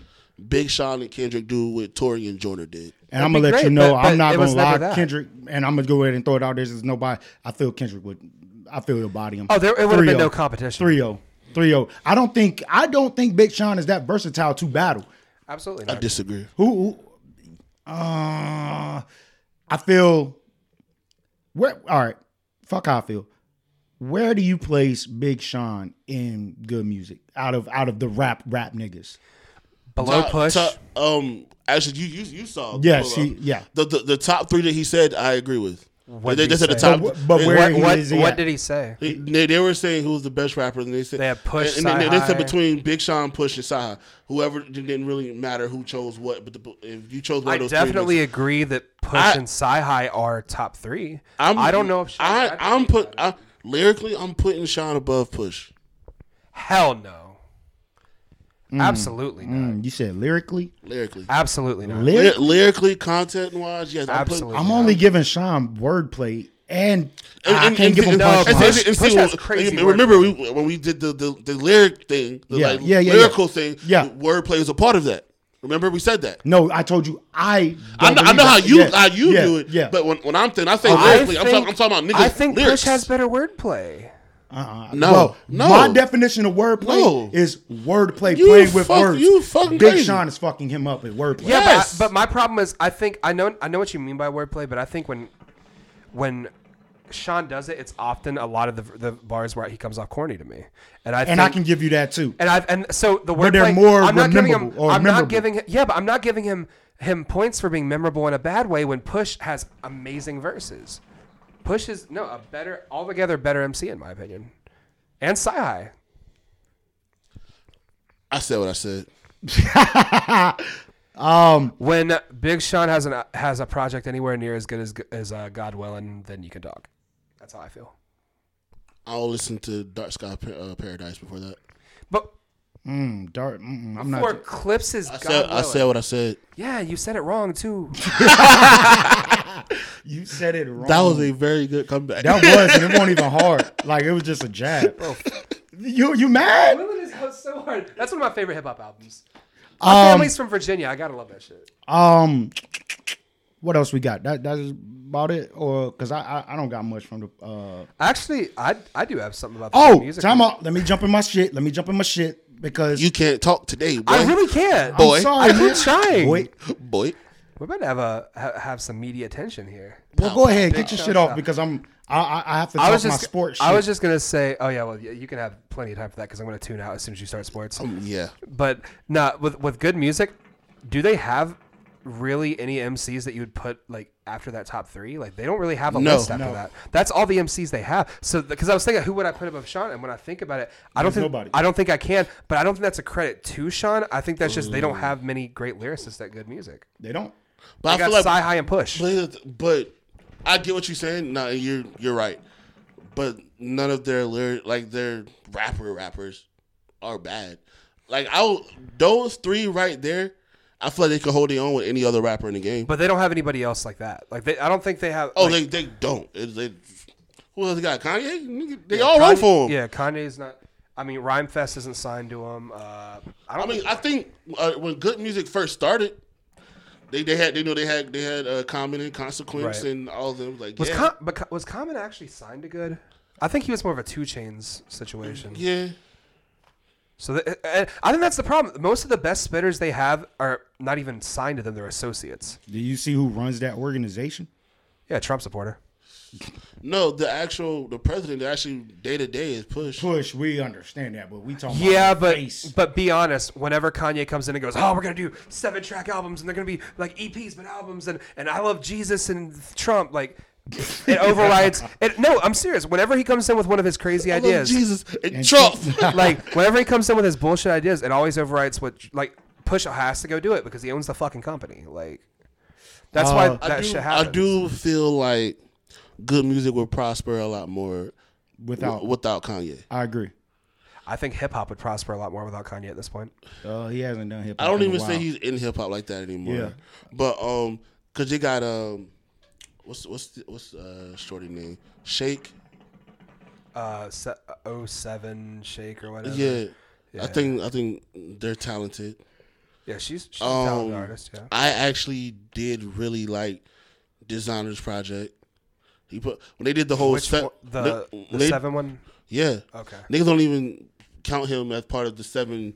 S3: Big Sean and Kendrick do what Tori and Jordan did.
S1: and I'm gonna
S4: be
S1: let you
S4: great,
S1: know.
S4: but-
S1: I'm
S4: but
S1: not
S4: it
S1: gonna
S4: was never
S1: lie,
S4: that.
S1: Kendrick. And I'm gonna go ahead and throw it out there. There's nobody. I feel Kendrick would. I feel he'll body him.
S4: Oh, there- it would've been
S1: 3-0.
S4: no competition.
S1: 3-0. 3-0. oh, I don't think. I don't think Big Sean is that versatile to battle.
S4: Absolutely
S3: I
S4: not.
S3: disagree.
S1: Who? who- uh, I feel. Where? All right. Fuck. How I feel. Where do you place Big Sean in good music? Out of out of the rap rap niggas.
S4: Below
S3: Top-
S4: push.
S3: top- um, actually, you you, you saw.
S1: Yes,
S3: pull up.
S1: he- yeah.
S3: The, the the top three that he said, I agree with.
S4: What'd
S3: they
S4: he
S3: they said the
S4: say?
S3: top.
S1: But wh- but
S3: they-
S1: where
S4: Uh, what
S1: he
S4: what,
S1: is
S4: what
S1: at.
S4: did he say?
S3: They, they were saying who was the best rapper, and they said
S4: They had Push,
S3: And, and they, they
S4: Sci-Hi.
S3: said between Big Sean, Push, and Saha, whoever it didn't really matter who chose what, but the, if you chose one
S4: I
S3: of those,
S4: definitely
S3: Three,
S4: agree that Push
S3: I-
S4: and Sci High are top three.
S3: I'm,
S4: I don't know if Sean-
S3: I I'm put I, lyrically, I'm putting Sean above Push.
S4: Hell no. Absolutely not.
S1: Mm, you said lyrically.
S3: Lyrically,
S4: Absolutely not.
S3: Lyr-
S1: Lyric.
S3: lyrically, content wise, yes, I'm putting-
S4: Absolutely.
S1: I'm only giving Sean wordplay, and,
S3: And,
S1: I
S3: and-
S1: can't
S3: and-
S1: give him
S3: and-
S4: no,
S1: punchlines.
S3: and- and- and-
S4: Push
S3: and-
S4: has
S3: and-
S4: crazy
S3: and
S4: wordplay.
S3: Remember we, when we did the, the, the lyric thing, the
S1: Yeah,
S3: like,
S1: yeah, yeah,
S3: lyrical
S1: yeah.
S3: thing,
S1: Yeah.
S3: the wordplay was a part of that. Remember we said that.
S1: no, I told you I.
S3: I
S1: don't
S3: know, I
S1: believe
S3: know how
S1: that.
S3: you
S1: Yeah,
S3: how you
S1: yeah,
S3: do it,
S1: Yeah,
S3: but when, when I'm thinking, I say
S4: I
S3: lyrically, I'm, talking, I'm talking about niggas.
S4: I think
S3: lyrics.
S4: Push has better wordplay.
S1: Uh-uh.
S3: No,
S1: Well,
S3: no.
S1: My definition of wordplay
S3: No.
S1: is wordplay
S3: You
S1: playing with
S3: fuck-
S1: words.
S3: you fucking
S1: Big
S3: crazy.
S1: Sean is fucking him up with wordplay.
S4: Yeah,
S3: Yes.
S4: but, I, but my problem is I think I know I know what you mean by wordplay, but I think when when Sean does it, it's often a lot of the, the bars where he comes off corny to me, and I
S1: and
S4: think,
S1: I can give you that too.
S4: and I've and so the wordplay.
S1: But they're more
S4: I'm not giving him.
S1: rememberable or
S4: I'm
S1: memorable.
S4: not giving. him- Yeah, but I'm not giving him him points for being memorable in a bad way. When Push has amazing verses, Push is no a better altogether better MC in my opinion, and Sci-Hi.
S3: I said what I said.
S4: When Big Sean has an has a project anywhere near as good as as uh, God willing, then you can talk. That's how I feel.
S3: I'll listen to Dark Sky Pa- uh, Paradise before that.
S4: But
S1: Mm, dark, mm-mm, I'm
S4: for
S1: not.
S4: clips is
S3: I
S4: God
S3: said I
S4: willing.
S3: said what I said.
S4: yeah, you said it wrong too.
S1: You said it wrong.
S3: That was a very good comeback.
S1: That was, and it wasn't even hard. Like it was just a jab. you you mad?
S4: Willing is so hard. That's one of my favorite hip hop albums. My
S1: Um,
S4: family's from Virginia. I gotta love that shit.
S1: um, what else we got? That that's about it, or because I, I I don't got much from the. uh
S4: Actually, I I do have something about the
S1: Oh,
S4: music.
S1: time out. Let me jump in my shit. Let me jump in my shit because
S3: you can't talk today, boy.
S4: I really can't.
S3: Boy.
S1: I'm sorry,
S4: I keep
S1: man.
S4: trying.
S1: Boy.
S3: boy.
S4: We're about to have a ha- have some media attention here.
S1: Well, go ahead, get your
S4: Shot,
S1: shit off
S4: shot.
S1: because I'm I I, I have to
S4: I
S1: talk
S4: was
S1: my
S4: just
S1: sports. Shit.
S4: I was just gonna say. Oh yeah, well yeah, you can have plenty of time for that because I'm gonna tune Oh, out as soon as you start sports.
S3: Yeah.
S4: But no, with with good music, do they have really any MCs that you would put like after that top three? Like they don't really have a
S3: No.
S4: list after that. That's all the MCs they have. So because I was thinking, who would I put above Sean? And when I think about it, I don't
S1: There's
S4: think
S1: nobody.
S4: I don't think I can. But I don't think that's a credit to Sean. I think that's just they don't have many great lyricists that good music.
S1: They don't.
S3: But
S4: I got like, High and Push.
S3: But, here's the th- but I get what you're saying. No, you're you're right. But none of their lyric, like their rapper rappers, are bad. Like I, will those three right there, I feel like they could hold their own with any other rapper in the game.
S4: But they don't have anybody else like that. Like they, I don't think they have.
S3: oh,
S4: like,
S3: they they don't. It- they who else got Kanye? Nigga, They all wrote
S4: Kanye-
S3: for him.
S4: Yeah, Kanye's not. I mean, Rhyme Fest isn't signed to him. Uh, I
S3: I
S4: don't.
S3: mean, I think uh, when good music first started, they they had they know they had they had uh, Common and Consequence
S4: Right.
S3: and all of them. Like
S4: was
S3: yeah,
S4: Com- but Co- was Common actually signed to Good? I think he was more of a Two Chains situation.
S3: yeah.
S4: So th- and I think that's the problem. Most of the best spitters they have are not even signed to them; they're associates.
S1: Do you see who runs that organization?
S4: Yeah, Trump supporter.
S3: No, the actual the president that actually day to day is push.
S1: Push, we understand that, but we talking
S4: Yeah,
S1: about the
S4: but
S1: face.
S4: but be honest. Whenever Kanye comes in and goes, "Oh, we're gonna do seven track albums, and they're gonna be like EPs, but albums," and and I love Jesus and Trump, like it overrides. It, no, I'm serious. Whenever he comes in with one of his crazy
S3: I love
S4: ideas,
S3: Jesus and, Trump.
S4: like whenever he comes in with his bullshit ideas, it always overrides what like Push has to go do it because he owns the fucking company. Like that's why
S1: Uh,
S4: that
S3: I, do,
S4: shit happens.
S3: I do feel like good music would prosper a lot more
S1: Without-
S3: w- without Kanye.
S1: I agree.
S4: I think hip hop would prosper a lot more without Kanye at this point.
S1: Uh, he hasn't done hip hop.
S3: I don't
S1: in a
S3: even say
S1: while.
S3: he's in hip hop like that anymore.
S1: Yeah.
S3: But um, cause you got um, what's what's the, what's uh shorty name? Shake.
S4: Uh, se- uh, 07 Shake or whatever.
S3: Yeah. I
S4: Yeah.
S3: think I think they're talented.
S4: yeah, she's she's a
S3: Um,
S4: talented artist. Yeah,
S3: I actually did really like Designer's project. He put when they did the whole
S4: which
S3: set.
S4: one- the,
S3: when
S4: the
S3: they-
S4: seven one.
S3: Yeah.
S4: Okay.
S3: Niggas don't even count him as part of the seven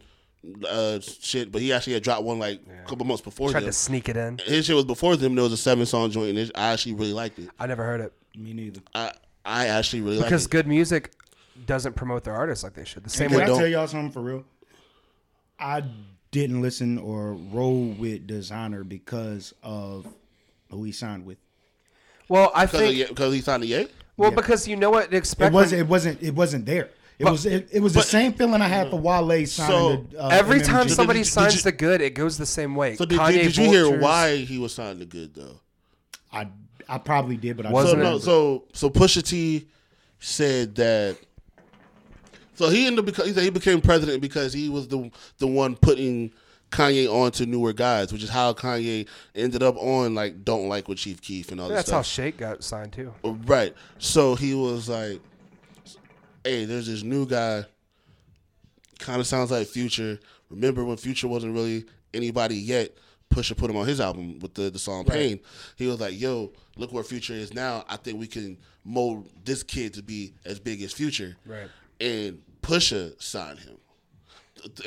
S3: uh, shit, but he actually had dropped one like a couple months before
S4: Tried
S3: them.
S4: to sneak it in.
S3: His shit was before them. There was a seven song joint, and it, I actually really liked it.
S4: I never heard it
S1: Me neither.
S3: I I actually really liked
S4: because
S3: it.
S4: good music doesn't promote their artists like they should. The same
S1: Can
S4: way.
S1: I
S3: don't-
S1: tell y'all something for real? I didn't listen or roll with Designer because of who he signed with.
S4: Well, I
S3: Because
S4: think.
S3: because he signed a Ye.
S4: Well, because you know what to
S1: It
S4: expect.
S1: was
S4: when-
S1: it wasn't it wasn't there. It
S4: But-
S1: was it, it was the same feeling I had for Wale signing.
S3: So,
S1: to, uh,
S4: every
S1: MMG.
S4: time somebody
S3: Um, did you-
S4: signs
S3: did you-
S4: the good, it goes the same way.
S3: So did,
S4: Kanye
S3: did, did you hear
S4: Vultures-
S3: why he was signed to good though?
S1: I I probably did, but I
S3: So
S4: Wasn't
S1: wasn't.
S3: no, so so Pusha T said that. So he ended up beca- he said he became president because he was the the one putting Kanye on to newer guys, which is how Kanye ended up on like "Don't Like" with Chief Keef and all that
S4: That's how
S3: stuff.
S4: Shake got signed too.
S3: right. So he was like, "Hey, there's this new guy. Kind of sounds like Future. Remember when Future wasn't really anybody yet? Pusha put him on his album with the the song Pain. He was like, "Yo, look where Future is now. I think we can mold this kid to be as big as Future."
S4: Right.
S3: And Pusha signed him,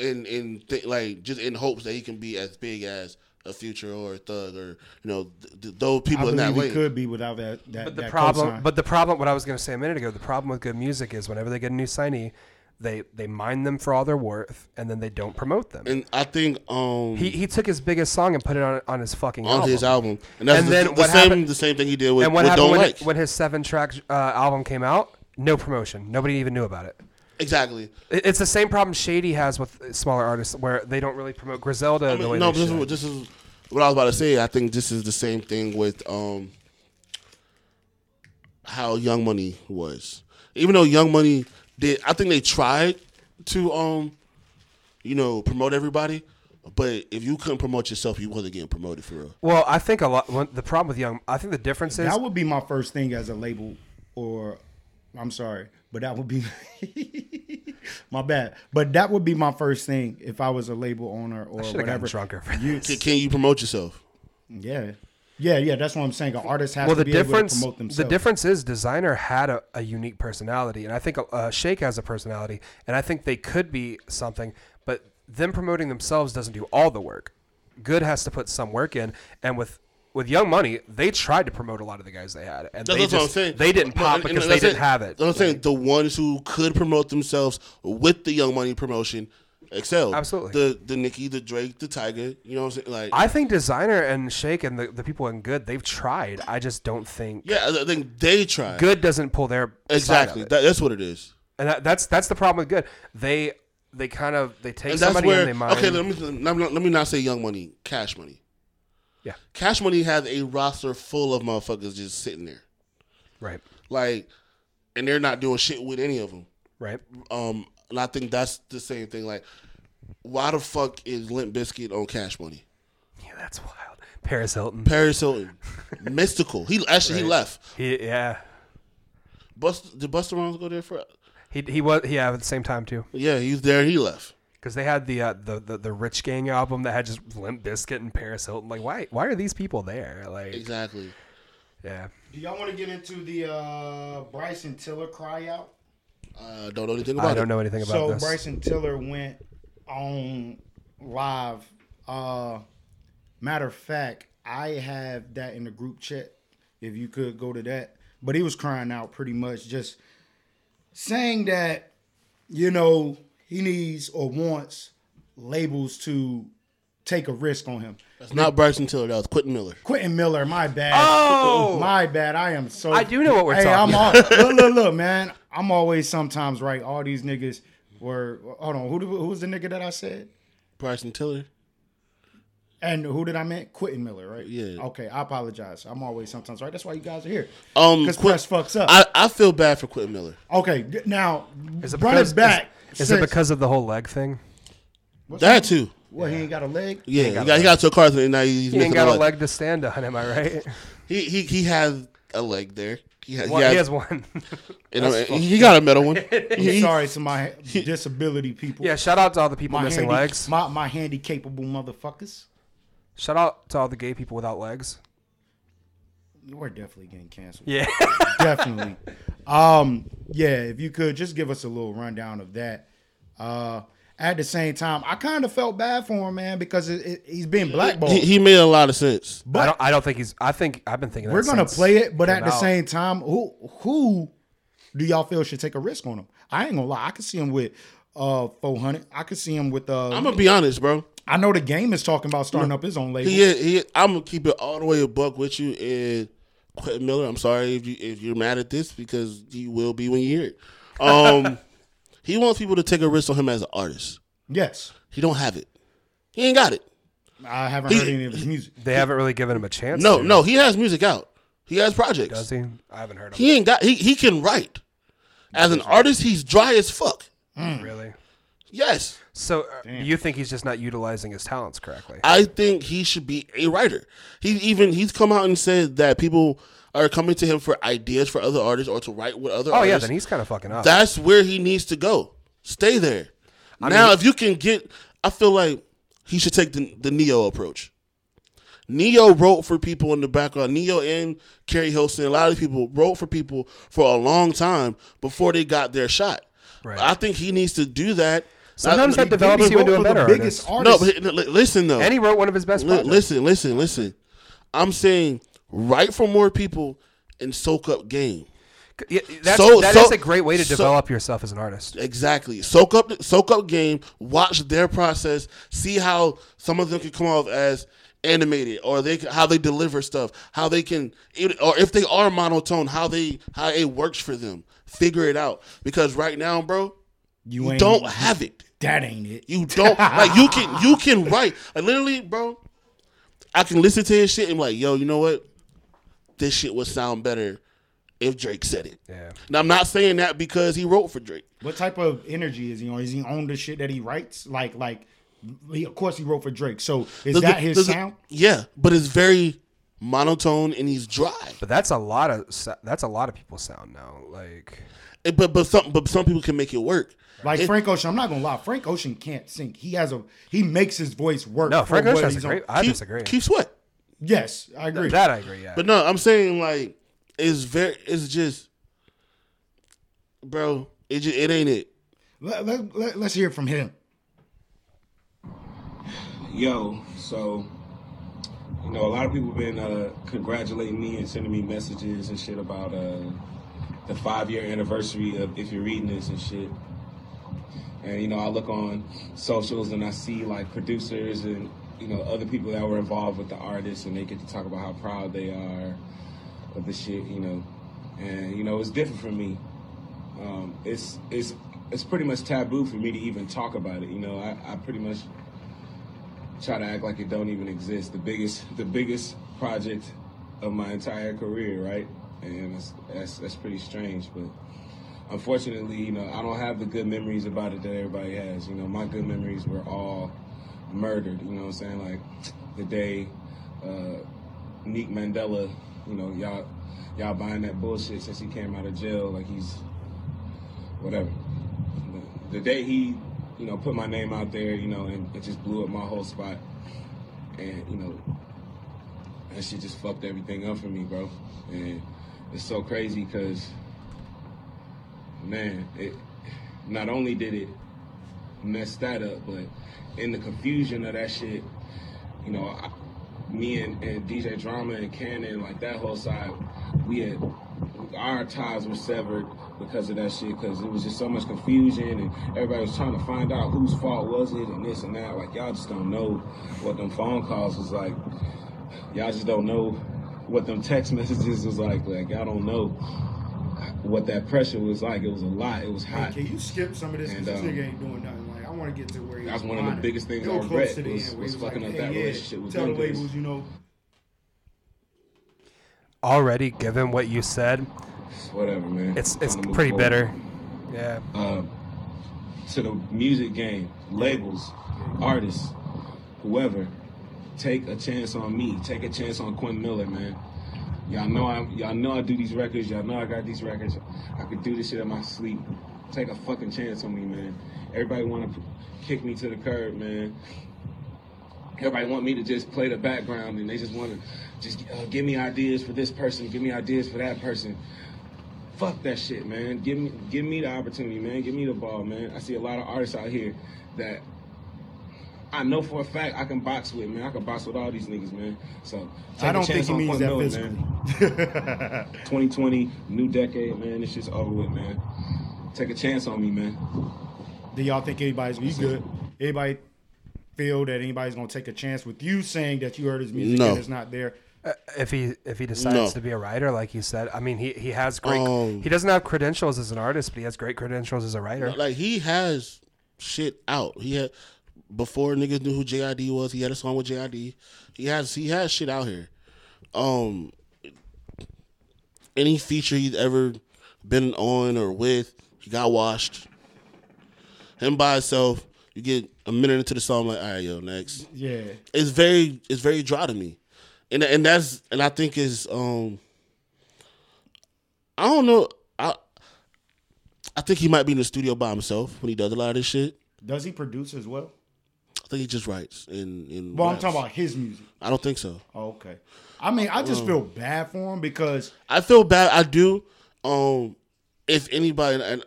S3: and and th- like just in hopes that he can be as big as. A future or a thug or you know th- th- those
S1: I
S3: people in
S1: believe
S3: that
S1: it
S3: lane.
S1: could be without that. that
S4: But the
S1: that
S4: problem,
S1: cosign.
S4: but the problem, what I was going to say a minute ago, the problem with good music is whenever they get a new signee, they they mine them for all they're worth, and then they don't promote them.
S3: and I think um
S4: he, he took his biggest song and put it on on his fucking
S3: on
S4: album.
S3: his album, and that's
S4: And
S3: the,
S4: then
S3: the
S4: what
S3: same
S4: happened-
S3: the same thing he did with,
S4: and what
S3: with
S4: happened
S3: Don't
S4: when,
S3: Like
S4: when his seven track uh, album came out? No promotion. Nobody even knew about it.
S3: exactly.
S4: It- It's the same problem Shady has with smaller artists, where they don't really promote Griselda
S3: I mean,
S4: the way they
S3: no, this is,
S4: should.
S3: what- this is what I was about to say. I think this is the same thing with um how Young Money was, even though Young Money did. I think they tried to um you know promote everybody, but if you couldn't promote yourself, you wasn't getting promoted for real.
S4: well, I think a lot. One, the problem with Young, I think the difference is
S1: that would be my first thing as a label, or I'm sorry, but that would be my bad. But that would be my first thing if I was a label owner or
S4: should have gotten
S1: whatever.
S4: drunker for
S1: You-
S3: Can, can you promote yourself?
S1: yeah, yeah, yeah. That's what I'm saying. An artist has
S4: well,
S1: to
S4: the
S1: be
S4: difference
S1: able to promote themselves.
S4: the difference is designer had a, a unique personality, and I think uh, Shake has a personality, and I think they could be something, but them promoting themselves doesn't do all the work. Good has to put some work in, and with with Young Money, they tried to promote a lot of the guys they had, and
S3: That's,
S4: they
S3: that's what I'm
S4: just-
S3: saying.
S4: they didn't
S3: No,
S4: pop
S3: and- and
S4: because they
S3: that's
S4: didn't have it.
S3: That's what I'm saying the ones who could promote themselves with the Young Money promotion excelled.
S4: Absolutely.
S3: The the Nicki, the Drake, the Tiger. You know what I'm saying? Like
S4: I think designer and shake and the, the people in good they've tried. I just don't think
S3: yeah, I think they try
S4: good doesn't pull their side of
S3: Exactly.
S4: it.
S3: That, that's what it is.
S4: and that, that's that's the problem with good. They they kind of they take
S3: And that's
S4: somebody
S3: where
S4: and they mind.
S3: okay. Let me let me- let me not say Young Money, Cash Money.
S4: Yeah.
S3: Cash Money has a roster full of motherfuckers just sitting there,
S4: right,
S3: like, and they're not doing shit with any of them.
S4: right.
S3: Um, and I think that's the same thing. Like, why the fuck is Limp Biscuit on Cash Money?
S4: Yeah, that's wild. Paris Hilton.
S3: Paris Hilton, mystical. He actually he left.
S4: He, yeah,
S3: Bust did Buster Rhymes go there for?
S4: he he was yeah at the same time too
S3: Yeah, he was there. He left.
S4: because they had the, uh, the the the Rich Gang album that had just Limp Biscuit and Paris Hilton. Like why why are these people there? Like
S3: Exactly.
S4: yeah.
S1: Do y'all want to get into the uh, Bryson Tiller cry out?
S3: Uh, don't know anything about
S4: I don't
S3: it.
S4: know anything about
S1: so
S4: this.
S1: Bryson Tiller went on live. Uh, matter of fact, I have that in the group chat. If you could go to that, but he was crying out pretty much, just saying that you know he needs or wants labels to take a risk on him.
S3: It's not Bryson Tiller. That was Quentin Miller.
S1: Quentin Miller, my bad.
S4: Oh!
S1: my bad. I am so.
S4: I do know what we're
S1: hey,
S4: talking
S1: I'm about. All, look, look, look, man. I'm always sometimes right. All these niggas were. Hold on. Who, do- who was the nigga that I said?
S3: Bryson Tiller.
S1: And who did I meant? Quentin Miller, right?
S3: Yeah.
S1: Okay, I apologize. I'm always sometimes right. That's why you guys are here.
S3: Um,
S1: because
S3: Quin-
S1: Quest fucks up.
S3: I, I feel bad for Quentin Miller.
S1: okay, d- now
S4: Is it
S1: run
S4: because
S1: it back.
S4: Is, is
S1: since-
S4: it because of the whole leg thing?
S3: that too.
S1: Well, he ain't got a leg.
S3: Yeah, he
S4: ain't got
S3: got,
S4: a
S3: he got to a car accident and now he's
S4: He ain't
S3: missing
S4: got
S3: a
S4: a
S3: leg.
S4: leg to stand on. Am I right?
S3: He he he has a leg there. He has,
S4: Well,
S3: he has,
S4: He has one.
S3: you know, he he got a metal one.
S1: I'm
S3: He-
S1: sorry to my disability people.
S4: yeah. Shout out to all the people
S1: my
S4: missing
S1: handy,
S4: legs.
S1: My my handy capable motherfuckers.
S4: Shout out to all the gay people without legs.
S1: We're definitely getting canceled.
S4: Yeah.
S1: definitely. Um, yeah, if you could just give us a little rundown of that. Uh, at the same time, I kind of felt bad for him, man, because it, it, he's been blackballed.
S3: he, he made a lot of sense.
S4: I don't. I don't think he's. I think I've been thinking.
S1: We're
S4: that
S1: gonna
S4: since
S1: play it, but
S4: came
S1: at the
S4: out.
S1: same time, who who do y'all feel should take a risk on him? I ain't gonna lie, I could see him with uh 400. I could see him with uh.
S3: I'm gonna be honest, bro.
S1: I know the game is talking about starting up his own label.
S3: He, is- he is- I'm gonna keep it all the way a buck with you and Quentin Miller. I'm sorry if you if you're mad at this because you will be when you hear it. Um, he wants people to take a risk on him as an artist.
S1: Yes,
S3: He don't have it. He ain't got it.
S1: I haven't heard any of his music.
S4: They haven't really given him a chance.
S3: No,
S4: to,
S3: no. He has music out. He has projects.
S4: Does he? I haven't heard of
S3: He ain't got. He he can write. As an artist, he's dry as fuck.
S4: him really.
S3: Yes,
S4: So uh, you think he's just not utilizing his talents correctly?
S3: I think he should be a writer. He even he's come out and said that people are coming to him for ideas for other artists or to write with other
S4: oh
S3: artists.
S4: yeah, then he's kind of fucking up.
S3: That's where he needs to go. Stay there. now, if you can get, I feel like he should take the, the Neo approach. Neo wrote for people in the background. Neo and Kerry Hilson, a lot of people wrote for people for a long time before they got their shot.
S4: Right.
S3: I think he needs to do that.
S4: Sometimes
S3: I-
S4: that develops you into a
S1: for
S4: better
S1: the biggest
S4: artist.
S3: no,
S1: artist.
S3: but li- listen though.
S4: And he wrote one of his best.
S3: Li-
S4: Projects.
S3: listen, listen, listen. I'm saying write for more people and soak up game.
S4: uh, Yeah, that's,
S3: So-
S4: that
S3: so-
S4: is a great way to
S3: so-
S4: develop yourself as an artist.
S3: Exactly. Soak up, soak up game. Watch their process. See how some of them can come off as animated, or they how they deliver stuff, how they can, or if they are monotone, how they how it works for them. Figure it out because right now, bro,
S1: You,
S3: you
S1: ain't
S3: don't have it.
S1: that ain't it.
S3: You don't like you can you can write like literally, bro. I can listen to his shit and be like, yo, you know what? This shit would sound better if Drake said it.
S4: Yeah.
S3: Now I'm not saying that because he wrote for Drake.
S1: What type of energy is he on? Is he on the shit that he writes? Like, like, he, of course he wrote for Drake. So is
S3: Does
S1: that
S3: it-
S1: his
S3: does it-
S1: sound?
S3: yeah, but it's very monotone and he's dry.
S4: But that's a lot of sa- that's a lot of people's sound now. Like
S3: It- but but some but some people can make it work.
S1: Like
S3: It-
S1: Frank Ocean, I'm not gonna lie. Frank Ocean can't sing. He has a he makes his voice work.
S4: no,
S1: for
S4: Frank
S1: what
S4: Ocean's a
S1: he's on.
S4: great. I
S3: keep,
S4: disagree.
S3: Keep sweat.
S1: Yes, I agree.
S4: That I agree. Yeah.
S3: But no, I'm saying like it's very it's just, bro. It just, it ain't it.
S1: let, let, let, let's hear from him.
S11: Yo, so you know, a lot of people been uh, congratulating me and sending me messages and shit about uh, the five year anniversary of if you're reading this and shit. And you know, I look on socials and I see like producers and you know other people that were involved with the artists, and they get to talk about how proud they are of the shit, you know. And you know, it's different for me. Um, it's it's it's pretty much taboo for me to even talk about it. You know, I, I pretty much try to act like it don't even exist. The biggest the biggest project of my entire career, right? And that's that's, that's pretty strange, but unfortunately, you know, I don't have the good memories about it that everybody has. You know, my good memories were all murdered. You know what I'm saying? Like the day uh, Neek Mandela, you know, y'all y'all buying that bullshit since he came out of jail, like he's whatever. The, the day he, you know, put my name out there, you know, and it just blew up my whole spot, and you know, that shit just fucked everything up for me, bro. And it's so crazy because man, it not only did it mess that up, but in the confusion of that shit, you know, I, me and, and DJ Drama and Cannon, like that whole side, we had our ties were severed because of that shit, because it was just so much confusion and everybody was trying to find out whose fault was it and this and that. Like y'all just don't know what them phone calls was like. Y'all just don't know what them text messages was like. Like y'all don't know what that pressure was like. It was a lot. It was hot.
S1: Can you skip some of this? 'Cause
S11: And,
S1: this
S11: um,
S1: nigga ain't doing nothing. Like I want to get to where he
S11: That's
S1: was
S11: one of the
S1: honest.
S11: biggest things
S1: Real
S11: I
S1: close
S11: regret
S1: to the
S11: was-
S1: end where
S11: was
S1: he was
S11: fucking
S1: like,
S11: up that
S1: "Hey, yeah,
S11: relationship with
S1: Tell the
S11: them dudes."
S1: labels, you know,
S4: Already, given what you said,
S11: whatever, man.
S4: It's it's
S11: Time to move
S4: pretty
S11: forward.
S4: bitter. Yeah.
S11: Um, to the music game, labels, artists, whoever, take a chance on me. Take a chance on Quinn Miller, man. Y'all know I y'all know I do these records. Y'all know I got these records. I could do this shit in my sleep. Take a fucking chance on me, man. Everybody want to kick me to the curb, man. Everybody want me to just play the background, and they just want to just uh, give me ideas for this person, give me ideas for that person. Fuck that shit, man. Give me give me the opportunity, man. Give me the ball, man. I see a lot of artists out here that I know for a fact I can box with, man. I can box with all these niggas, man. So
S1: I don't think he means that
S11: physically. 2020, new decade, man. This shit's over with, man. Take a chance on me, man.
S1: do y'all think anybody's you good? Anybody feel that anybody's gonna take a chance with you saying that you heard his music
S3: No.
S1: and it's not there?
S4: Uh, if he if he decides
S3: No.
S4: to be a writer, like you said, I mean, he, he has great.
S3: Um,
S4: he doesn't have credentials as an artist, but he has great credentials as a writer.
S3: Like he has shit out. He had before niggas knew who JID was. He had a song with JID. He has he has shit out here. Um, any feature he's ever been on or with, he got washed. Him by himself, you get a minute into the song, like all right, yo, next.
S1: Yeah.
S3: It's very it's very dry to me, and and that's and I think is um. I don't know. I I think he might be in the studio by himself when he does a lot of this shit.
S1: Does he produce as well?
S3: I think he just writes and and.
S1: Well, I'm
S3: raps.
S1: talking about his music.
S3: I don't think so.
S1: Oh, okay. I mean, I just
S3: Um,
S1: feel bad for him because
S3: I feel bad. I do. Um, if anybody and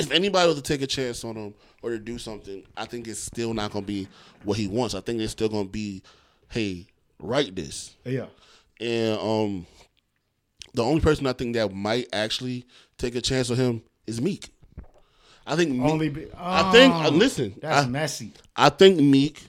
S3: if anybody was to take a chance on him or to do something, I think it's still not gonna be what he wants. I think it's still gonna be, hey, write this.
S1: Yeah.
S3: And um, the only person I think that might actually take a chance on him is Meek. I think Meek,
S1: Only be-
S3: I think
S1: Oh,
S3: uh, listen.
S1: that's
S3: I,
S1: messy.
S3: I think Meek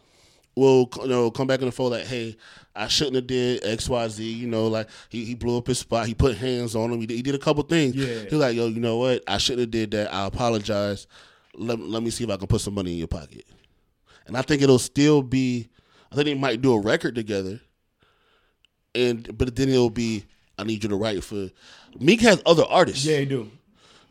S3: will you know come back in the fold like, hey, I shouldn't have did X Y Z. You know, like he, he blew up his spot. He put hands on him. He did, he did a couple things.
S1: Yeah.
S3: He's like, yo, you know what? I shouldn't have did that. I apologize. Let let me see if I can put some money in your pocket. And I think it'll still be. I think they might do a record together. And but then it'll be. I need you to write for. Meek has other artists. Yeah,
S1: he do.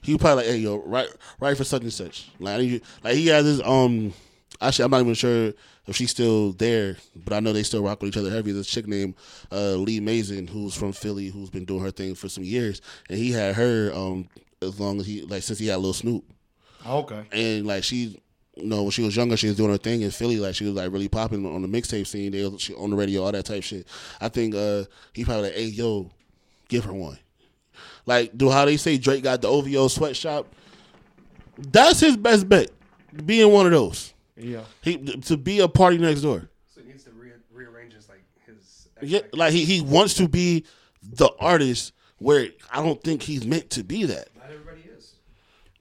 S3: He probably like, hey yo, write write for such and such. Like I need you, like he has his um. Actually, I'm not even sure if she's still there, but I know they still rock with each other heavy. This chick named uh, Lee Mason, who's from Philly, who's been doing her thing for some years, and he had her um as long as he like since he had Lil Snoop.
S1: Okay.
S3: And like she, you know, when she was younger, she was doing her thing in Philly. Like she was like really popping on the mixtape scene. They was, she on the radio, all that type shit. I think uh he probably like, hey yo, give her one. Like do how they say Drake got the OVO sweatshop. That's his best bet. Being one of those.
S1: Yeah.
S3: He to be a party next door.
S4: So he needs to re- rearrange his like his.
S3: Yeah, like he, he wants to be the artist where I don't think he's meant to be that.
S4: Not everybody is.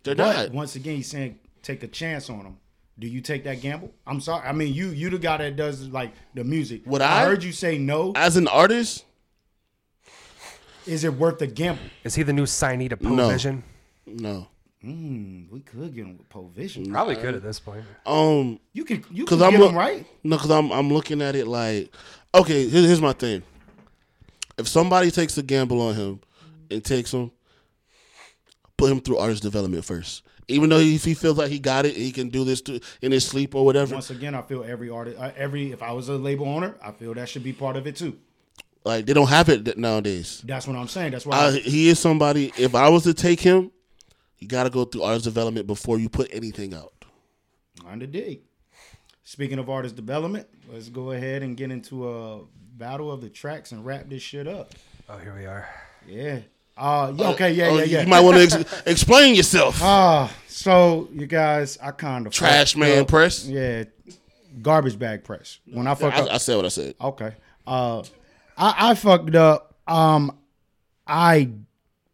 S3: They're
S1: but
S3: not.
S1: Once again, he's saying take a chance on them. Do you take that gamble? I'm sorry. I mean, you you the guy that does like the music.
S3: Would I?
S1: heard you say no?
S3: As an artist,
S1: Is it worth the gamble?
S4: Is he the new signee to Poe
S3: No.
S4: Vision?
S3: no.
S1: Mm, we could get him with Poe Vision.
S3: Uh,
S4: Probably could at this point.
S3: Um,
S1: You could you
S3: Cause
S1: could
S3: I'm
S1: get
S3: look-
S1: him right.
S3: No, because I'm I'm looking at it like, okay, here, here's my thing. If somebody takes a gamble on him and takes him, put him through artist development first. Even though if he feels like he got it, he can do this to, in his sleep or whatever.
S1: Once again, I feel every artist, uh, every if I was a label owner, I feel that should be part of it too.
S3: Like they don't have it th- nowadays.
S1: That's what I'm saying. That's why
S3: I, he is somebody. If I was to take him, you got to go through artist development before you put anything out.
S1: Mind the dig. Speaking of artist development, let's go ahead and get into a battle of the tracks and wrap this shit up.
S4: Oh, here we are.
S1: Yeah. Uh, yeah, okay, yeah,
S3: Oh,
S1: yeah, yeah.
S3: You might want to ex- explain yourself.
S1: Ah, so you guys, I kind of
S3: Trash man press?
S1: Yeah, garbage bag press. When I fuck up,
S3: I, I said what I said.
S1: Okay. Uh, I, I fucked up. Um, I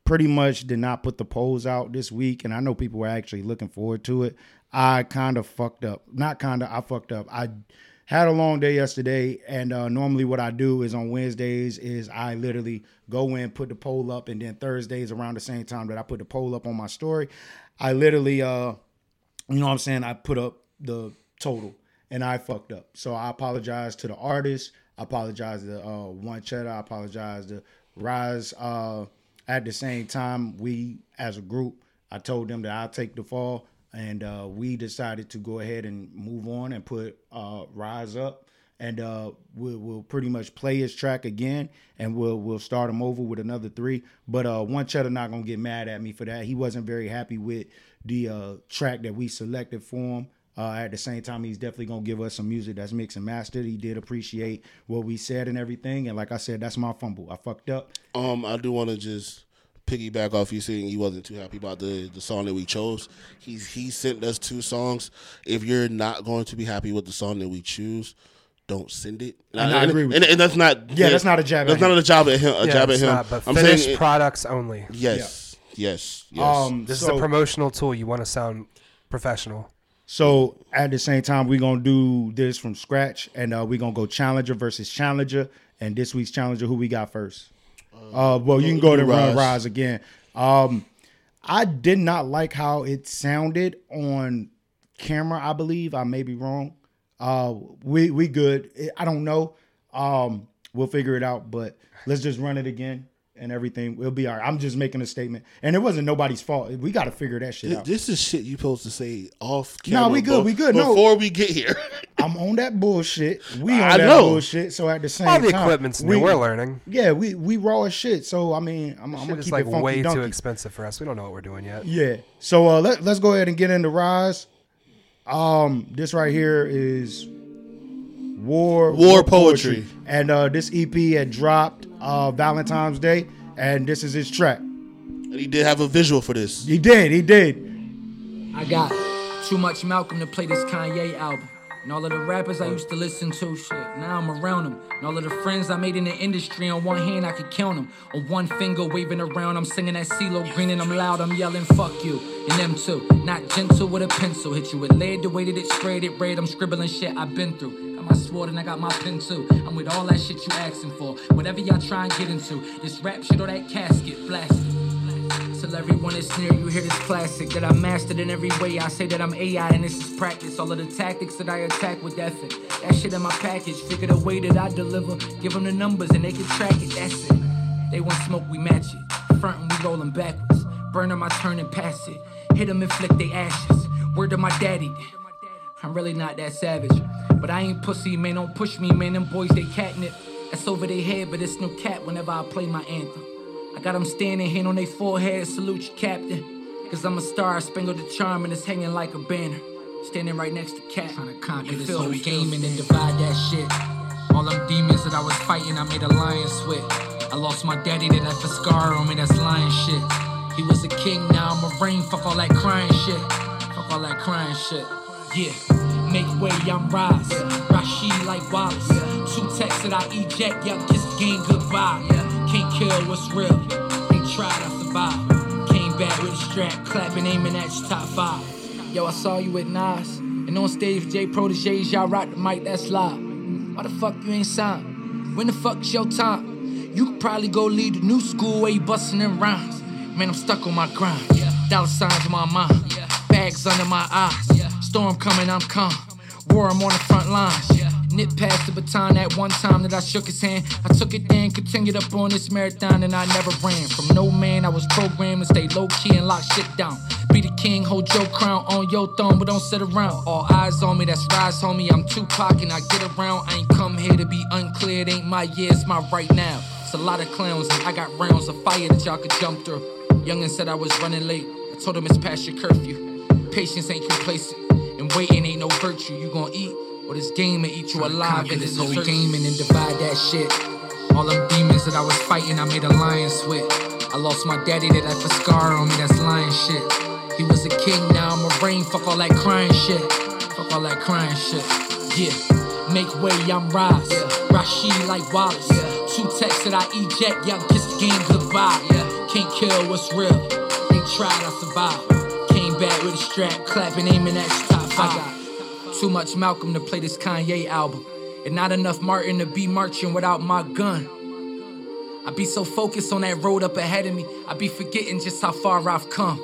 S1: pretty much did not put the polls out this week, and I know people were actually looking forward to it. I kind of fucked up. Not kind of. I fucked up. I had a long day yesterday, and uh, normally what I do is on Wednesdays is I literally go in, put the poll up, and then Thursdays around the same time that I put the poll up on my story, I literally uh you know what I'm saying? I put up the total and I fucked up. So I apologize to the artist. I apologize to uh, One Cheddar. I apologize to Rise. Uh, at the same time, we as a group, I told them that I'll take the fall. And uh, we decided to go ahead and move on and put uh, Rise up and uh, we'll, we'll pretty much play his track again, and we'll we'll start him over with another three. But uh, one cheddar not gonna get mad at me for that. He wasn't very happy with the uh, track that we selected for him. Uh, at the same time, he's definitely gonna give us some music that's mixed and mastered. He did appreciate what we said and everything. And like I said, that's my fumble. I fucked up.
S3: Um, I do want to just piggyback off you saying you wasn't too happy about the the song that we chose. He's he sent us two songs. If you're not going to be happy with the song that we choose, don't send it.
S1: And I agree with
S3: and,
S1: you.
S3: and that's not
S1: Yeah, that's not a jab at
S3: That's
S1: him.
S3: not a jab at him. A
S4: Yeah,
S3: jab at
S4: it's
S3: him.
S4: not, but
S3: I'm
S4: finished
S3: saying it-
S4: products only.
S3: yes, yes, yes.
S1: Um,
S4: This is
S1: so-
S4: a promotional tool. You want to sound professional.
S1: So at the same time, we're gonna do this from scratch, and uh, we're gonna go challenger versus challenger. And this week's challenger, who we got first? Uh, well, you can go to
S3: you
S1: run
S3: rise.
S1: rise again. Um, I did not like how it sounded on camera. I believe I may be wrong. Uh, we we good. I don't know. Um, we'll figure it out. But let's just run it again and everything. We'll be all right. I'm just making a statement, and it wasn't nobody's fault. We got to figure that shit
S3: Th-
S1: out.
S3: this is shit you supposed to say off camera.
S1: Nah, we good,
S3: bu-
S1: we good, no.
S3: Before we get here,
S1: I'm on that bullshit. We on
S3: I
S1: that
S3: know.
S1: bullshit. So at the same
S4: All
S1: time,
S4: the equipment's new.
S1: we-
S4: We're learning.
S1: Yeah, we we raw as shit. So I mean, I'm, I'm
S4: Shit
S1: gonna
S4: is
S1: keep
S4: like
S1: it funky
S4: way
S1: donkey.
S4: too expensive for us. We don't know what we're doing yet.
S1: yeah. So uh, let let's go ahead and get into rise. Um, this right here is war
S3: War Poetry.
S1: and uh, this EP had dropped uh Valentine's Day, and this is his track.
S3: and he did have a visual for this.
S1: He did, he did.
S12: I got too much Malcolm to play this Kanye album. And all of the rappers I used to listen to, shit, now I'm around them. And all of the friends I made in the industry, on one hand I could count them. On one finger waving around, I'm singing that CeeLo Green and I'm loud, I'm yelling, fuck you. And them too, not gentle with a pencil. Hit you with lead, the way that it sprayed it red, I'm scribbling shit I've been through. Got my sword and I got my pen too. I'm with all that shit you asking for. Whatever y'all try and get into, this rap shit or that casket blasted. Till everyone is near you hear this classic that I mastered in every way. I say that I'm AI and this is practice. All of the tactics that I attack with effort. That shit in my package. Figure the way that I deliver. Give them the numbers and they can track it. That's it. They want smoke, we match it. Front and we rolling backwards. Burn on my turn and pass it. Hit them and flick they ashes. Word to my daddy. I'm really not that savage. But I ain't pussy, man. Don't push me, man. Them boys, they catnip. That's over their head, but it's no cap whenever I play my anthem. I got them standing, hand on their forehead, salute you, Captain. Cause I'm a star, spangled the charm, and it's hanging like a banner. Standing right next to Cap. Trying to conquer
S13: this whole
S12: game and then divide that shit. All them demons that I was fighting, I made alliance with. I lost my daddy, they left a scar on me, that's lying shit. He was a king, now I'm a ring, fuck all that crying shit. Fuck all that crying shit. Yeah, make way, I'm rise. Rashid like Wallace. Two texts that I eject, yeah, kiss the game goodbye. Can't kill what's real. They tried, I survived. Came back with a strap, clapping, aiming at your top five. Yo, I saw you at Nas. And on stage with J Proteges, y'all rock the mic, that's live. Why the fuck you ain't signed? When the fuck's your time? You could probably go lead the new school where you bustin' in rhymes. Man, I'm stuck on my grind. Dollar signs in my mind. Bags under my eyes. Storm coming, I'm calm. War, I'm on the front lines. Nip past the baton that one time that I shook his hand. I took it then, continued up on this marathon, and I never ran. From no man, I was programmed to stay low key and lock shit down. Be the king, hold your crown on your throne, but don't sit around. All eyes on me, that's rise, homie. I'm Tupac and I get around. I ain't come here to be unclear, it ain't my year, it's my right now. It's a lot of clowns, I got rounds of fire that y'all could jump through. Youngin said I was running late, I told him it's past your curfew. Patience ain't complacent, and waiting ain't no virtue. You gon' eat, or this game will eat you alive. And this whole game and then divide that shit. All them demons that I was fighting, I made alliance with. I lost my daddy that left a scar on me, that's lying shit. He was a king, now I'm a reign. Fuck all that crying shit. Fuck all that crying shit. Yeah, make way, I'm rise. Rashid like Wallace. Two texts that I eject, y'all kiss the game goodbye. Can't kill what's real. They tried, I survived. Came back with a strap, clapping, aiming at the top five. Too much Malcolm to play this Kanye album. And not enough Martin to be marching without my gun. I be so focused on that road up ahead of me, I be forgetting just how far I've come.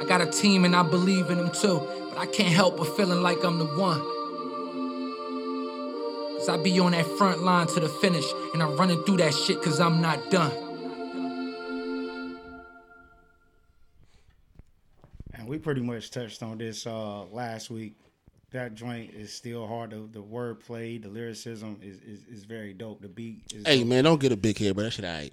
S12: I got a team and I believe in them too, but I can't help but feeling like I'm the one. Cause I be on that front line to the finish, and I'm running through that shit cause I'm not done.
S1: And we pretty much touched on this uh, last week. That joint is still hard. The, the wordplay, the lyricism is, is, is very dope. The beat is.
S3: Hey
S1: dope.
S3: man, don't get a big head, but that shit alright.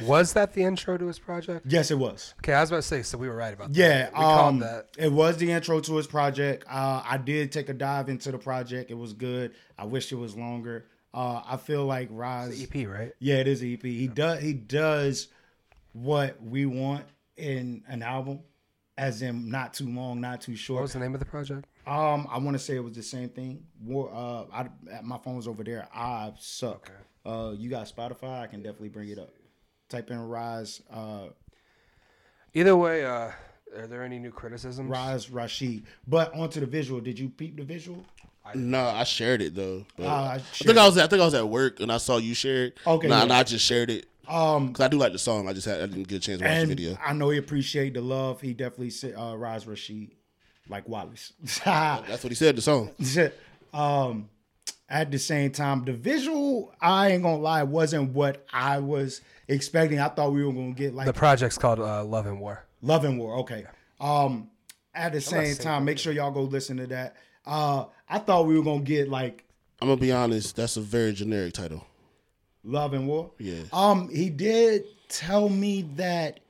S4: Was that the intro to his project?
S1: Yes, it was.
S4: Okay, I was about to say, so we were right about that.
S1: Yeah,
S4: we called
S1: um,
S4: that.
S1: It was the intro to his project. Uh, I did take a dive into the project. It was good. I wish it was longer. Uh, I feel like Rise
S4: It's an EP, E right?
S1: Yeah, it is an EP. He does he does what we want in an album, as in not too long, not too short.
S4: What was the name of the project?
S1: Um, I want to say it was the same thing. War, uh, I, my phone's over there. I suck. Uh, you got Spotify? I can definitely bring it up. Type in Rise. Uh,
S4: Either way, uh, are there any new criticisms?
S1: Rise Rashid. But onto the visual. Did you peep the visual?
S3: No, I shared it though. but-
S1: Ah, I
S3: I,
S1: shared
S3: think I was. I think I was at work and I saw you share it.
S1: Okay,
S3: Nah,
S1: yeah.
S3: nah, I just shared it.
S1: Um,
S3: cause I do like the song. I just had I didn't get a chance to watch the
S1: And
S3: video.
S1: I know he appreciate the love. He definitely said uh, Rise Rashid like Wallace.
S3: That's what he said. The song.
S1: um, at the same time, the visual I ain't gonna lie wasn't what I was expecting. I thought we were gonna get like
S4: The project's called uh, Love and War.
S1: Love and War. Okay. Um, at the
S4: saying
S1: same time, make sure y'all go listen to that. Uh, I thought we were gonna get like
S3: I'm gonna be honest. That's a very generic title.
S1: Love and War.
S3: Yeah.
S1: Um, he did tell me that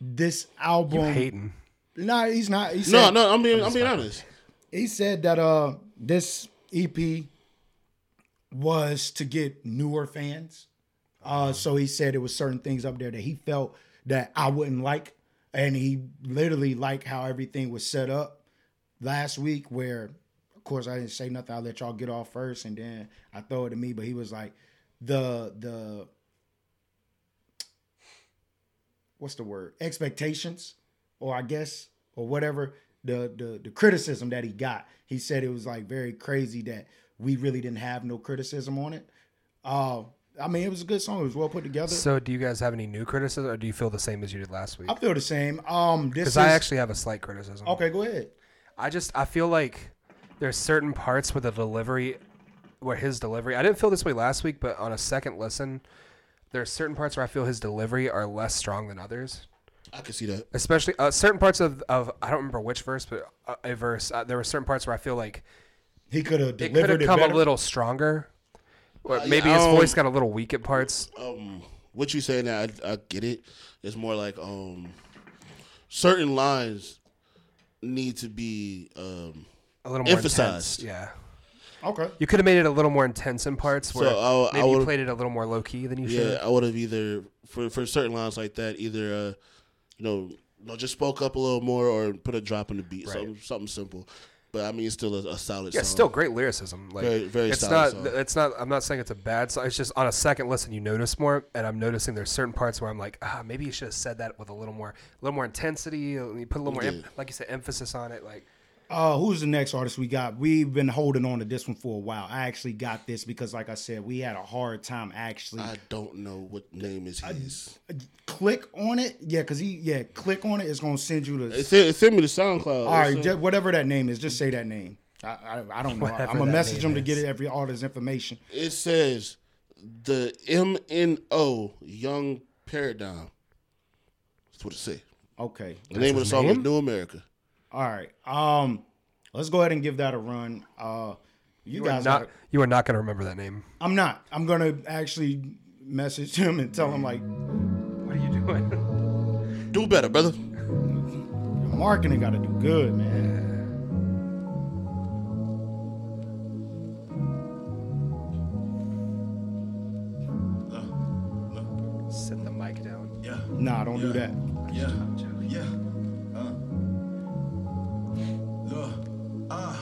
S1: this album.
S4: hating.
S1: No, he's not. He
S3: no,
S1: said-
S3: no. I'm being. I'm being honest.
S1: He said that uh, this EP was to get newer fans. Uh, so he said it was certain things up there that he felt that I wouldn't like, and he literally liked how everything was set up last week. Where, of course, I didn't say nothing. I let y'all get off first, and then I throw it to me. But he was like, the the what's the word expectations or i guess or whatever the the the criticism that he got he said it was like very crazy that we really didn't have no criticism on it uh i mean it was a good song it was well put together
S4: So, do you guys have any new criticism, or do you feel the same as you did last week?
S1: i feel the same um this
S4: Because
S1: is
S4: I actually have a slight criticism.
S1: okay go ahead
S4: I just I feel like there's certain parts where the delivery, where his delivery. I didn't feel this way last week, but on a second listen, there's certain parts where I feel his delivery are less strong than others.
S3: I can see that.
S4: Especially uh, certain parts of of I don't remember which verse, but a, a verse. Uh, there were certain parts where I feel like
S1: he could have
S4: it could
S1: delivered
S4: have
S1: it,
S4: come
S1: better.
S4: a little stronger. Or
S3: Uh, yeah,
S4: maybe his
S3: um,
S4: voice got a little weak at parts.
S3: Um, what you saying? That I, I get it. It's more like um, certain lines need to be um
S4: A little more
S3: emphasized.
S4: Intense. Yeah.
S1: okay
S4: You could have made it a little more intense in parts where
S3: So, oh, I-
S4: maybe
S3: I
S4: you
S3: would've-
S4: played it a little more low key than you
S3: yeah,
S4: should.
S3: I would have either for for certain lines like that, either uh, you know, you know, just spoke up a little more or put a drop in the beat, something something simple. but I mean, it's still a, a solid.
S4: Yeah,
S3: song.
S4: still great lyricism. Like
S3: very, very
S4: it's
S3: solid
S4: not.
S3: song.
S4: It's not. I'm not saying it's a bad song. It's just on a second listen, you notice more, and I'm noticing there's certain parts where I'm like, ah, maybe you should have said that with a little more, a little more intensity. uh, You put a little more, em-
S1: Yeah.
S4: like you said, emphasis on it. Like
S1: Uh, who's the next artist we got? We've been holding on to this one for a while. I actually got this because, like I said, we had a hard time actually. I
S3: don't know what name is his.
S1: click on it, yeah, because he, yeah, click on it. It's gonna send you the.
S3: It sent, it sent me to SoundCloud. uh,
S1: All right,
S3: So-
S1: ju- whatever that name is, just say that name. I, I, I don't know.
S3: Whatever
S1: I'm gonna
S3: that
S1: message
S3: name
S1: him to
S3: is.
S1: get every artist's information.
S3: It says the MNO Young Paradigm. That's what it says.
S1: Okay.
S3: The name of the song is
S1: Name?
S3: New America.
S1: All right, um, let's go ahead and give that a run. Uh, you,
S4: you,
S1: guys,
S4: are not.
S1: are-
S4: You are not going to remember that name.
S1: I'm not. I'm gonna actually message him and tell him like,
S4: what are you doing?
S3: Do better, brother.
S1: Marketing got to do good, man.
S4: Sit the mic down.
S13: Yeah.
S1: Nah, don't do that.
S13: Yeah. Yeah. Uh. Look. Uh.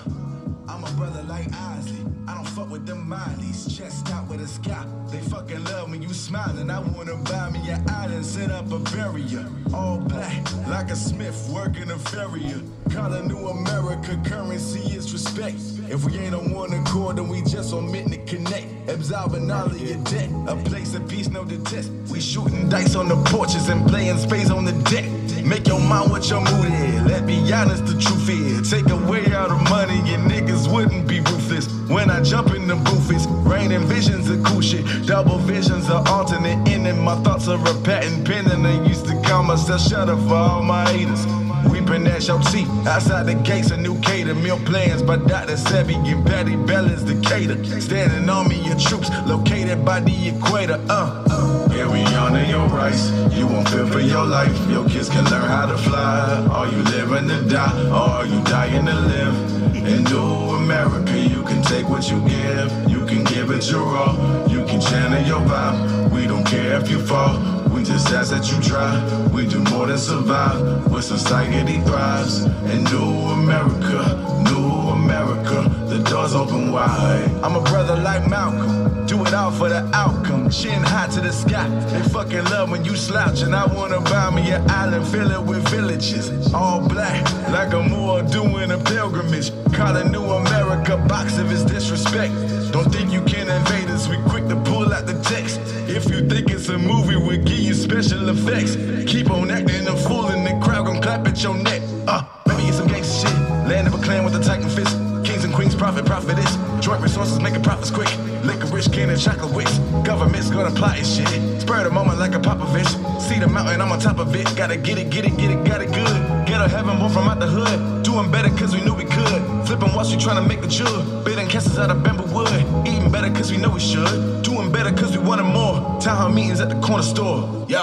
S13: I'm a brother like Ozzy. I don't fuck with them Miley's. Chest out with a sky. They fucking love when you smiling. I wanna buy me an island, set up a barrier. All black, like a smith working a farrier. Call a new America, currency is respect. If we ain't on one accord, then we just omitting to connect. Absolving all of your debt. A place of peace, no detest. We shooting dice on the porches and playing space on the deck. Make your mind what your mood is. Let be honest, the truth is. Take away all the money and niggas wouldn't be ruthless. When I jump in the booth, it's raining visions of cool shit. Double visions are alternate ending. My thoughts are a patent pending. They used to call myself shutter for all my haters. Weeping at your teeth. Outside the gates, a new cater. Meal plans by Dr. Sebi and Patty Bella's Decatur. Standing army of troops located by the equator. Uh. Here we honor your rights. You won't fear for your life. Your kids can learn how to fly. Are you living to die? Or are you dying to live? In new America, you can take what you give. You can give it your all. You can channel your vibe. We don't care if you fall. We just ask that you try. We do more than survive. Where society thrives. In new America, new America, the doors open wide. I'm a brother like Malcolm. Do it all for the outcome. Chin high to the sky. They fucking love when you slouch. And I wanna buy me an island, fill it with villages. All black, like a Moor doing a pilgrimage. Call a new America box if it's disrespect. Don't think you can invade us, we quick to pull out the text. If you think it's a movie, we'll give you special effects. Keep on acting a fool, and the crowd gon' clap at your neck. Uh, maybe it's some gangsta shit. Land of a clan with a titan fist. Kings and queens profit, profit is. Joint resources making profits quick. Licorice cannon, chocolate wicks. Government's gonna plot and shit. Spur the moment like a Popovich. See the mountain, I'm on top of it. Gotta get it, get it, get it, got it good. Get a heaven, born from out the hood. Doing better cause we knew we could. Flipping Wall Street trying to make a jug. Bidding castles out of bamboo wood. Eating better cause we know we should. Doing better cause we wanted more. Town hall meetings at the corner store. Yeah.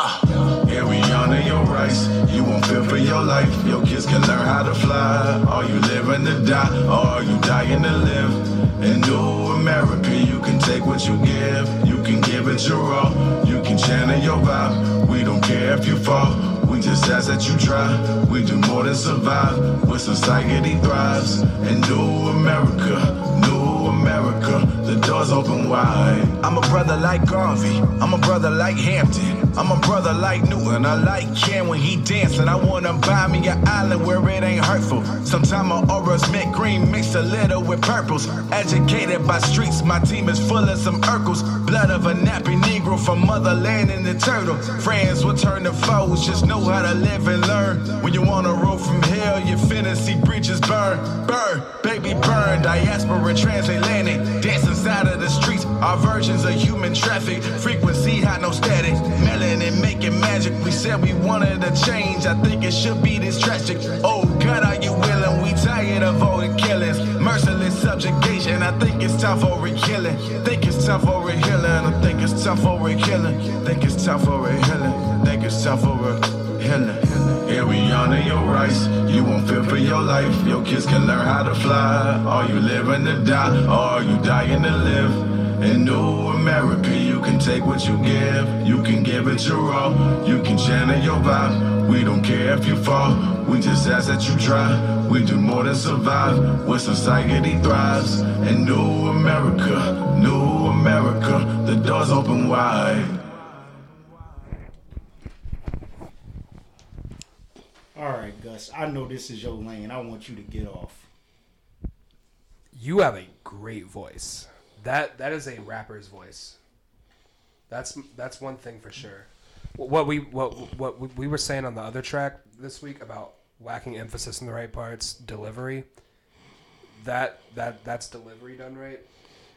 S13: Here we honor your rights. You won't fear for your life. Your kids can learn how to fly. Are you living to die? Or are you dying to live? In new America, you can take what you give. You can give it your all. You can channel your vibe. We don't care if you fall. We just ask that you try. We do more than survive. Where society thrives. In new America, new America, the doors open wide. I'm a brother like Garvey. I'm a brother like Hampton. I'm a brother like Newton. I like Ken when he dancing. I wanna buy me an island where it ain't hurtful. Sometime my aura's mint green mixed a little with purples. Educated by streets, my team is full of some Urkels. Blood of a nappy Negro from motherland and the turtle. Friends will turn to foes. Just know how to live and learn. When you on a road from hell, your fantasy breaches burn, burn, baby burn. Diaspora transatlantic, dance inside of the streets. Our versions of human traffic, frequency hot, no static. Melanin making magic. We said we wanted a change. I think it should be this tragic. Oh God, are you willing? We tired of all the killings, merciless subjugation. I think it's time for a killing. Think it's time for a healing. I think it's time for a killing. Think it's time for a healing. Think it's time for a healing. Here we honor your rights. You won't fear for your life. Your kids can learn how to fly. Are you living to die? Or are you dying to live? In new America, you can take what you give. You can give it your all. You can channel your vibe. We don't care if you fall. We just ask that you try. We do more than survive. Where society thrives. In new America, new America, the doors open wide.
S1: All right, Gus. I know this is your lane. I want you to get off.
S4: You have a great voice. That that is a rapper's voice. That's that's one thing for sure. What we what what we- we were saying on the other track this week about lacking emphasis in the right parts, delivery. That that that's delivery done right,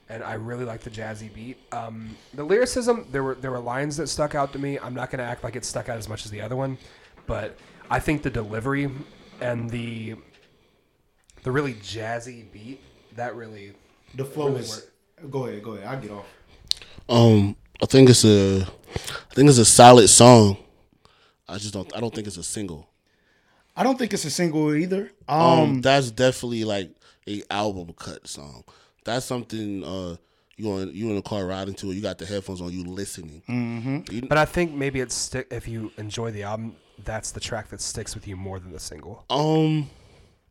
S4: and I really like the jazzy beat. Um, the lyricism there were there were lines that stuck out to me. I'm not gonna act like it stuck out as much as the other one, but I think the delivery and the the really jazzy beat that really
S1: The flow
S4: really
S1: is. Go ahead, go ahead. I'll get off.
S3: Um, I think it's a, I think it's a solid song. I just don't. I don't think it's a single.
S1: I don't think it's a single either. Um,
S3: Um, that's definitely like a album cut song. That's something uh you on you in the car riding to it. You got the headphones on. You listening.
S4: Mm.
S3: You-
S4: But I think maybe it's stick if you enjoy the album, that's the track that sticks with you more than the single.
S3: Um,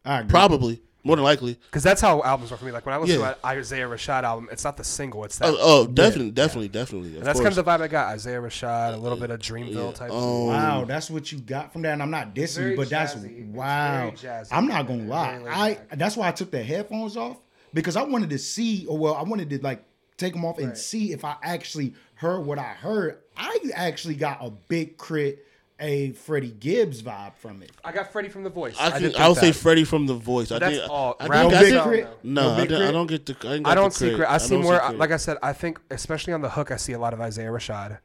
S1: I
S3: probably more than likely.
S4: Because that's how albums work for me. Like when I listen
S3: Yeah.
S4: to an Isaiah Rashad album, it's not the single, it's that.
S3: Oh,
S4: Uh,
S3: oh,
S4: Yeah.
S3: definitely, definitely, definitely.
S4: And
S3: of
S4: that's
S3: course.
S4: kind of the vibe I got. Isaiah Rashad, a little bit of Dreamville type.
S3: Um,
S1: wow, that's what you got from that. And I'm not dissing
S4: Very
S1: you, but that's
S4: jazzy. It's
S1: wow.
S4: very jazzy.
S1: I'm not gonna lie. I that's why I took the headphones off because I wanted to see, or well, I wanted to like take them off and see if I actually heard what I heard. I actually got a big crit, a Freddie Gibbs vibe from it.
S4: I got Freddie from the voice. did
S3: I can.
S4: think
S3: I, will say
S4: that.
S3: Freddie from the voice. I
S4: But that's
S3: think.
S4: all.
S3: I
S4: Rap
S3: think
S4: is
S3: that's
S4: all,
S3: it.
S4: though.
S3: No, I, don't, I don't get the. I, ain't got
S4: I don't
S3: the
S4: see.
S3: credit.
S4: Crit. I see
S3: don't
S4: more.
S3: see credit.
S4: Like I said, I think especially on the hook, I see a lot of Isaiah Rashad.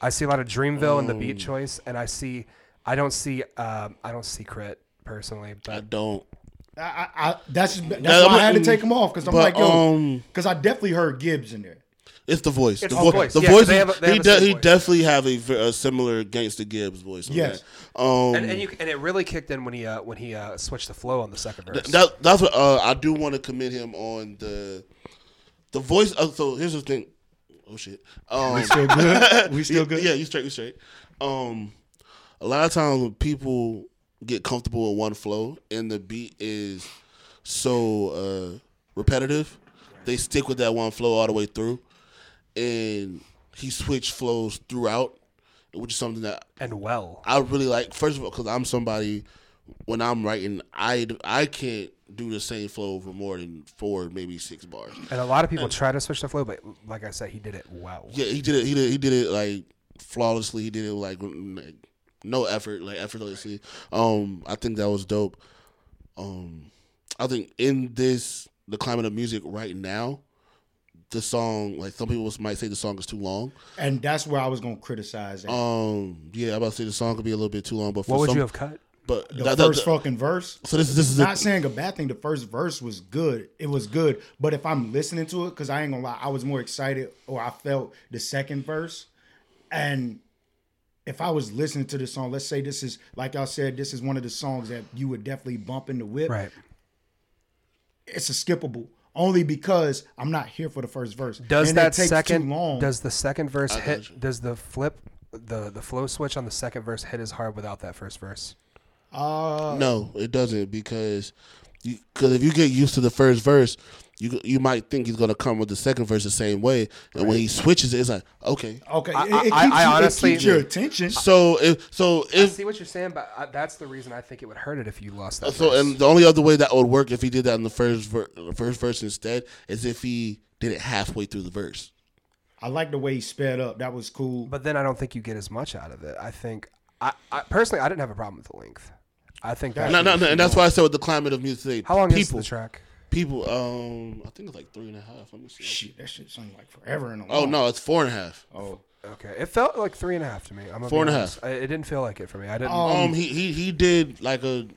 S4: I see a lot of Dreamville in the
S3: Um.
S4: beat choice, and I see. I don't see. Um, I don't see crit personally, but I
S3: don't.
S1: I, I, I that's that's
S3: Nah,
S1: why I had to
S3: but-
S1: take them off because I'm
S3: but,
S1: like yo,
S3: um,
S1: because I definitely heard Gibbs in there.
S3: It's the voice.
S1: It's
S3: the vo-
S1: the voice.
S3: The
S1: Yeah,
S3: voice.
S1: they have a- they
S3: he,
S1: have a
S3: de- he
S1: same voice.
S3: definitely have a, ver- a similar Gangsta Gibbs voice. on
S4: Yes.
S3: that. Um,
S4: and, and you and it really kicked in when he uh, when he uh, switched the flow on the second verse.
S3: Th- that, that's what uh, I do want to commend him on the the voice. Uh, so here's the thing. Oh shit. Um,
S1: We still good? We still
S3: yeah, good. Yeah, you straight. You straight. Um, a lot of times when people get comfortable in one flow and the beat is so uh, repetitive, they stick with that one flow all the way through, and he switched flows throughout, which is something that
S4: and well.
S3: I really like. First of all, because I'm somebody when I'm writing, I I can't do the same flow over more than four, maybe six bars.
S4: and a lot of people try to switch the flow, but like I said, he did it well.
S3: Yeah, he did it. He did. He did it like flawlessly. He did it like, n- like, no effort, like effortlessly. Um, I think that was dope. Um, I think in this the climate of music right now, the song like some people might say the song is too long.
S1: And that's where I was gonna criticize. That.
S3: Um, yeah, I'm about to say the song could be a little bit too long, but for
S4: What would
S3: some-
S4: you have cut?
S3: But
S1: the
S3: that- that-
S1: first fucking verse.
S3: So this, this is
S1: not
S3: a,
S1: saying a bad thing. The first verse was good. It was good. But if I'm listening to it, because I ain't gonna lie, I was more excited or I felt the second verse. And if I was listening to the song, let's say this is like y'all said, this is one of the songs that you would definitely bump in the whip.
S4: Right.
S1: It's a skippable. Only because I'm not here for the first verse.
S4: Does
S1: And it
S4: that
S1: takes
S4: second
S1: too long?
S4: does the second verse
S1: I
S4: hit? Does the flip the the flow switch on the second verse hit as hard without that first verse?
S1: uh
S3: No, it doesn't because because if you get used to the first verse, you you might think he's gonna come with the second verse the same way, and when he switches, it, it's like okay,
S1: Okay.
S4: I-
S1: it, it keeps,
S4: I- I
S1: you- it
S4: honestly-
S1: keeps your attention.
S3: So if so
S4: I
S3: if
S4: see what you're saying, but I, that's the reason I think it would hurt it if you lost that.
S3: Uh, so,
S4: verse.
S3: and the only other way that would work if he did that in the first ver- first verse instead is if he did it halfway through the verse.
S1: I like the way he sped up. That was cool.
S4: But then I don't think you get as much out of it. I think I, I personally I didn't have a problem with the length. I think that
S3: no, no, no, and that's why I said with the climate of music today.
S4: How long
S3: people,
S4: is the track?
S3: People, um, I think it's like three and a half. Let me see.
S1: Shit, that shit sounds like forever in a
S3: Oh
S1: long.
S3: no, it's four and a half.
S1: Oh,
S4: Okay, it felt like three and a half to me. I'm
S3: Four and a
S4: half. It didn't feel like it for me. I didn't.
S1: Oh.
S3: Um, he, he he did like a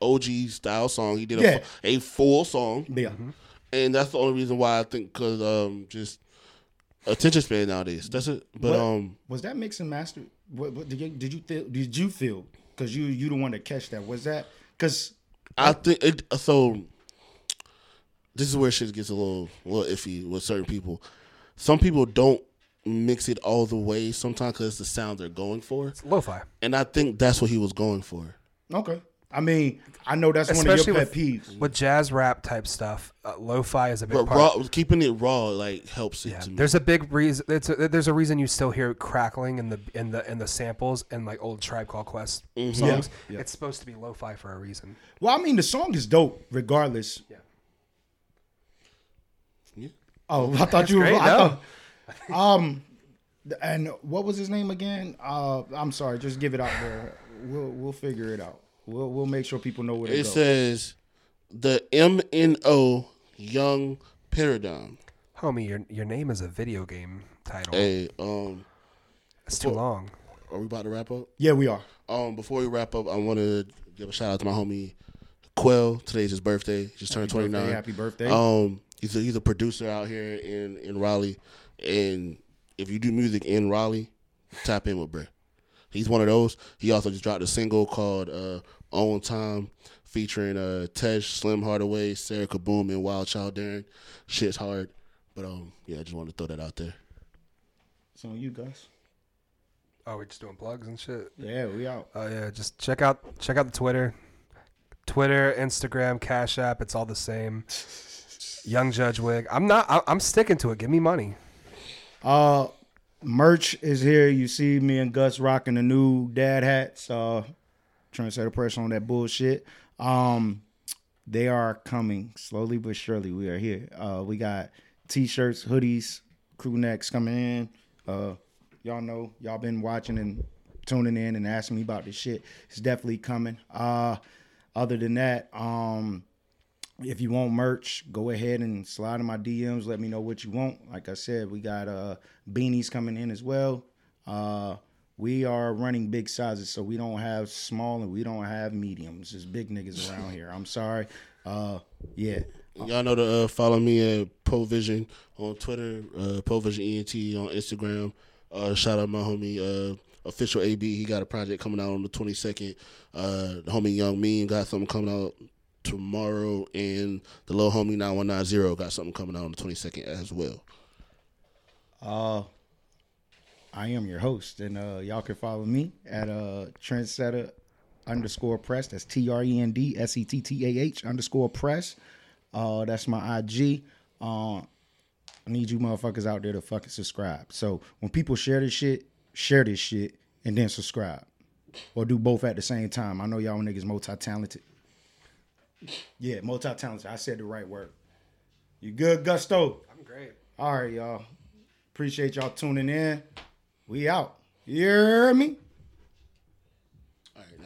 S3: OG style song. He did
S4: Yeah.
S3: a, a full song.
S1: Yeah.
S4: Mm-hmm.
S3: And that's the only reason why I think because um just attention span nowadays. That's it. But
S1: What-
S3: um
S1: was that mix and master? What, what did you did you feel? Did you feel? Because you you the one to catch that. Was that because
S3: I think it so. This is where shit gets a little, little iffy with certain people. Some people don't mix it all the way sometimes because the sound they're going for. It's
S4: lo-fi.
S3: And I think that's what he was going for.
S1: Okay. I mean, I know that's one of your pet peeves.
S4: with, with jazz rap type stuff. Uh, lo-fi is a big
S3: But
S4: part.
S3: raw, keeping it raw like helps it. to me.
S4: There's a big reason. It's a, there's a reason you still hear crackling in the in the in the samples and like old Tribe Called Quest
S1: Mhm.
S4: songs.
S1: Yeah, yeah.
S4: It's supposed to be lo-fi for a reason.
S1: Well, I mean, the song is dope regardless. Yeah. Oh, I thought
S4: That's
S1: you were.
S4: great,
S1: I
S4: no.
S1: thought, um, th- and what was his name again? Uh, I'm sorry. Just give it out there. We'll we'll figure it out. We'll we'll make sure people know where to
S3: It
S1: go.
S3: says the MNO Young Paradigm.
S4: Homie, your your name is a video game title.
S3: Hey, um,
S4: It's too long.
S3: Are we about to wrap up?
S1: Yeah, we are.
S3: Um, bbefore we wrap up, I want to give a shout out to my homie Quell. Today's his birthday. He just turned twenty
S1: Happy birthday,
S3: nine.
S1: happy birthday.
S3: Um, he's a, he's a producer out here in in Raleigh, and if you do music in Raleigh, tap in with Bray. He's one of those. He also just dropped a single called uh, "On Time," featuring uh, Tej, Slim Hardaway, Sarah Kaboom, and Wild Child Darren. Shit's hard, but um, yeah, I just wanted to throw that out there.
S1: So you guys.
S4: Oh, we're just doing plugs and shit.
S1: Yeah, we out.
S4: Oh yeah, just check out check out the Twitter, Twitter, Instagram, Cash App. It's all the same. Young Judge Wig. I'm not. I, I'm sticking to it. Give me money.
S1: Uh, merch is here. You see me and Gus rocking the new dad hats. Uh, trying to set a pressure on that bullshit. Um, they are coming slowly but surely. We are here. Uh, we got t-shirts, hoodies, crew necks coming in. Uh, y'all know y'all been watching and tuning in and asking me about this shit. It's definitely coming. Uh, other than that, um, if you want merch, go ahead and slide in my DMs. Let me know what you want. Like I said, we got uh beanies coming in as well. Uh we are running big sizes, so we don't have small and we don't have mediums. There's big niggas around here. I'm sorry. Uh yeah.
S3: Y'all know to uh, follow me at Provision on Twitter, uh, Provision ENT on Instagram. Uh, shout out my homie, uh, official AB. He got a project coming out on the 22nd. Uh, the homie Young Mean got something coming out tomorrow, and the little homie 9190 got something coming out on the 22nd as well.
S1: Uh I am your host, and uh y'all can follow me at uh trendsetter underscore press. That's T R E N D S E T T A H underscore press. Uh that's my IG. Uh I need you motherfuckers out there to fucking subscribe. So when people share this shit, share this shit and then subscribe. Or do both at the same time. I know y'all niggas multi talented. Yeah, multi talented. I said the right word. You good, Gusto?
S4: I'm great.
S1: All right, y'all. Appreciate y'all tuning in. We out. You hear me?